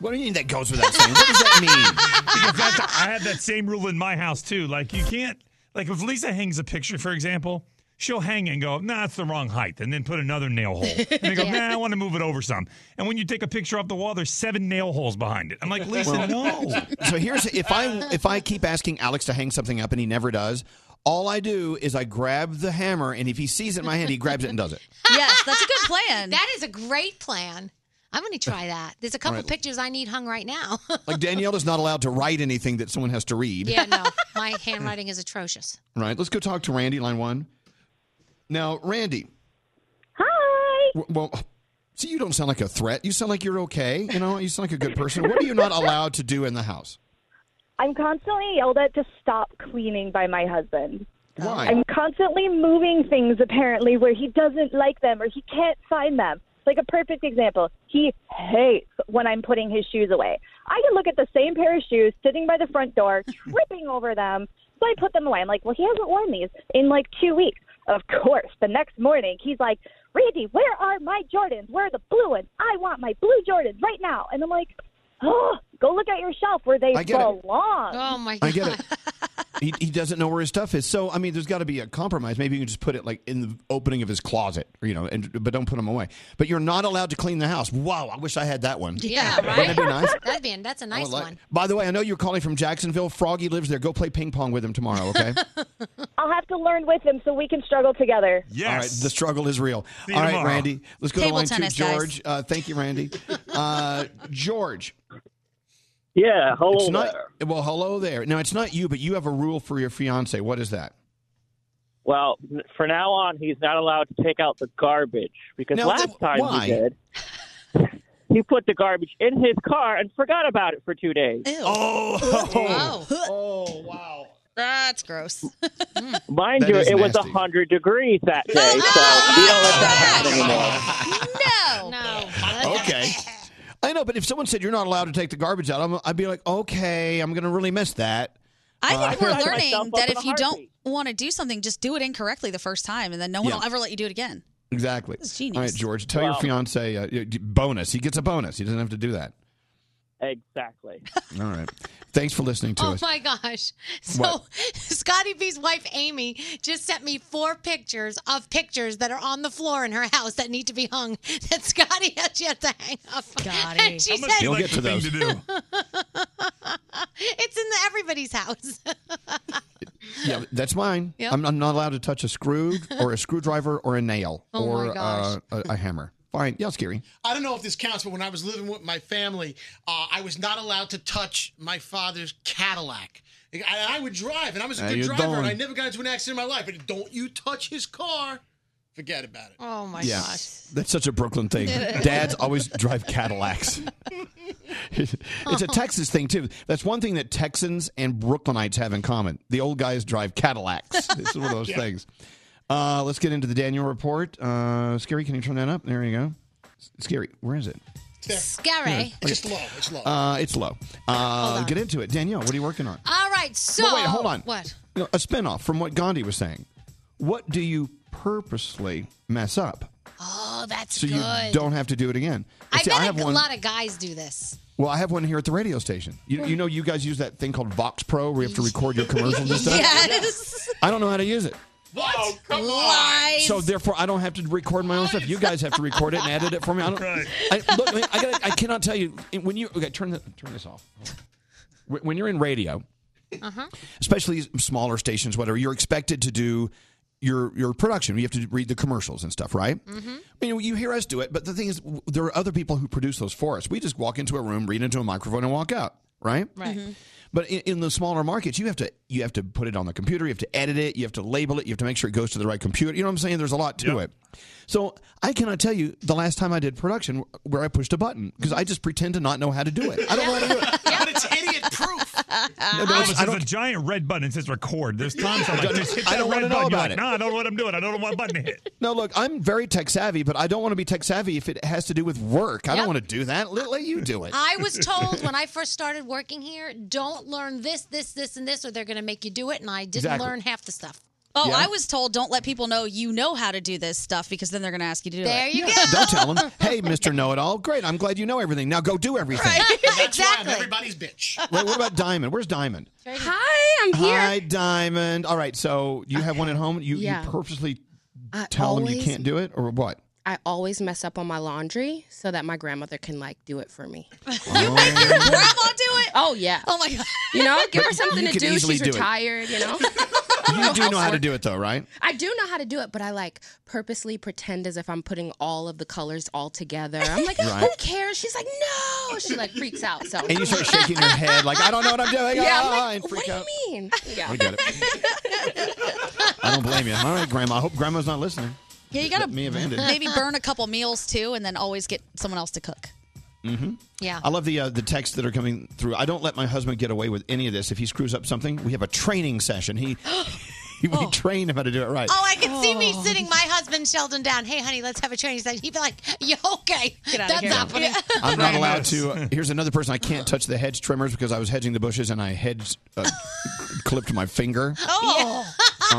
What do you mean that goes without saying? What does that mean?
Because that's- I had that same rule in my house too. Like you can't like if Lisa hangs a picture, for example, she'll hang it and go, nah, that's the wrong height, and then put another nail hole. And they go, nah, I want to move it over some. And when you take a picture off the wall, there's seven nail holes behind it. I'm like, Lisa,
Well,
no.
So here's if I if I keep asking Alex to hang something up and he never does, all I do is I grab the hammer and if he sees it in my hand, he grabs it and does it.
yes, that's a good plan.
That is a great plan. I'm going to try that. There's a couple
All right.
pictures I need hung right now.
Like Danielle is not allowed to write anything that someone has to read.
yeah, no. My handwriting is atrocious.
Right. Let's go talk to Randy, line one. Now, Randy.
Hi.
Well, see, you don't sound like a threat. You sound like you're okay. You know, you sound like a good person. What are you not allowed to do in the house?
I'm constantly yelled at to stop cleaning by my husband.
Why?
I'm constantly moving things apparently where he doesn't like them or he can't find them. Like a perfect example, he hates when I'm putting his shoes away. I can look at the same pair of shoes sitting by the front door, tripping over them. So I put them away. I'm like, well, he hasn't worn these in like two weeks. Of course, the next morning he's like, Randy, where are my Jordans? Where are the blue ones? I want my blue Jordans right now. And I'm like, oh, go look at your shelf where they
I get it.
belong. Oh
my
I get it. He, he doesn't know where his stuff is. So, I mean, there's got to be a compromise. Maybe you can just put it like in the opening of his closet, or, you know, and, but don't put them away. But you're not allowed to clean the house. Wow, I wish I had that one.
Yeah,
Wouldn't
right?
that be nice?
That'd be, that's a
I
nice
would like-
one.
By the way, I know you're calling from Jacksonville. Froggy lives there. Go play ping pong with him tomorrow, okay?
I'll have to learn with him so we can struggle together.
All right, the struggle is real.
See you
All right,
tomorrow.
Randy. Let's go
Table
to line
tennis,
two,
guys.
George. Uh, thank you, Randy. Uh, George.
Yeah, hello
It's not- Well, hello there. Now, it's not you, but you have a rule for your fiance. What is that?
Well, n- for now on, he's not allowed to take out the garbage because
Now,
last
th-
time
why?
he did, he put the garbage in his car and forgot about it for two days.
Oh,
oh,
wow.
That's gross.
Mind
That
you,
is
it was was
nasty.
100 degrees that day, so we don't let that happen anymore.
no.
No.
Okay. I know, but if someone said you're not allowed to take the garbage out, I'm, I'd be like, okay, I'm going to really miss that.
I think we're
Uh,
learning that if you don't want to do something, just do it incorrectly the first time, and then no one
Yeah.
will ever let you do it again.
Exactly.
It's genius.
All right, George, tell your
Wow.
fiance uh, y- bonus. He gets a bonus. He doesn't have to do that.
Exactly.
All right. Thanks for listening to
Oh
us.
my gosh. So
What?
Scotty B's wife Amy just sent me four pictures of pictures that are on the floor in her house that need to be hung that Scotty has yet to hang up. Scotty. And she
That must
said
be like the thing to do.
it's in the, everybody's house.
Yeah, that's mine.
Yep.
I'm, I'm not allowed to touch a screw or a screwdriver or a nail
Oh my
or uh,
gosh.
a, a hammer. Fine. Yeah, it's scary.
Oh,
I don't know if this counts, but when I was living with my family, uh, I was not allowed to touch my father's Cadillac. And I would drive, and I was a
Now
good
you're
driver, and
done.
I never got into an accident in my life. But don't you touch his car? Forget about it.
Oh my
yeah. That's such a Brooklyn thing.
It is.
Dads always drive Cadillacs.
Uh-huh.
it's a Texas thing, too. That's one thing that Texans and Brooklynites have in common. The old guys drive Cadillacs. It's one of those
Yeah.
things. Uh, let's get into the Daniel report. Uh, Scary, can you turn that up? There you go. S- Scary, where is it?
Scary.
Yeah.
It's just low. It's low.
Uh, it's low. Uh, get into it. Danielle, what are you working on?
All right, Uh, so
But wait, hold on.
What?
You know, a spinoff from what Gandhi was saying. What do you purposely mess up
Oh, that's
so
good.
you don't have to do it again? And
I
see,
bet
have
a
one.
lot of guys do this.
well, I have one here at the radio station. You, you know, you guys use that thing called Vox Pro, where you have to record your commercials and stuff.
Yes. Oh,
I don't know how to use it.
What?
come
Lies. So therefore, I don't have to record my own stuff. You guys have to record it and edit it for me. I don't. I, look, I, mean, I, gotta, I cannot tell you when you okay. Turn the, turn this off. When when you're in radio,
Uh-huh.
especially smaller stations, whatever, you're expected to do your your production. You have to read the commercials and stuff, right? Mm-hmm. I mean, you hear us do it, but the thing is, w- there are other people who produce those for us. We just walk into a room, read into a microphone, and walk out, right?
Right.
But in, in the smaller markets, you have to you have to put it on the computer, you have to edit it, you have to label it, you have to make sure it goes to the right computer. You know what I'm saying? There's a lot to it. So I cannot tell you the last time I did production where I pushed a button because I just pretend to not know how to do it. I don't know how to do it.
But it's idiot proof.
No,
I-
there's,
I
a giant red button that says record. There's times I'm
I
like,
don't-
just hit
I
that
don't
red
wanna know
button. You're
about
like,
it.
no, I don't know what I'm doing. I don't know what button to hit.
No, look, I'm very tech savvy, but I don't want to be tech savvy if it has to do with work. I
Yep.
don't want to do that. Let, let you do it.
I was told when I first started working here, don't learn this, this, this, and this, or they're going to make you do it. And I didn't
Exactly.
learn half the stuff.
Oh,
Yeah.
I was told don't let people know you know how to do this stuff because then they're going to ask you to do
There
it.
you
Yeah, Don't tell them. Hey, Mr. Know It All. Great. I'm glad you know everything. Now go do everything.
exactly. everybody's bitch.
Wait, what about Diamond? Where's Diamond?
Hi, I'm here.
Hi, Diamond. All right, so you have one at home. You,
Yeah.
you purposely
I
tell them you
always-
can't do it, or what?
I always mess up on my laundry so that my grandmother can like do it for me.
Oh.
Grandma, do it.
Oh yeah.
Oh my god.
You know, give her
But
something
you
to
could
do.
easily
She's
do it.
retired. You know.
You do know how to do it, though, right?
I do know how to do it, but I like purposely pretend as if I'm putting all of the colors all together. I'm like,
Right.
who cares? She's like, no. She like freaks out. So
And you start shaking your head like, I don't know what I'm doing.
Yeah,
Ah,
I'm
and
like,
freak
what
out.
do you mean? Yeah.
I get it. I don't blame you. All right, Grandma. I hope Grandma's not listening.
Yeah, you got to
Let me have ended.
maybe burn a couple meals too, and then always get someone else to cook.
Mm-hmm.
hmm
Yeah.
I love the uh, the texts that are coming through. I don't let my husband get away with any of this. If he screws up something, we have a training session. He, he we train him how to do it right.
Oh, I can see me sitting my husband Sheldon down. Hey, honey, let's have a training session. He'd be like, "You okay? That's
here.
happening."
I'm not allowed to. uh, Here's another person. I can't touch the hedge trimmers because I was hedging the bushes and I hedge uh, clipped my finger.
Oh,
Uh,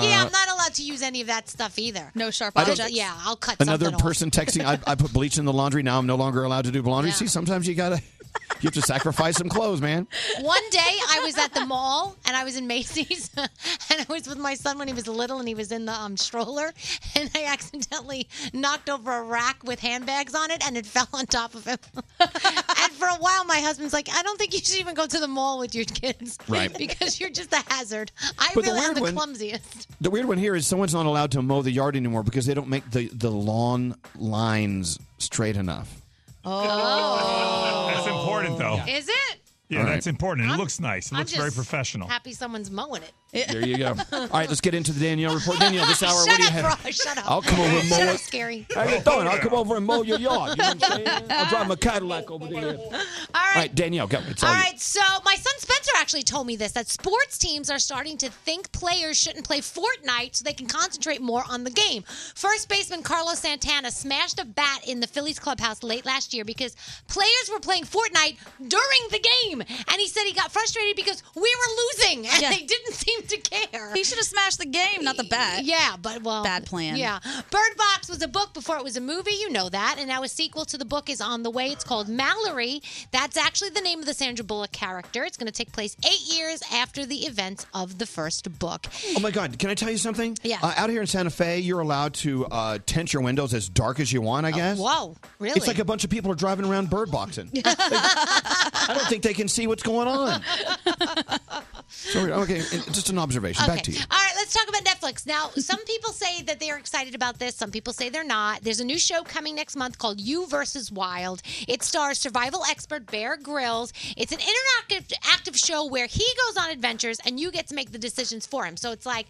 oh yeah, I'm not allowed to use any of that stuff either.
No sharp
I don't- objects?
Yeah, I'll cut
Another
something off.
person texting. I, I put bleach in the laundry. Now I'm no longer allowed to do laundry. See, sometimes you gotta you have to sacrifice some clothes, man.
One day I was at the mall and I was in Macy's and I was with my son when he was little and he was in the um, stroller and I accidentally knocked over a rack with handbags on it and it fell on top of him. and for a while my husband's like, I don't think you should even go to the mall with your kids.
Right.
Because you're just a hazard. I
But the
really am
weird
the
one-
clumsiest.
The weird one here is someone's not allowed to mow the yard anymore because they don't make the the lawn lines straight enough.
Oh.
That's important, though. Yeah,
Is it?
that's important. It looks nice. It
I'm
looks very
just
professional.
Happy someone's mowing it.
There you go. All right, let's get into the Danielle report. Danielle, this hour,
shut
what do you
up,
have?
Ross, Shut up.
I'll come over and mow
Shut up,
it.
Scary.
How you doing? I'll come over and mow your yard. You know what I'm saying? I'll drive my Cadillac over there. All right, Danielle, go. It's all,
All
you.
right, so my son Spencer actually told me this that sports teams are starting to think players shouldn't play Fortnite so they can concentrate more on the game. First baseman Carlos Santana smashed a bat in the Phillies clubhouse late last year because players were playing Fortnite during the game. And he said he got frustrated because we were losing and
Yeah.
they didn't seem to care.
He should have smashed the game, not the bat.
Yeah, but well,
bad plan.
Yeah. Bird Box was a book before it was a movie. You know that. And now a sequel to the book is on the way. It's called Mallory. That's actually the name of the Sandra Bullock character. It's going to take place eight years after the events of the first book.
Oh my God! Can I tell you something?
Yeah.
Uh, out here in Santa Fe, you're allowed to uh, tint your windows as dark as you want. I guess.
Uh, Whoa, really?
It's like a bunch of people are driving around bird boxing. Like, I don't think they can see what's going on. Sorry. Okay. Just an observation. Back to you.
All right, let's talk about Netflix. Now, some people say that they are excited about this, some people say they're not. There's a new show coming next month called You versus Wild. It stars survival expert Bear Grylls. It's an interactive active show where he goes on adventures and you get to make the decisions for him. So it's like,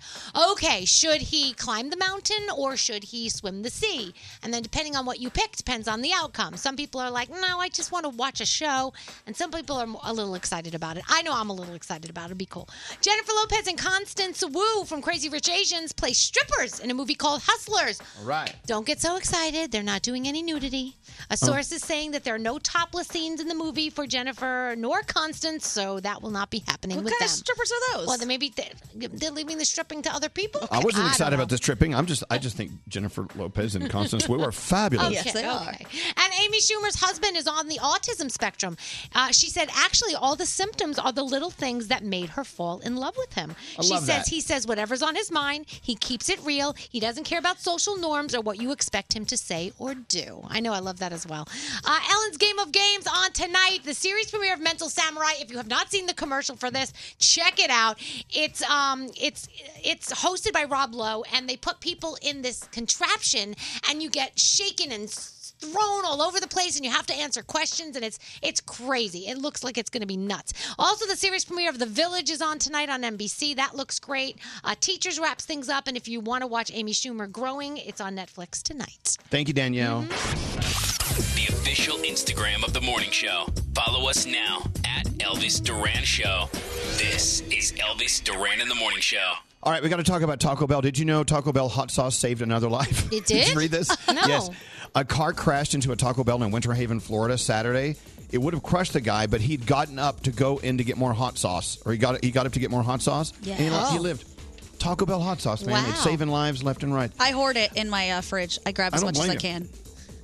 okay, should he climb the mountain or should he swim the sea? And then depending on what you pick depends on the outcome. Some people are like, "No, I just want to watch a show." And some people are a little excited about it. I know I'm a little excited about it. It'd be cool. Jennifer Lopez and Constance Wu from Crazy Rich Asians play strippers in a movie called Hustlers.
All right.
Don't get so excited. They're not doing any nudity.
Oh.
A source is saying that there are no topless scenes in the movie for Jennifer nor Constance, so that will not be happening
What
with
kind of
them.
strippers are those?
Well, then maybe they're, they're leaving the stripping to other people.
I wasn't
don't
excited
know.
about this tripping. I'm just. I just think Jennifer Lopez and Constance Wu are fabulous.
Okay, okay. And Amy Schumer's husband is on the autism spectrum. Uh, she said, actually, all the symptoms are the little things that made her fall in love with him.
I
she
love
says
that.
he says whatever's on his mind. He keeps it real. He doesn't care about social norms or what you expect him to say or do. I know I love that as well. Uh, Ellen's Game of Games on tonight. The series premiere of Mental Samurai. If you have not seen the commercial for this, check it out. It's um, it's it's hosted by Rob Lowe, and they put people in this contraption, and you get shaken and thrown all over the place and you have to answer questions and it's it's crazy. It looks like it's going to be nuts. Also the series premiere of The Village is on tonight on NBC. That looks great. Uh, Teachers wraps things up and if you want to watch Amy Schumer growing, it's on Netflix tonight.
Thank you, Danielle.
The official Instagram of the morning show. Follow us now at Elvis Duran Show. This is Elvis Duran in the morning show.
All right, we got to talk about Taco Bell. Did you know Taco Bell hot sauce saved another life?
It
you
did?
read this?
No.
Yes. A car crashed into a Taco Bell in Winter Haven, Florida, Saturday. It would have crushed the guy, but he'd gotten up to go in to get more hot sauce, or he got he got up to get more hot sauce.
Yeah.
And he, li- he
Oh.
lived. Taco Bell hot sauce, man. It's
Wow.
saving lives left and right.
I hoard it in my uh, fridge. I grab
I
as
don't
much as
blame
I
you.
can.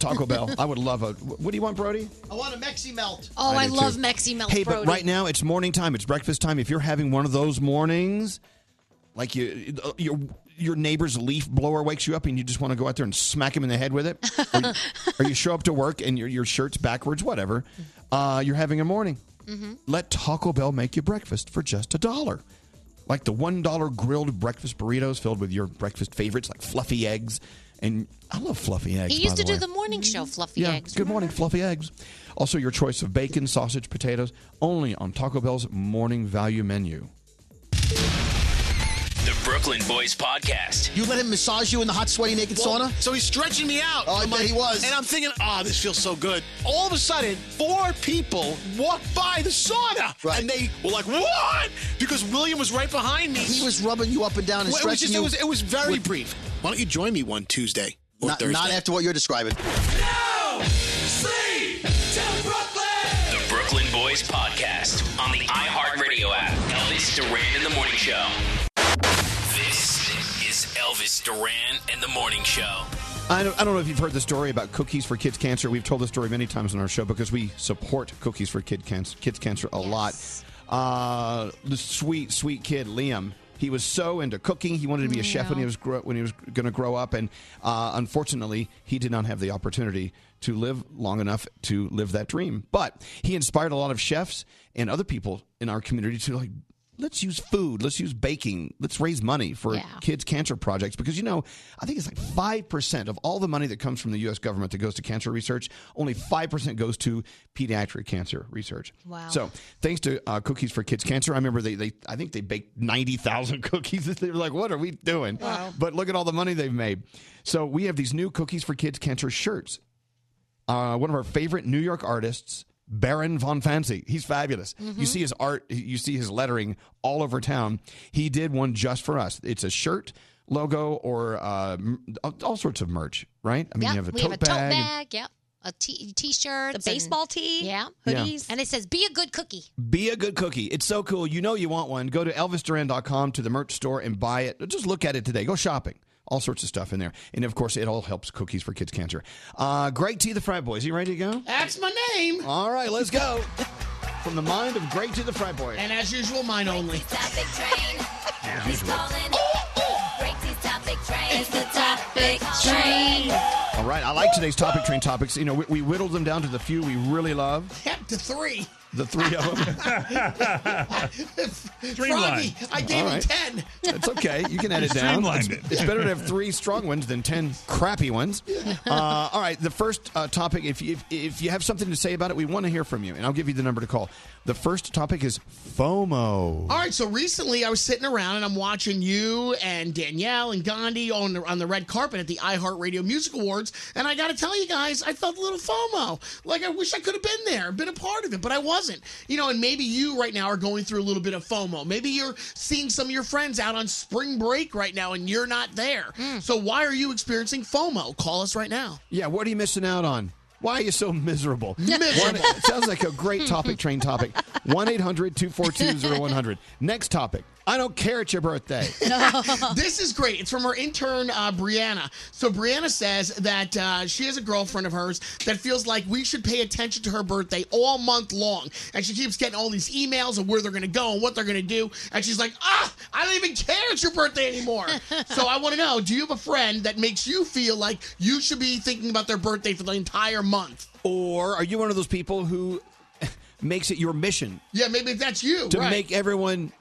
Taco Bell. I would love a. What do you want, Brody?
I want a Mexi melt.
Oh, I,
do,
love
too.
Mexi Melt
Hey,
Brody.
but right now it's morning time. It's breakfast time. If you're having one of those mornings, like you, your your neighbor's leaf blower wakes you up and you just want to go out there and smack him in the head with it, or you, or you show up to work and your your shirt's backwards, whatever. Uh, you're having a morning.
Mm-hmm.
Mhm.
Let Taco Bell make you breakfast for just a dollar. Like the one dollar grilled breakfast burritos filled with your breakfast favorites, like fluffy eggs. And I love fluffy eggs.
he
by
used to
the
do
way. Mm-hmm.
the morning show Fluffy
Yeah.
Eggs.
Good morning, fluffy eggs. Also, your choice of bacon, sausage, potatoes, only on Taco Bell's morning value menu.
The Brooklyn Boys Podcast.
You let him massage you in the hot, sweaty, naked sauna?
So he's stretching me out.
Oh, I
I'm
bet
like-
he was.
And I'm thinking, oh, this feels so good. All of a sudden, four people walked by the sauna. And they were like, what? Because William was right behind me. He
was rubbing you up and down and
it was
stretching
just,
you.
It was, it was very
With-
brief. Why don't you join me one Tuesday or
Not,
Thursday?
not after what you're describing.
The Brooklyn Boys Podcast on the iHeartRadio app. Elvis Duran in the morning show. This is Elvis Duran and the morning show.
I don't, I don't know if you've heard the story about Cookies for Kids Cancer. We've told the story many times on our show because we support Cookies for Kid Cancer, Kids Cancer a lot. Uh, the sweet, sweet kid Liam. He was so into cooking. He wanted to be a chef when he was grow, when he was going to grow up, and uh, unfortunately, he did not have the opportunity to live long enough to live that dream. But he inspired a lot of chefs and other people in our community to like let's use food, let's use baking, let's raise money for kids' cancer projects because you know, I think it's like 5% of all the money that comes from the US government that goes to cancer research, only 5% goes to pediatric cancer research.
Wow.
So, thanks to uh, Cookies for Kids Cancer, I remember they, they I think they baked 90,000 cookies. They were like, "What are we doing?"
Wow.
But look at all the money they've made. So, we have these new Cookies for Kids Cancer shirts uh, one of our favorite New York artists, Baron von Fancy. He's fabulous.
Mm-hmm.
You see his art, you see his lettering all over town. He did one just for us. It's a shirt, logo, or uh, m- all- all sorts of merch, right? I mean,
Yep,
you have a
we
tote
have a
bag.
tote
and-
bag. Yep. A t- t-shirt, the baseball
tee,
yeah,
Yeah. hoodies.
and it says "Be a good cookie."
Be a good cookie. It's so cool. You know you want one. Go to elvisduran.com to the merch store and buy it. Just look at it today. Go shopping. All sorts of stuff in there. And of course, it all helps Cookies for Kids Cancer. Uh, Greg T, the Frat Boys. You ready to go?
That's my name.
All right, let's go. From the mind of Greg to the frat boy.
And as usual, mine only.
It's the topic train.
All right, I like today's topic train topics. You know, we, we whittled them down to the few we really love.
Yep, to three.
The three of them.
Froggy, I gave
All
him
right.
ten.
It's okay. You can edit
You
down. It's,
streamlined it.
it's better to have three strong ones than ten crappy ones. Uh, all right. The first uh, topic, if you, if, if you have something to say about it, we want to hear from you, and I'll give you the number to call. The first topic is FOMO.
All right, so recently I was sitting around and I'm watching you and Danielle and Gandhi on the, on the red carpet at the iHeartRadio Music Awards, and I got to tell you guys, I felt a little FOMO. Like I wish I could have been there, been a part of it, but I wasn't. You know, and maybe you right now are going through a little bit of FOMO. Maybe you're seeing some of your friends out on spring break right now and you're not there. So why are you experiencing FOMO? Call us right now.
Yeah, what are you missing out on? Why are you so miserable?
Miserable.
One- it sounds like a great topic train topic. 1 800 242 0100. Next topic. I don't care it's your birthday.
this is great. It's from our intern, uh, Brianna. So, Brianna says that uh, she has a girlfriend of hers that feels like we should pay attention to her birthday all month long. And she keeps getting all these emails of where they're going to go and what they're going to do. And she's like, ah, I don't even care it's your birthday anymore. so, I want to know do you have a friend that makes you feel like you should be thinking about their birthday for the entire month?
Or are you one of those people who makes it your mission
Yeah, maybe that's you.
to
right.
make everyone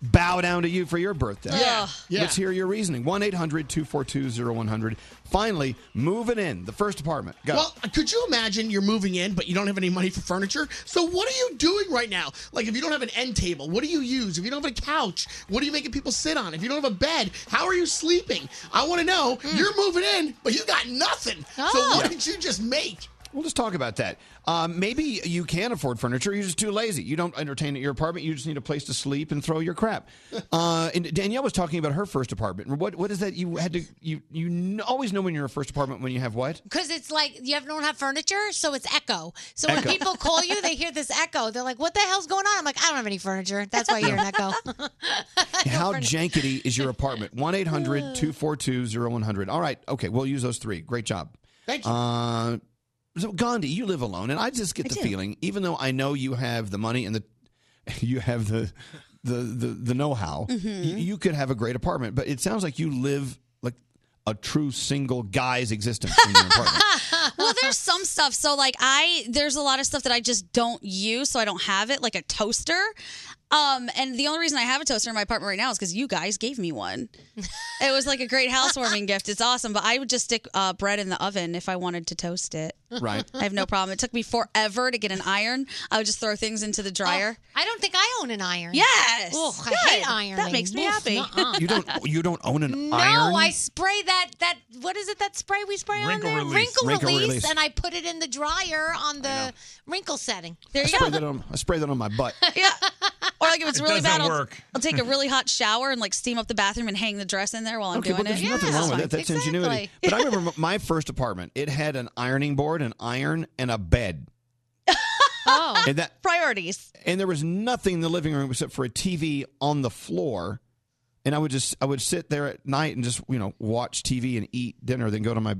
bow down to you for your birthday?
Yeah, Ugh. yeah.
Let's hear your reasoning. 1 800 242 0100. Finally, moving in. The first apartment. Go.
Well, could you imagine you're moving in, but you don't have any money for furniture? So what are you doing right now? Like, if you don't have an end table, what do you use? If you don't have a couch, what are you making people sit on? If you don't have a bed, how are you sleeping? I want to know. You're moving in, but you got nothing. So
Hmm. Oh.
what
Yeah.
did you just make?
We'll just talk about that. Um, maybe you can afford furniture. You're just too lazy. You don't entertain at your apartment. You just need a place to sleep and throw your crap. Uh, and Danielle was talking about her first apartment. What what is that you had to you you kn- always know when you're in a first apartment when you have what?
Because it's like you have, don't have furniture, so it's echo. So when
Echo.
people call you, they hear this echo. They're like, "What the hell's going on?" I'm like, "I don't have any furniture. That's why you're an echo."
How jankety is your apartment? 1 800 242 0100. All right. Okay. We'll use those three. Great job.
Thank
you. Uh, so, Gandhi, you live alone. And I just get
I
the
do.
feeling, even though I know you have the money and the you have the the the, the know-how y-
Mhm.
you could have a great apartment but it sounds like you live like a true single guy's existence in your apartment
well, there's some stuff. So like I there's a lot of stuff that I just don't use, so I don't have it, like a toaster. Um, and the only reason I have a toaster in my apartment right now is because you guys gave me one. it was like a great housewarming gift. It's awesome, but I would just stick uh, bread in the oven if I wanted to toast it.
Right.
I have no problem. It took me forever to get an iron. I would just throw things into the dryer.
I don't think I own an iron.
Yes.
Ugh, I
Good.
hate iron.
That makes me happy.
you don't you don't own an
No,
iron
I spray that that what is it that spray we spray
Wrinkle
on there?
release.
Wrinkle,
Wrinkle
release,
release.
and I put it in the dryer on the wrinkle setting.
There
I spray that on I spray that on my butt
yeah. Or like if it's
It
really
doesn't
bad, I'll,
work.
I'll take a really hot shower and like steam up the bathroom and hang the dress in there while I'm
okay
doing
well there's
it.
nothing wrong with that that's ingenuity but I remember my first apartment it had an ironing board an iron and a bed
oh.
and that
Priorities.
and there was nothing in the living room except for a TV on the floor. And I would just I would sit there at night and just you know watch TV and eat dinner, then go to my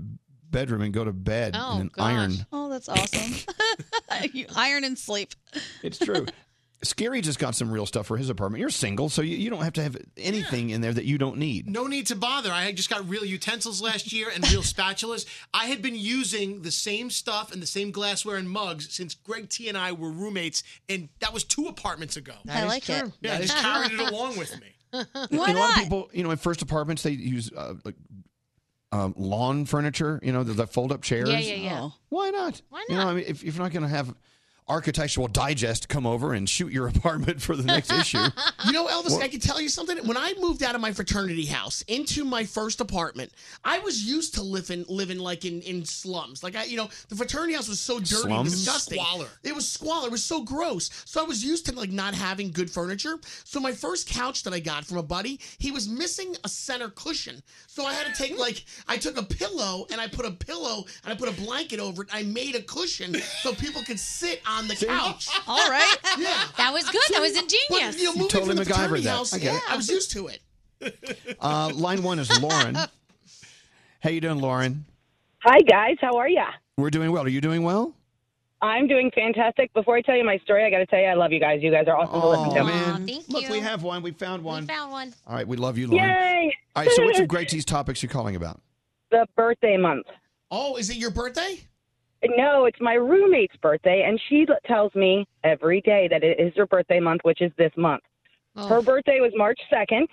bedroom and go to bed and then iron.
Oh, that's awesome. you iron and sleep.
It's true. Scary just got some real stuff for his apartment. You're single, so you, you don't have to have anything in there that you don't need.
No need to bother. I had just got real utensils last year and real spatulas. I had been using the same stuff and the same glassware and mugs since Greg T and I were roommates, and that was two apartments ago.
That I is like true. it.
Yeah, I
That
just
is true.
carried it along with me.
And a lot of people, you know, in first apartments they use uh, like um, lawn furniture. You know, the, the fold up chairs.
Oh.
Why not? Why not? You know, I mean, if, if you're not going to have Architectural Digest come over and shoot your apartment for the next issue,
You know, Elvis,
Well-
I can tell you something. When I moved out of my fraternity house into my first apartment, I was used to living living like in, in slums. Like I, you know, the fraternity house was so dirty, and
Slums?
disgusting.
Squalor.
It was squalor. It was so gross. So I was used to like not having good furniture. So my first couch that I got from a buddy, he was missing a center cushion. So I had to take like I took a pillow and I put a pillow and I put a blanket over it. I made a cushion so people could sit on the couch.
All right.
Yeah.
That was good. That was
But,
ingenious.
you know,
You
moving
totally
from the
MacGyvered
fraternity
that.
house,
I get it.
yeah, I was used to it.
uh, line one is Lauren. How you doing, Lauren?
Hi guys, how are ya?
We're doing well. Are you doing well?
I'm doing fantastic. Before I tell you my story, I got to tell you, I love you guys. You guys are awesome to listen to.
Look, we have one. We found one.
found one.
All right, we love you, Lauren.
Yay!
All right, so what's some great teas topics you're calling about?
the birthday month.
Oh, is it your birthday?
No, it's my roommate's birthday, and she l- tells me every day that it is her birthday month, which is this month. Her birthday was March 2nd.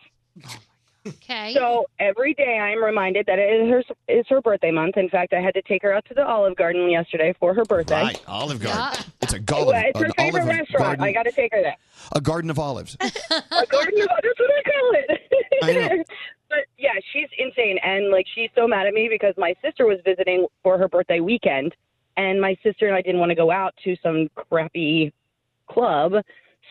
Okay.
So every day I am reminded that it is her, is her birthday month. In fact, I had to take her out to the Olive Garden yesterday for her birthday.
Right, Olive Garden. It's a
Well,
garden.
it's her
an
favorite
olive
restaurant.
Garden,
I got to take her there.
a garden of olives.
A garden of- oh, that's what I call it.
I know.
but yeah, she's insane, and like she's so mad at me because my sister was visiting for her birthday weekend, and my sister and I didn't want to go out to some crappy club.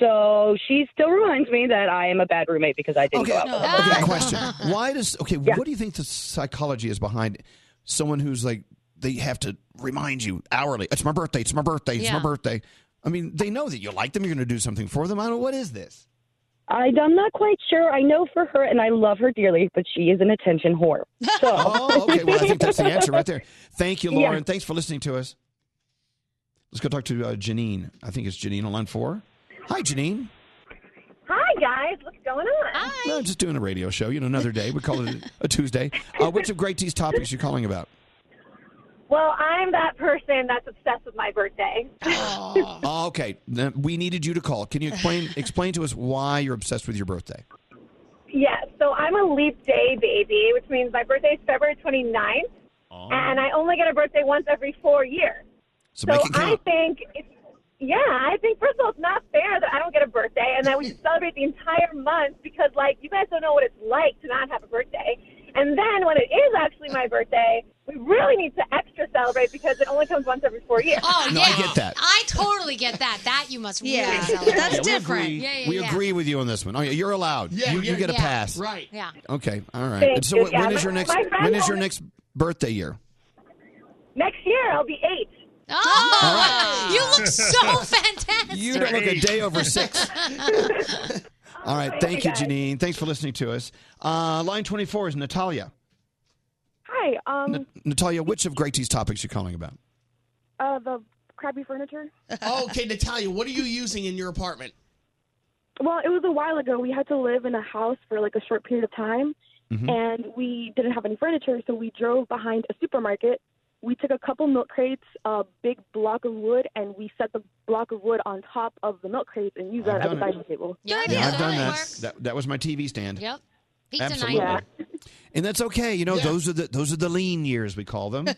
So she still reminds me that I am a bad roommate because I didn't go out. for her
Okay,
birthday.
question. Why does okay? What do you think the psychology is behind someone who's like they have to remind you hourly? It's my birthday. It's my birthday. It's
Yeah.
my birthday. I mean, they know that you like them. You're going to do something for them. I don't. What is this?
I, I'm not quite sure. I know for her, and I love her dearly, but she is an attention whore. So.
Oh, okay. Well, I think that's the answer right there. Thank you,
Yeah.
Lauren. Thanks for listening to us. Let's go talk to uh, Janine. I think it's Janine on line four. Hi, Janine.
Hi guys, what's going on? Hi.
No, just doing a radio show. You know, another day. We call it a Tuesday. Uh, which of Great T's topics you calling about?
Well, I'm that person that's obsessed with my birthday.
Oh, okay, Then we needed you to call. Can you explain explain to us why you're obsessed with your birthday?
yeah, so I'm a leap day baby, which means my birthday is February 29th,
Oh.
and I only get a birthday once every four years.
So, make it
I
count.
think it's yeah, I think first of all, it's not fair that I don't get a birthday, and that we should celebrate the entire month because like you guys don't know what it's like to not have a birthday. And then when it is actually my birthday, we really need to extra celebrate because it only comes once every four years.
Oh
No, I
yeah,
get that.
I totally get that. That you must really
Yeah.
celebrate.
That's
Yeah, we agree.
Yeah, yeah,
we
yeah.
agree with you on this one. Oh, yeah, you're allowed.
Yeah,
you, you
yeah,
get a
yeah.
pass.
Right. Yeah.
Okay. All right.
Thank
And so,
you.
wh-
Yeah,
when
my-
is your next?
my friend Oh,
When is your
always-
next birthday year?
Next year I'll be eight.
Oh,
All right.
you look so fantastic.
You don't look a day over six. All right. Thank you, Janine. Thanks for listening to us. Uh, line twenty four is Natalia.
Hi, um,
Natalia, which of Great T's topics you calling about?
uh, the crappy furniture.
okay, Natalia, what are you using in your apartment?
Well, it was a while ago. We had to live in a house for like a short period of time,
Mm-hmm.
and we didn't have any furniture, so we drove behind a supermarket. We took a couple milk crates, a big block of wood, and we set the block of wood on top of the milk crates and used that as
done
a
it.
dining table.
Yeah, I've done that. that. That was my TV stand.
Yep.
Absolutely. And that's okay. You know, those are the those are the lean years we call them.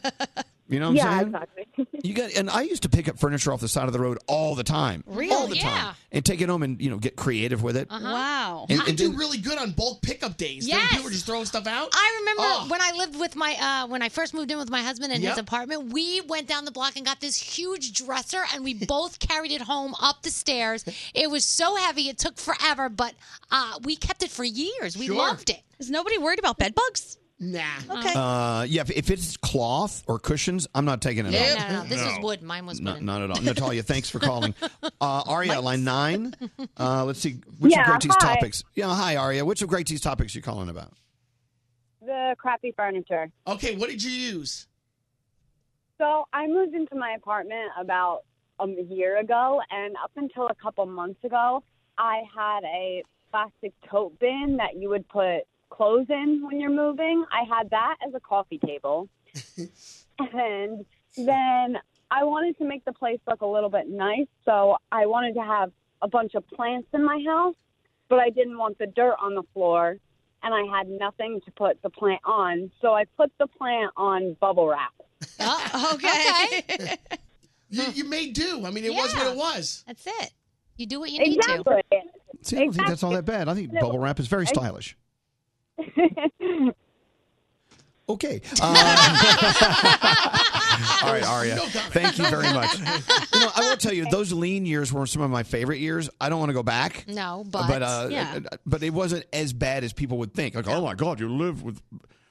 You know what
yeah,
I'm saying?
exactly.
You got and I used to pick up furniture off the side of the road all the time. All the time. And take it home and, you know, get creative with it.
Uh-huh. Wow.
And-
I
and
do
then-
really good on bulk pickup days.
Yes.
Don't people just throwing stuff out?
I remember
Oh.
when I lived with my uh, when I first moved in with my husband in his
Yep.
apartment. We went down the block and got this huge dresser, and we both carried it home up the stairs. It was so heavy; it took forever, but uh, we kept it for years. We
Sure.
loved it.
Is nobody worried about bed bugs?
Nah.
Okay.
Uh-huh.
Uh, yeah, if, if it's cloth or cushions, I'm not taking it
No,
out.
no, no, This was wood. Mine was
Not,
wooden.
not at all. Natalia, thanks for calling. Uh, Aria, line nine. Uh, let's see. Which
Yeah,
of Great T's
hi.
topics? Yeah, hi, Aria. Which of Great T's topics you calling about?
The crappy furniture.
Okay, what did you use?
So I moved into my apartment about a year ago, and up until a couple months ago, I had a plastic tote bin that you would put clothes in when you're moving. I had that as a coffee table. and then I wanted to make the place look a little bit nice, so I wanted to have a bunch of plants in my house, but I didn't want the dirt on the floor, and I had nothing to put the plant on, so I put the plant on bubble wrap.
Oh, okay.
You, you may do. I mean, it was what
Yeah.
it was.
That's it. You do what you need
Exactly.
to.
See, I don't think that's all that bad. I think bubble wrap is very stylish. Okay. Uh, Um, all right, Aria. Thank you very much. You know, I will tell you, those lean years were some of my favorite years. I don't want to go back.
No, but,
uh,
yeah.
but it wasn't as bad as people would think. Like, oh my God, you live with,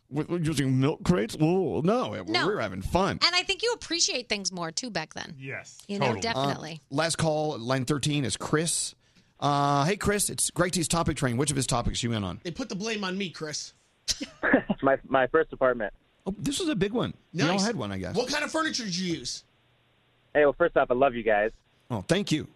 with with using milk crates? Oh no,
No.
we were having fun.
And I think you appreciate things more too back then.
Yes,
you know
Totally.
definitely.
Uh, last call, line thirteen is Chris. Uh, hey Chris, it's Great T's topic train. Which of his topics you in on?
They put the blame on me, Chris.
It's my my first apartment. Oh, this is a big one. We all
Nice.
had one, I guess.
What kind of furniture did you use?
Hey, well, first off, I love you guys.
Oh, thank you.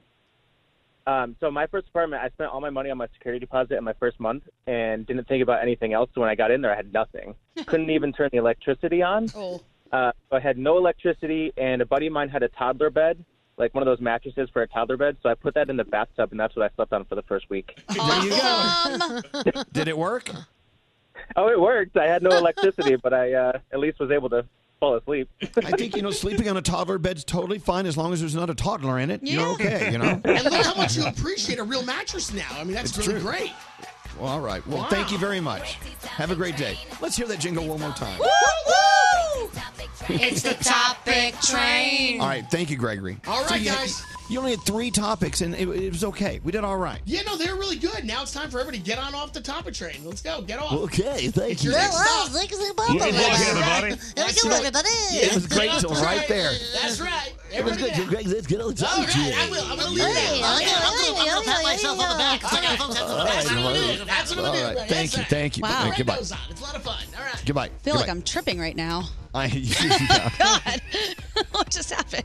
Um, so my first apartment, I spent all my money on my security deposit in my first month and didn't think about anything else. So when I got in there, I had nothing. Couldn't even turn the electricity on.
Oh.
Uh, so I had no electricity, and a buddy of mine had a toddler bed, like one of those mattresses for a toddler bed. So I put that in the bathtub, and that's what I slept on for the first week.
Did it work?
Oh, it worked. I had no electricity, but I uh, at least was able to fall asleep.
I think you know sleeping on a toddler bed's totally fine as long as there's not a toddler in it. You're
Yeah.
okay, you know.
And look how much you appreciate a real mattress now. I mean, that's
It's
really
true.
great.
Well, all right. Well,
Wow.
thank you very much. Have a great day. Let's hear that jingle one more time.
It's the topic train.
All right. Thank you, Gregory.
All right,
you had-
guys.
you only had three topics, and it, it was okay. We did all right.
Yeah, no, they're really good. Now it's time for everybody to get on off the topic train. Let's go. Get off.
Okay, thank
It's
you.
your next stop.
That's right. It was great till right there.
That's right.
It was good. Greg, let's get on the
All
topic.
right, I will. I'm going to leave it
I'm gonna- I'm gonna- I'm gonna pat myself on the back.
All right.
All right,
That's what I'm gonna
well,
do. That's what I'm gonna
all
do.
right. Thank you, thank you.
Wow.
Thank you. Goodbye.
It's a lot of fun. All right.
Goodbye.
I feel like I'm tripping right now.
I, yeah.
God, what just happened?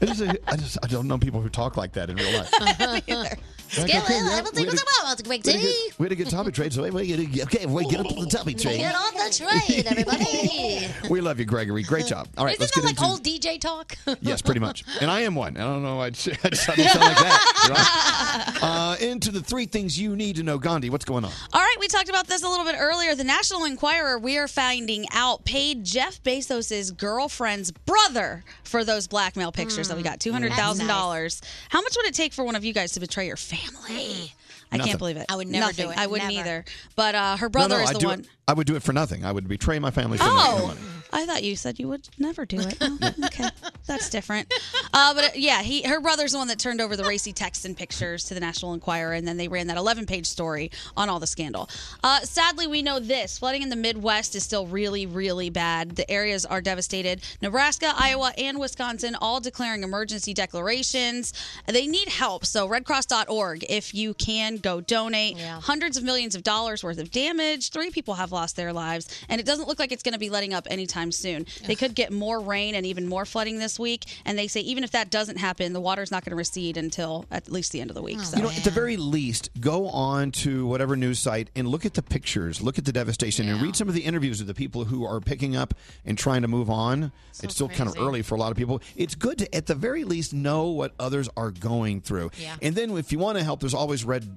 I just, I just I don't know people who talk like that in real life.
Skill,
Okay, yeah,
I will
we
take
had
what's
a-
about. Quick
we had a
tea.
good- We had a good topic trade, so wait, wait, okay, wait, get up on the topic train.
Get on the train, everybody.
We love you, Gregory. Great job. All right,
Isn't
let's
that like
get into
old DJ talk?
yes, pretty much. And I am one. I don't know. why I just, I just sound like that. you know? uh, into the three things you need to know, Gandhi. What's going on?
All right, we talked about this a little bit earlier. The National Enquirer, we are finding out, paid Jeff Bezos' girlfriend's brother for those blackmail pictures
Hmm.
that we got $200,000. How much would it take for one of you guys to betray your family? I
Nothing.
can't believe it.
I would never do
Nothing.
it.
I wouldn't
Never.
either. But uh, her brother
no, no,
is
I
the
do
one.
It, I would do it for nothing. I would betray my family for nothing.
Oh, I thought you said you would never do it. Oh, okay, that's different. Uh, but uh, yeah, he her brother's the one that turned over the racy texts and pictures to the National Enquirer, and then they ran that 11 page story on all the scandal. Uh, sadly, we know this flooding in the Midwest is still really, really bad. The areas are devastated. Nebraska, Iowa, and Wisconsin all declaring emergency declarations. They need help, so redcross.org if you can go donate. Hundreds of millions of dollars worth of damage. Three people have lost their lives, and it doesn't look like it's going to be letting up anytime soon. They could get more rain and even more flooding this week, and they say even if that doesn't happen, the water's not going to recede until at least the end of the week. so.
You know, at the very least, go on to whatever news site and look at the pictures, look at the devastation, and read some of the interviews of the people who are picking up and trying to move on. it's still kind of
crazy.
early for a lot of people. It's good to, at the very least, know what others are going through.
Yeah.
And then if you want to help, there's always red,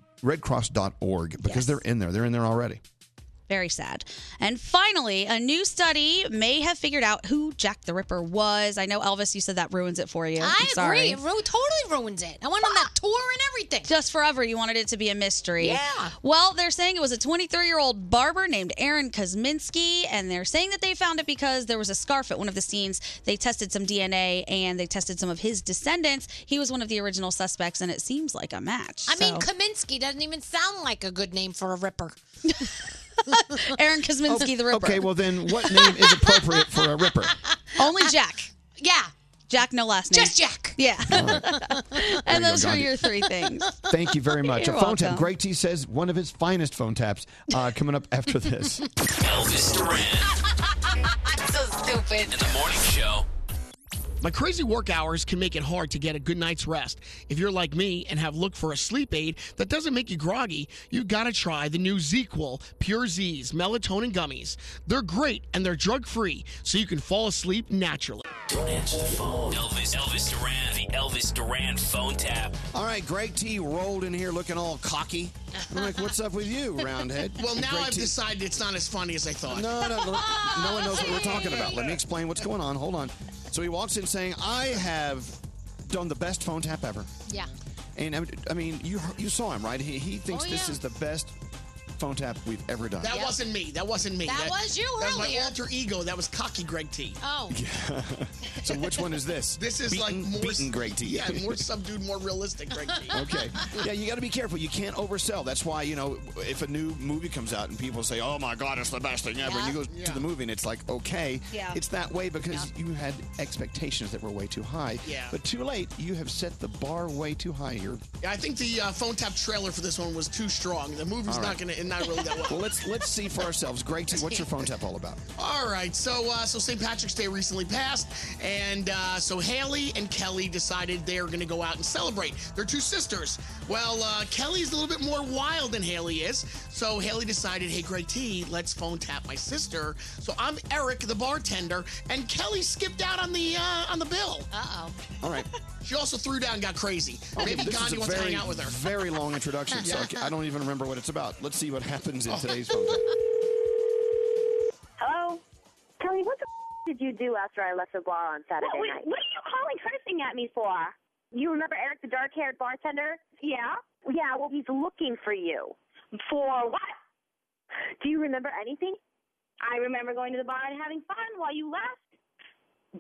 redcross.org because they're in there. They're in there already.
Very sad. And finally, a new study may have figured out who Jack the Ripper was. I know, Elvis, you said that ruins it for you.
I
I'm
agree.
sorry.
It ru- totally ruins it. I went on that tour and everything.
Just forever, you wanted it to be a mystery.
Yeah.
Well, they're saying it was a 23 year old barber named Aaron Kosminski, and they're saying that they found it because there was a scarf at one of the scenes. They tested some DNA and they tested some of his descendants. He was one of the original suspects, and it seems like a match.
I mean,
So-
Kaminsky doesn't even sound like a good name for a ripper.
Aaron Kosminski, the Ripper.
Okay, well, then what name is appropriate for a Ripper?
Only Jack.
Yeah.
Jack, no last name. Just
Jack.
Yeah. and
Oh. go,
those are
Gandhi.
your three things.
Thank you very much.
You're
a phone tap.
welcome.
Greg T says one of his finest phone taps uh, coming up after this.
Elvis Duran. so stupid. In the morning show.
My crazy work hours can make it hard to get a good night's rest. If you're like me and have looked for a sleep aid that doesn't make you groggy, you gotta try the new ZQL Pure Z's melatonin gummies. They're great and they're drug free, so you can fall asleep naturally.
Don't answer the phone. Elvis, Elvis Duran, the Elvis Duran phone tap.
All right, Greg T rolled in here looking all cocky. I'm like, what's up with you, roundhead?
Well, now
Greg
I've
T-
decided it's not as funny as I thought.
No, no, no, no one knows what we're talking about. Let me explain what's going on. Hold on. So he walks in saying, I have done the best phone tap ever.
Yeah.
And I mean- I mean, you you saw him, right? He, he thinks
Oh,
this
yeah.
is the best phone tap we've ever done.
That wasn't me. That wasn't me.
That was you
that
earlier.
was my alter ego. That was cocky Greg T.
Oh.
so which one is this?
This is like
Beaten-
more
beaten Greg T.
Yeah, more subdued, more realistic Greg T.
Okay. Yeah, you got to be careful. You can't oversell. That's why, you know, if a new movie comes out and people say, oh my God, it's the best thing ever, and you go to the movie and it's like, okay,
Yeah.
it's that way because you had expectations that were way too high.
Yeah.
But too late, you have set the bar way too high. You're.
Yeah, I think the uh, phone tap trailer for this one was too strong. The movie's
All right.
not going to and not really that well.
Well, let's let's see for ourselves. Greg, T, what's your phone tap all about?
All right, so uh, so St. Patrick's Day recently passed, and uh, so Haley and Kelly decided they're going to go out and celebrate. They're two sisters. Well, uh, Kelly's a little bit more wild than Haley is, so Haley decided, hey, Greg T, let's phone tap my sister. So I'm Eric, the bartender, and Kelly skipped out on the uh, on the bill.
Uh oh.
All right.
She also threw down, got crazy.
Okay,
Maybe
this is
Gandhi
a
wants to
very,
hang out with her.
Very long introduction, so
Yeah.
I, I don't even remember what it's about. Let's see what happens
Oh.
in today's phone. tap.
Hello? Kelly, what the did you do after I left the bar on Saturday
What- what-
night?
what are you calling cursing at me for?
You remember Eric, the dark-haired bartender? Yeah. Yeah. Well, he's looking for you. For what? Do you remember anything?
I remember going to the bar and having fun while you left.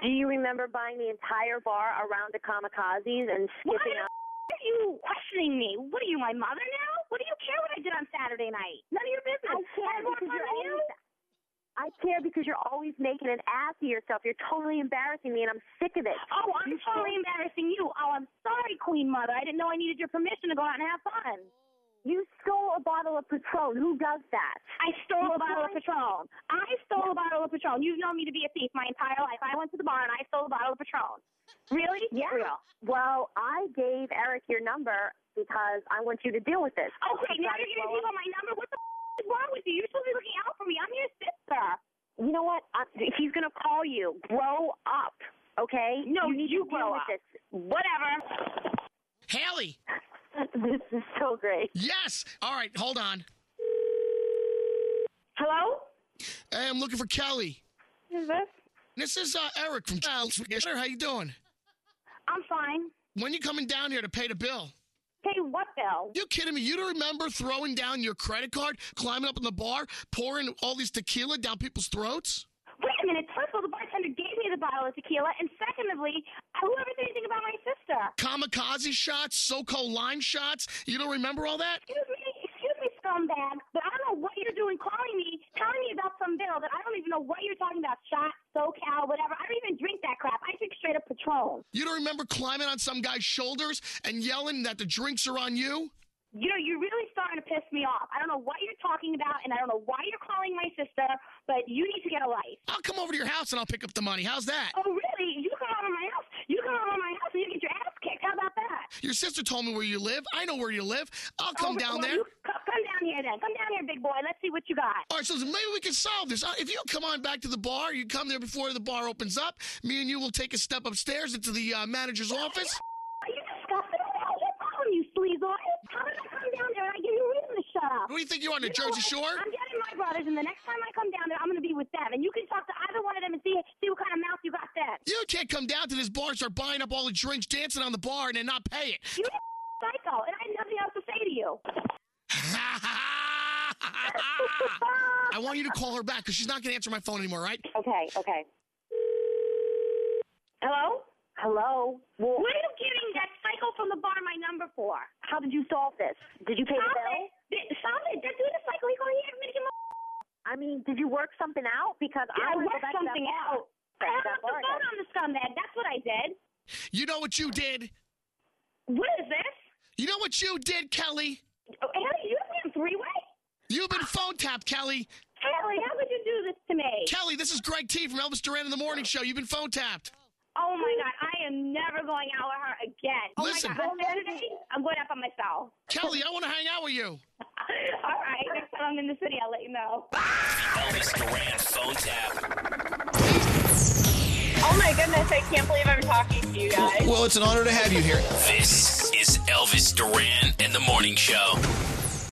Do you remember buying the entire bar around to kamikazes and
Why
skipping
the
out?
are you questioning me? What are you, my mother now? What do you care what I did on Saturday night? None of your business.
I care
had more
because
fun
you're
than you.
always- I care because you're always making an ass of yourself. You're totally embarrassing me, and I'm sick of it.
Oh, I'm
You
totally
should-
embarrassing you. Oh, I'm sorry, Queen Mother. I didn't know I needed your permission to go out and have fun.
You stole a bottle of Patron. Who does that?
I stole
You
a bottle of
stole-
Patron. I stole a bottle of Patron. You've known me to be a thief my entire life. I went to the bar and I stole a bottle of Patron. Really?
Yeah.
Real.
Well, I gave Eric your number because I want you to deal with this.
Okay, now
Decided
you're giving
to blow
people
up.
my number. What the f- is wrong with you? You're supposed to be looking out for me. I'm your sister.
You know what? I, he's gonna call you. Grow up, okay?
No,
you need
you
to
grow
deal
up.
with this.
Whatever.
Haley.
this is so great.
Yes. All right, hold on.
Hello?
Hey, I'm looking for Kelly.
Who's this?
This is uh, Eric from Child's How you doing?
I'm fine.
When you coming down here to pay the bill?
Pay what bill?
You kidding me? You don't remember throwing down your credit card, climbing up in the bar, pouring all these tequila down people's throats?
Wait a minute. First of all, the bartender gave me the bottle of tequila, and secondly, whoever said anything about my sister.
Kamikaze shots, SoCo line shots. You don't remember all that?
Excuse me, excuse me, scumbag, but I don't know what you're doing calling me, telling me about some bill that I don't even know what you're talking about. Shot, SoCal, whatever. I don't even drink that crap. I drink straight up Patron.
You don't remember climbing on some guy's shoulders and yelling that the drinks are on you?
You know, you're really starting to piss me off. I don't know what you're talking about, and I don't know why you're calling my sister, but you need to get a life.
I'll come over to your house and I'll pick up the money. How's that?
Oh, really? You come over my house. You come over my house, and you get your ass kicked. How about that?
Your sister told me where you live. I know where you live. I'll come
Oh,
down
well,
there.
you c- come down here then. Come down here, big boy. Let's see what you got.
All right, so maybe we can solve this. Uh, If you come on back to the bar, you come there before the bar opens up. Me and you will take a step upstairs into the uh, manager's office.
Are you disgusted? What the hell is your problem, you sleazoid? How did I come down there and I give you a reason to shut up?
What do you think, you're on the
know
Jersey
what?
Shore?
I'm getting my brothers, and the next time I come down there, I'm going to be with them. And you can talk to either one of them and see see what kind of mouth you got then.
You can't come down to this bar and start buying up all the drinks, dancing on the bar, and then not pay it.
You're a psycho, and I have nothing else to say to you.
I want you to call her back because she's not going to answer my phone anymore, right?
Okay. Okay.
Hello?
Hello. Well,
What are you giving that psycho from the bar my number for?
How did you solve this? Did you pay
Stop
the bill?
it. Th- Stop it. That dude is psycho. He's going here and making my
I mean, did you work something out? Because
I
I wanna go
worked
back to that
something
bar.
out. I
Back to
hung
that
up the
bar
phone
again.
on the scumbag. That's what I did.
You know what you did?
What is this?
You know what you did, Kelly?
Haley, you have me on three-way?
You've been phone tapped, Kelly.
Haley, how could you do this to me?
Kelly, this is Greg T from Elvis Duran in the Morning Show. You've been phone tapped.
Oh my god, I am never going out with her again. Oh
Listen.
my god, on Saturday, I'm going out by myself.
Kelly, I want to hang out with you.
All right, next time I'm in the city, I'll let you know.
Elvis Duran phone tap.
Oh my goodness, I can't believe I'm talking to you guys.
Well, it's an honor to have you here.
This is Elvis Duran and the Morning Show.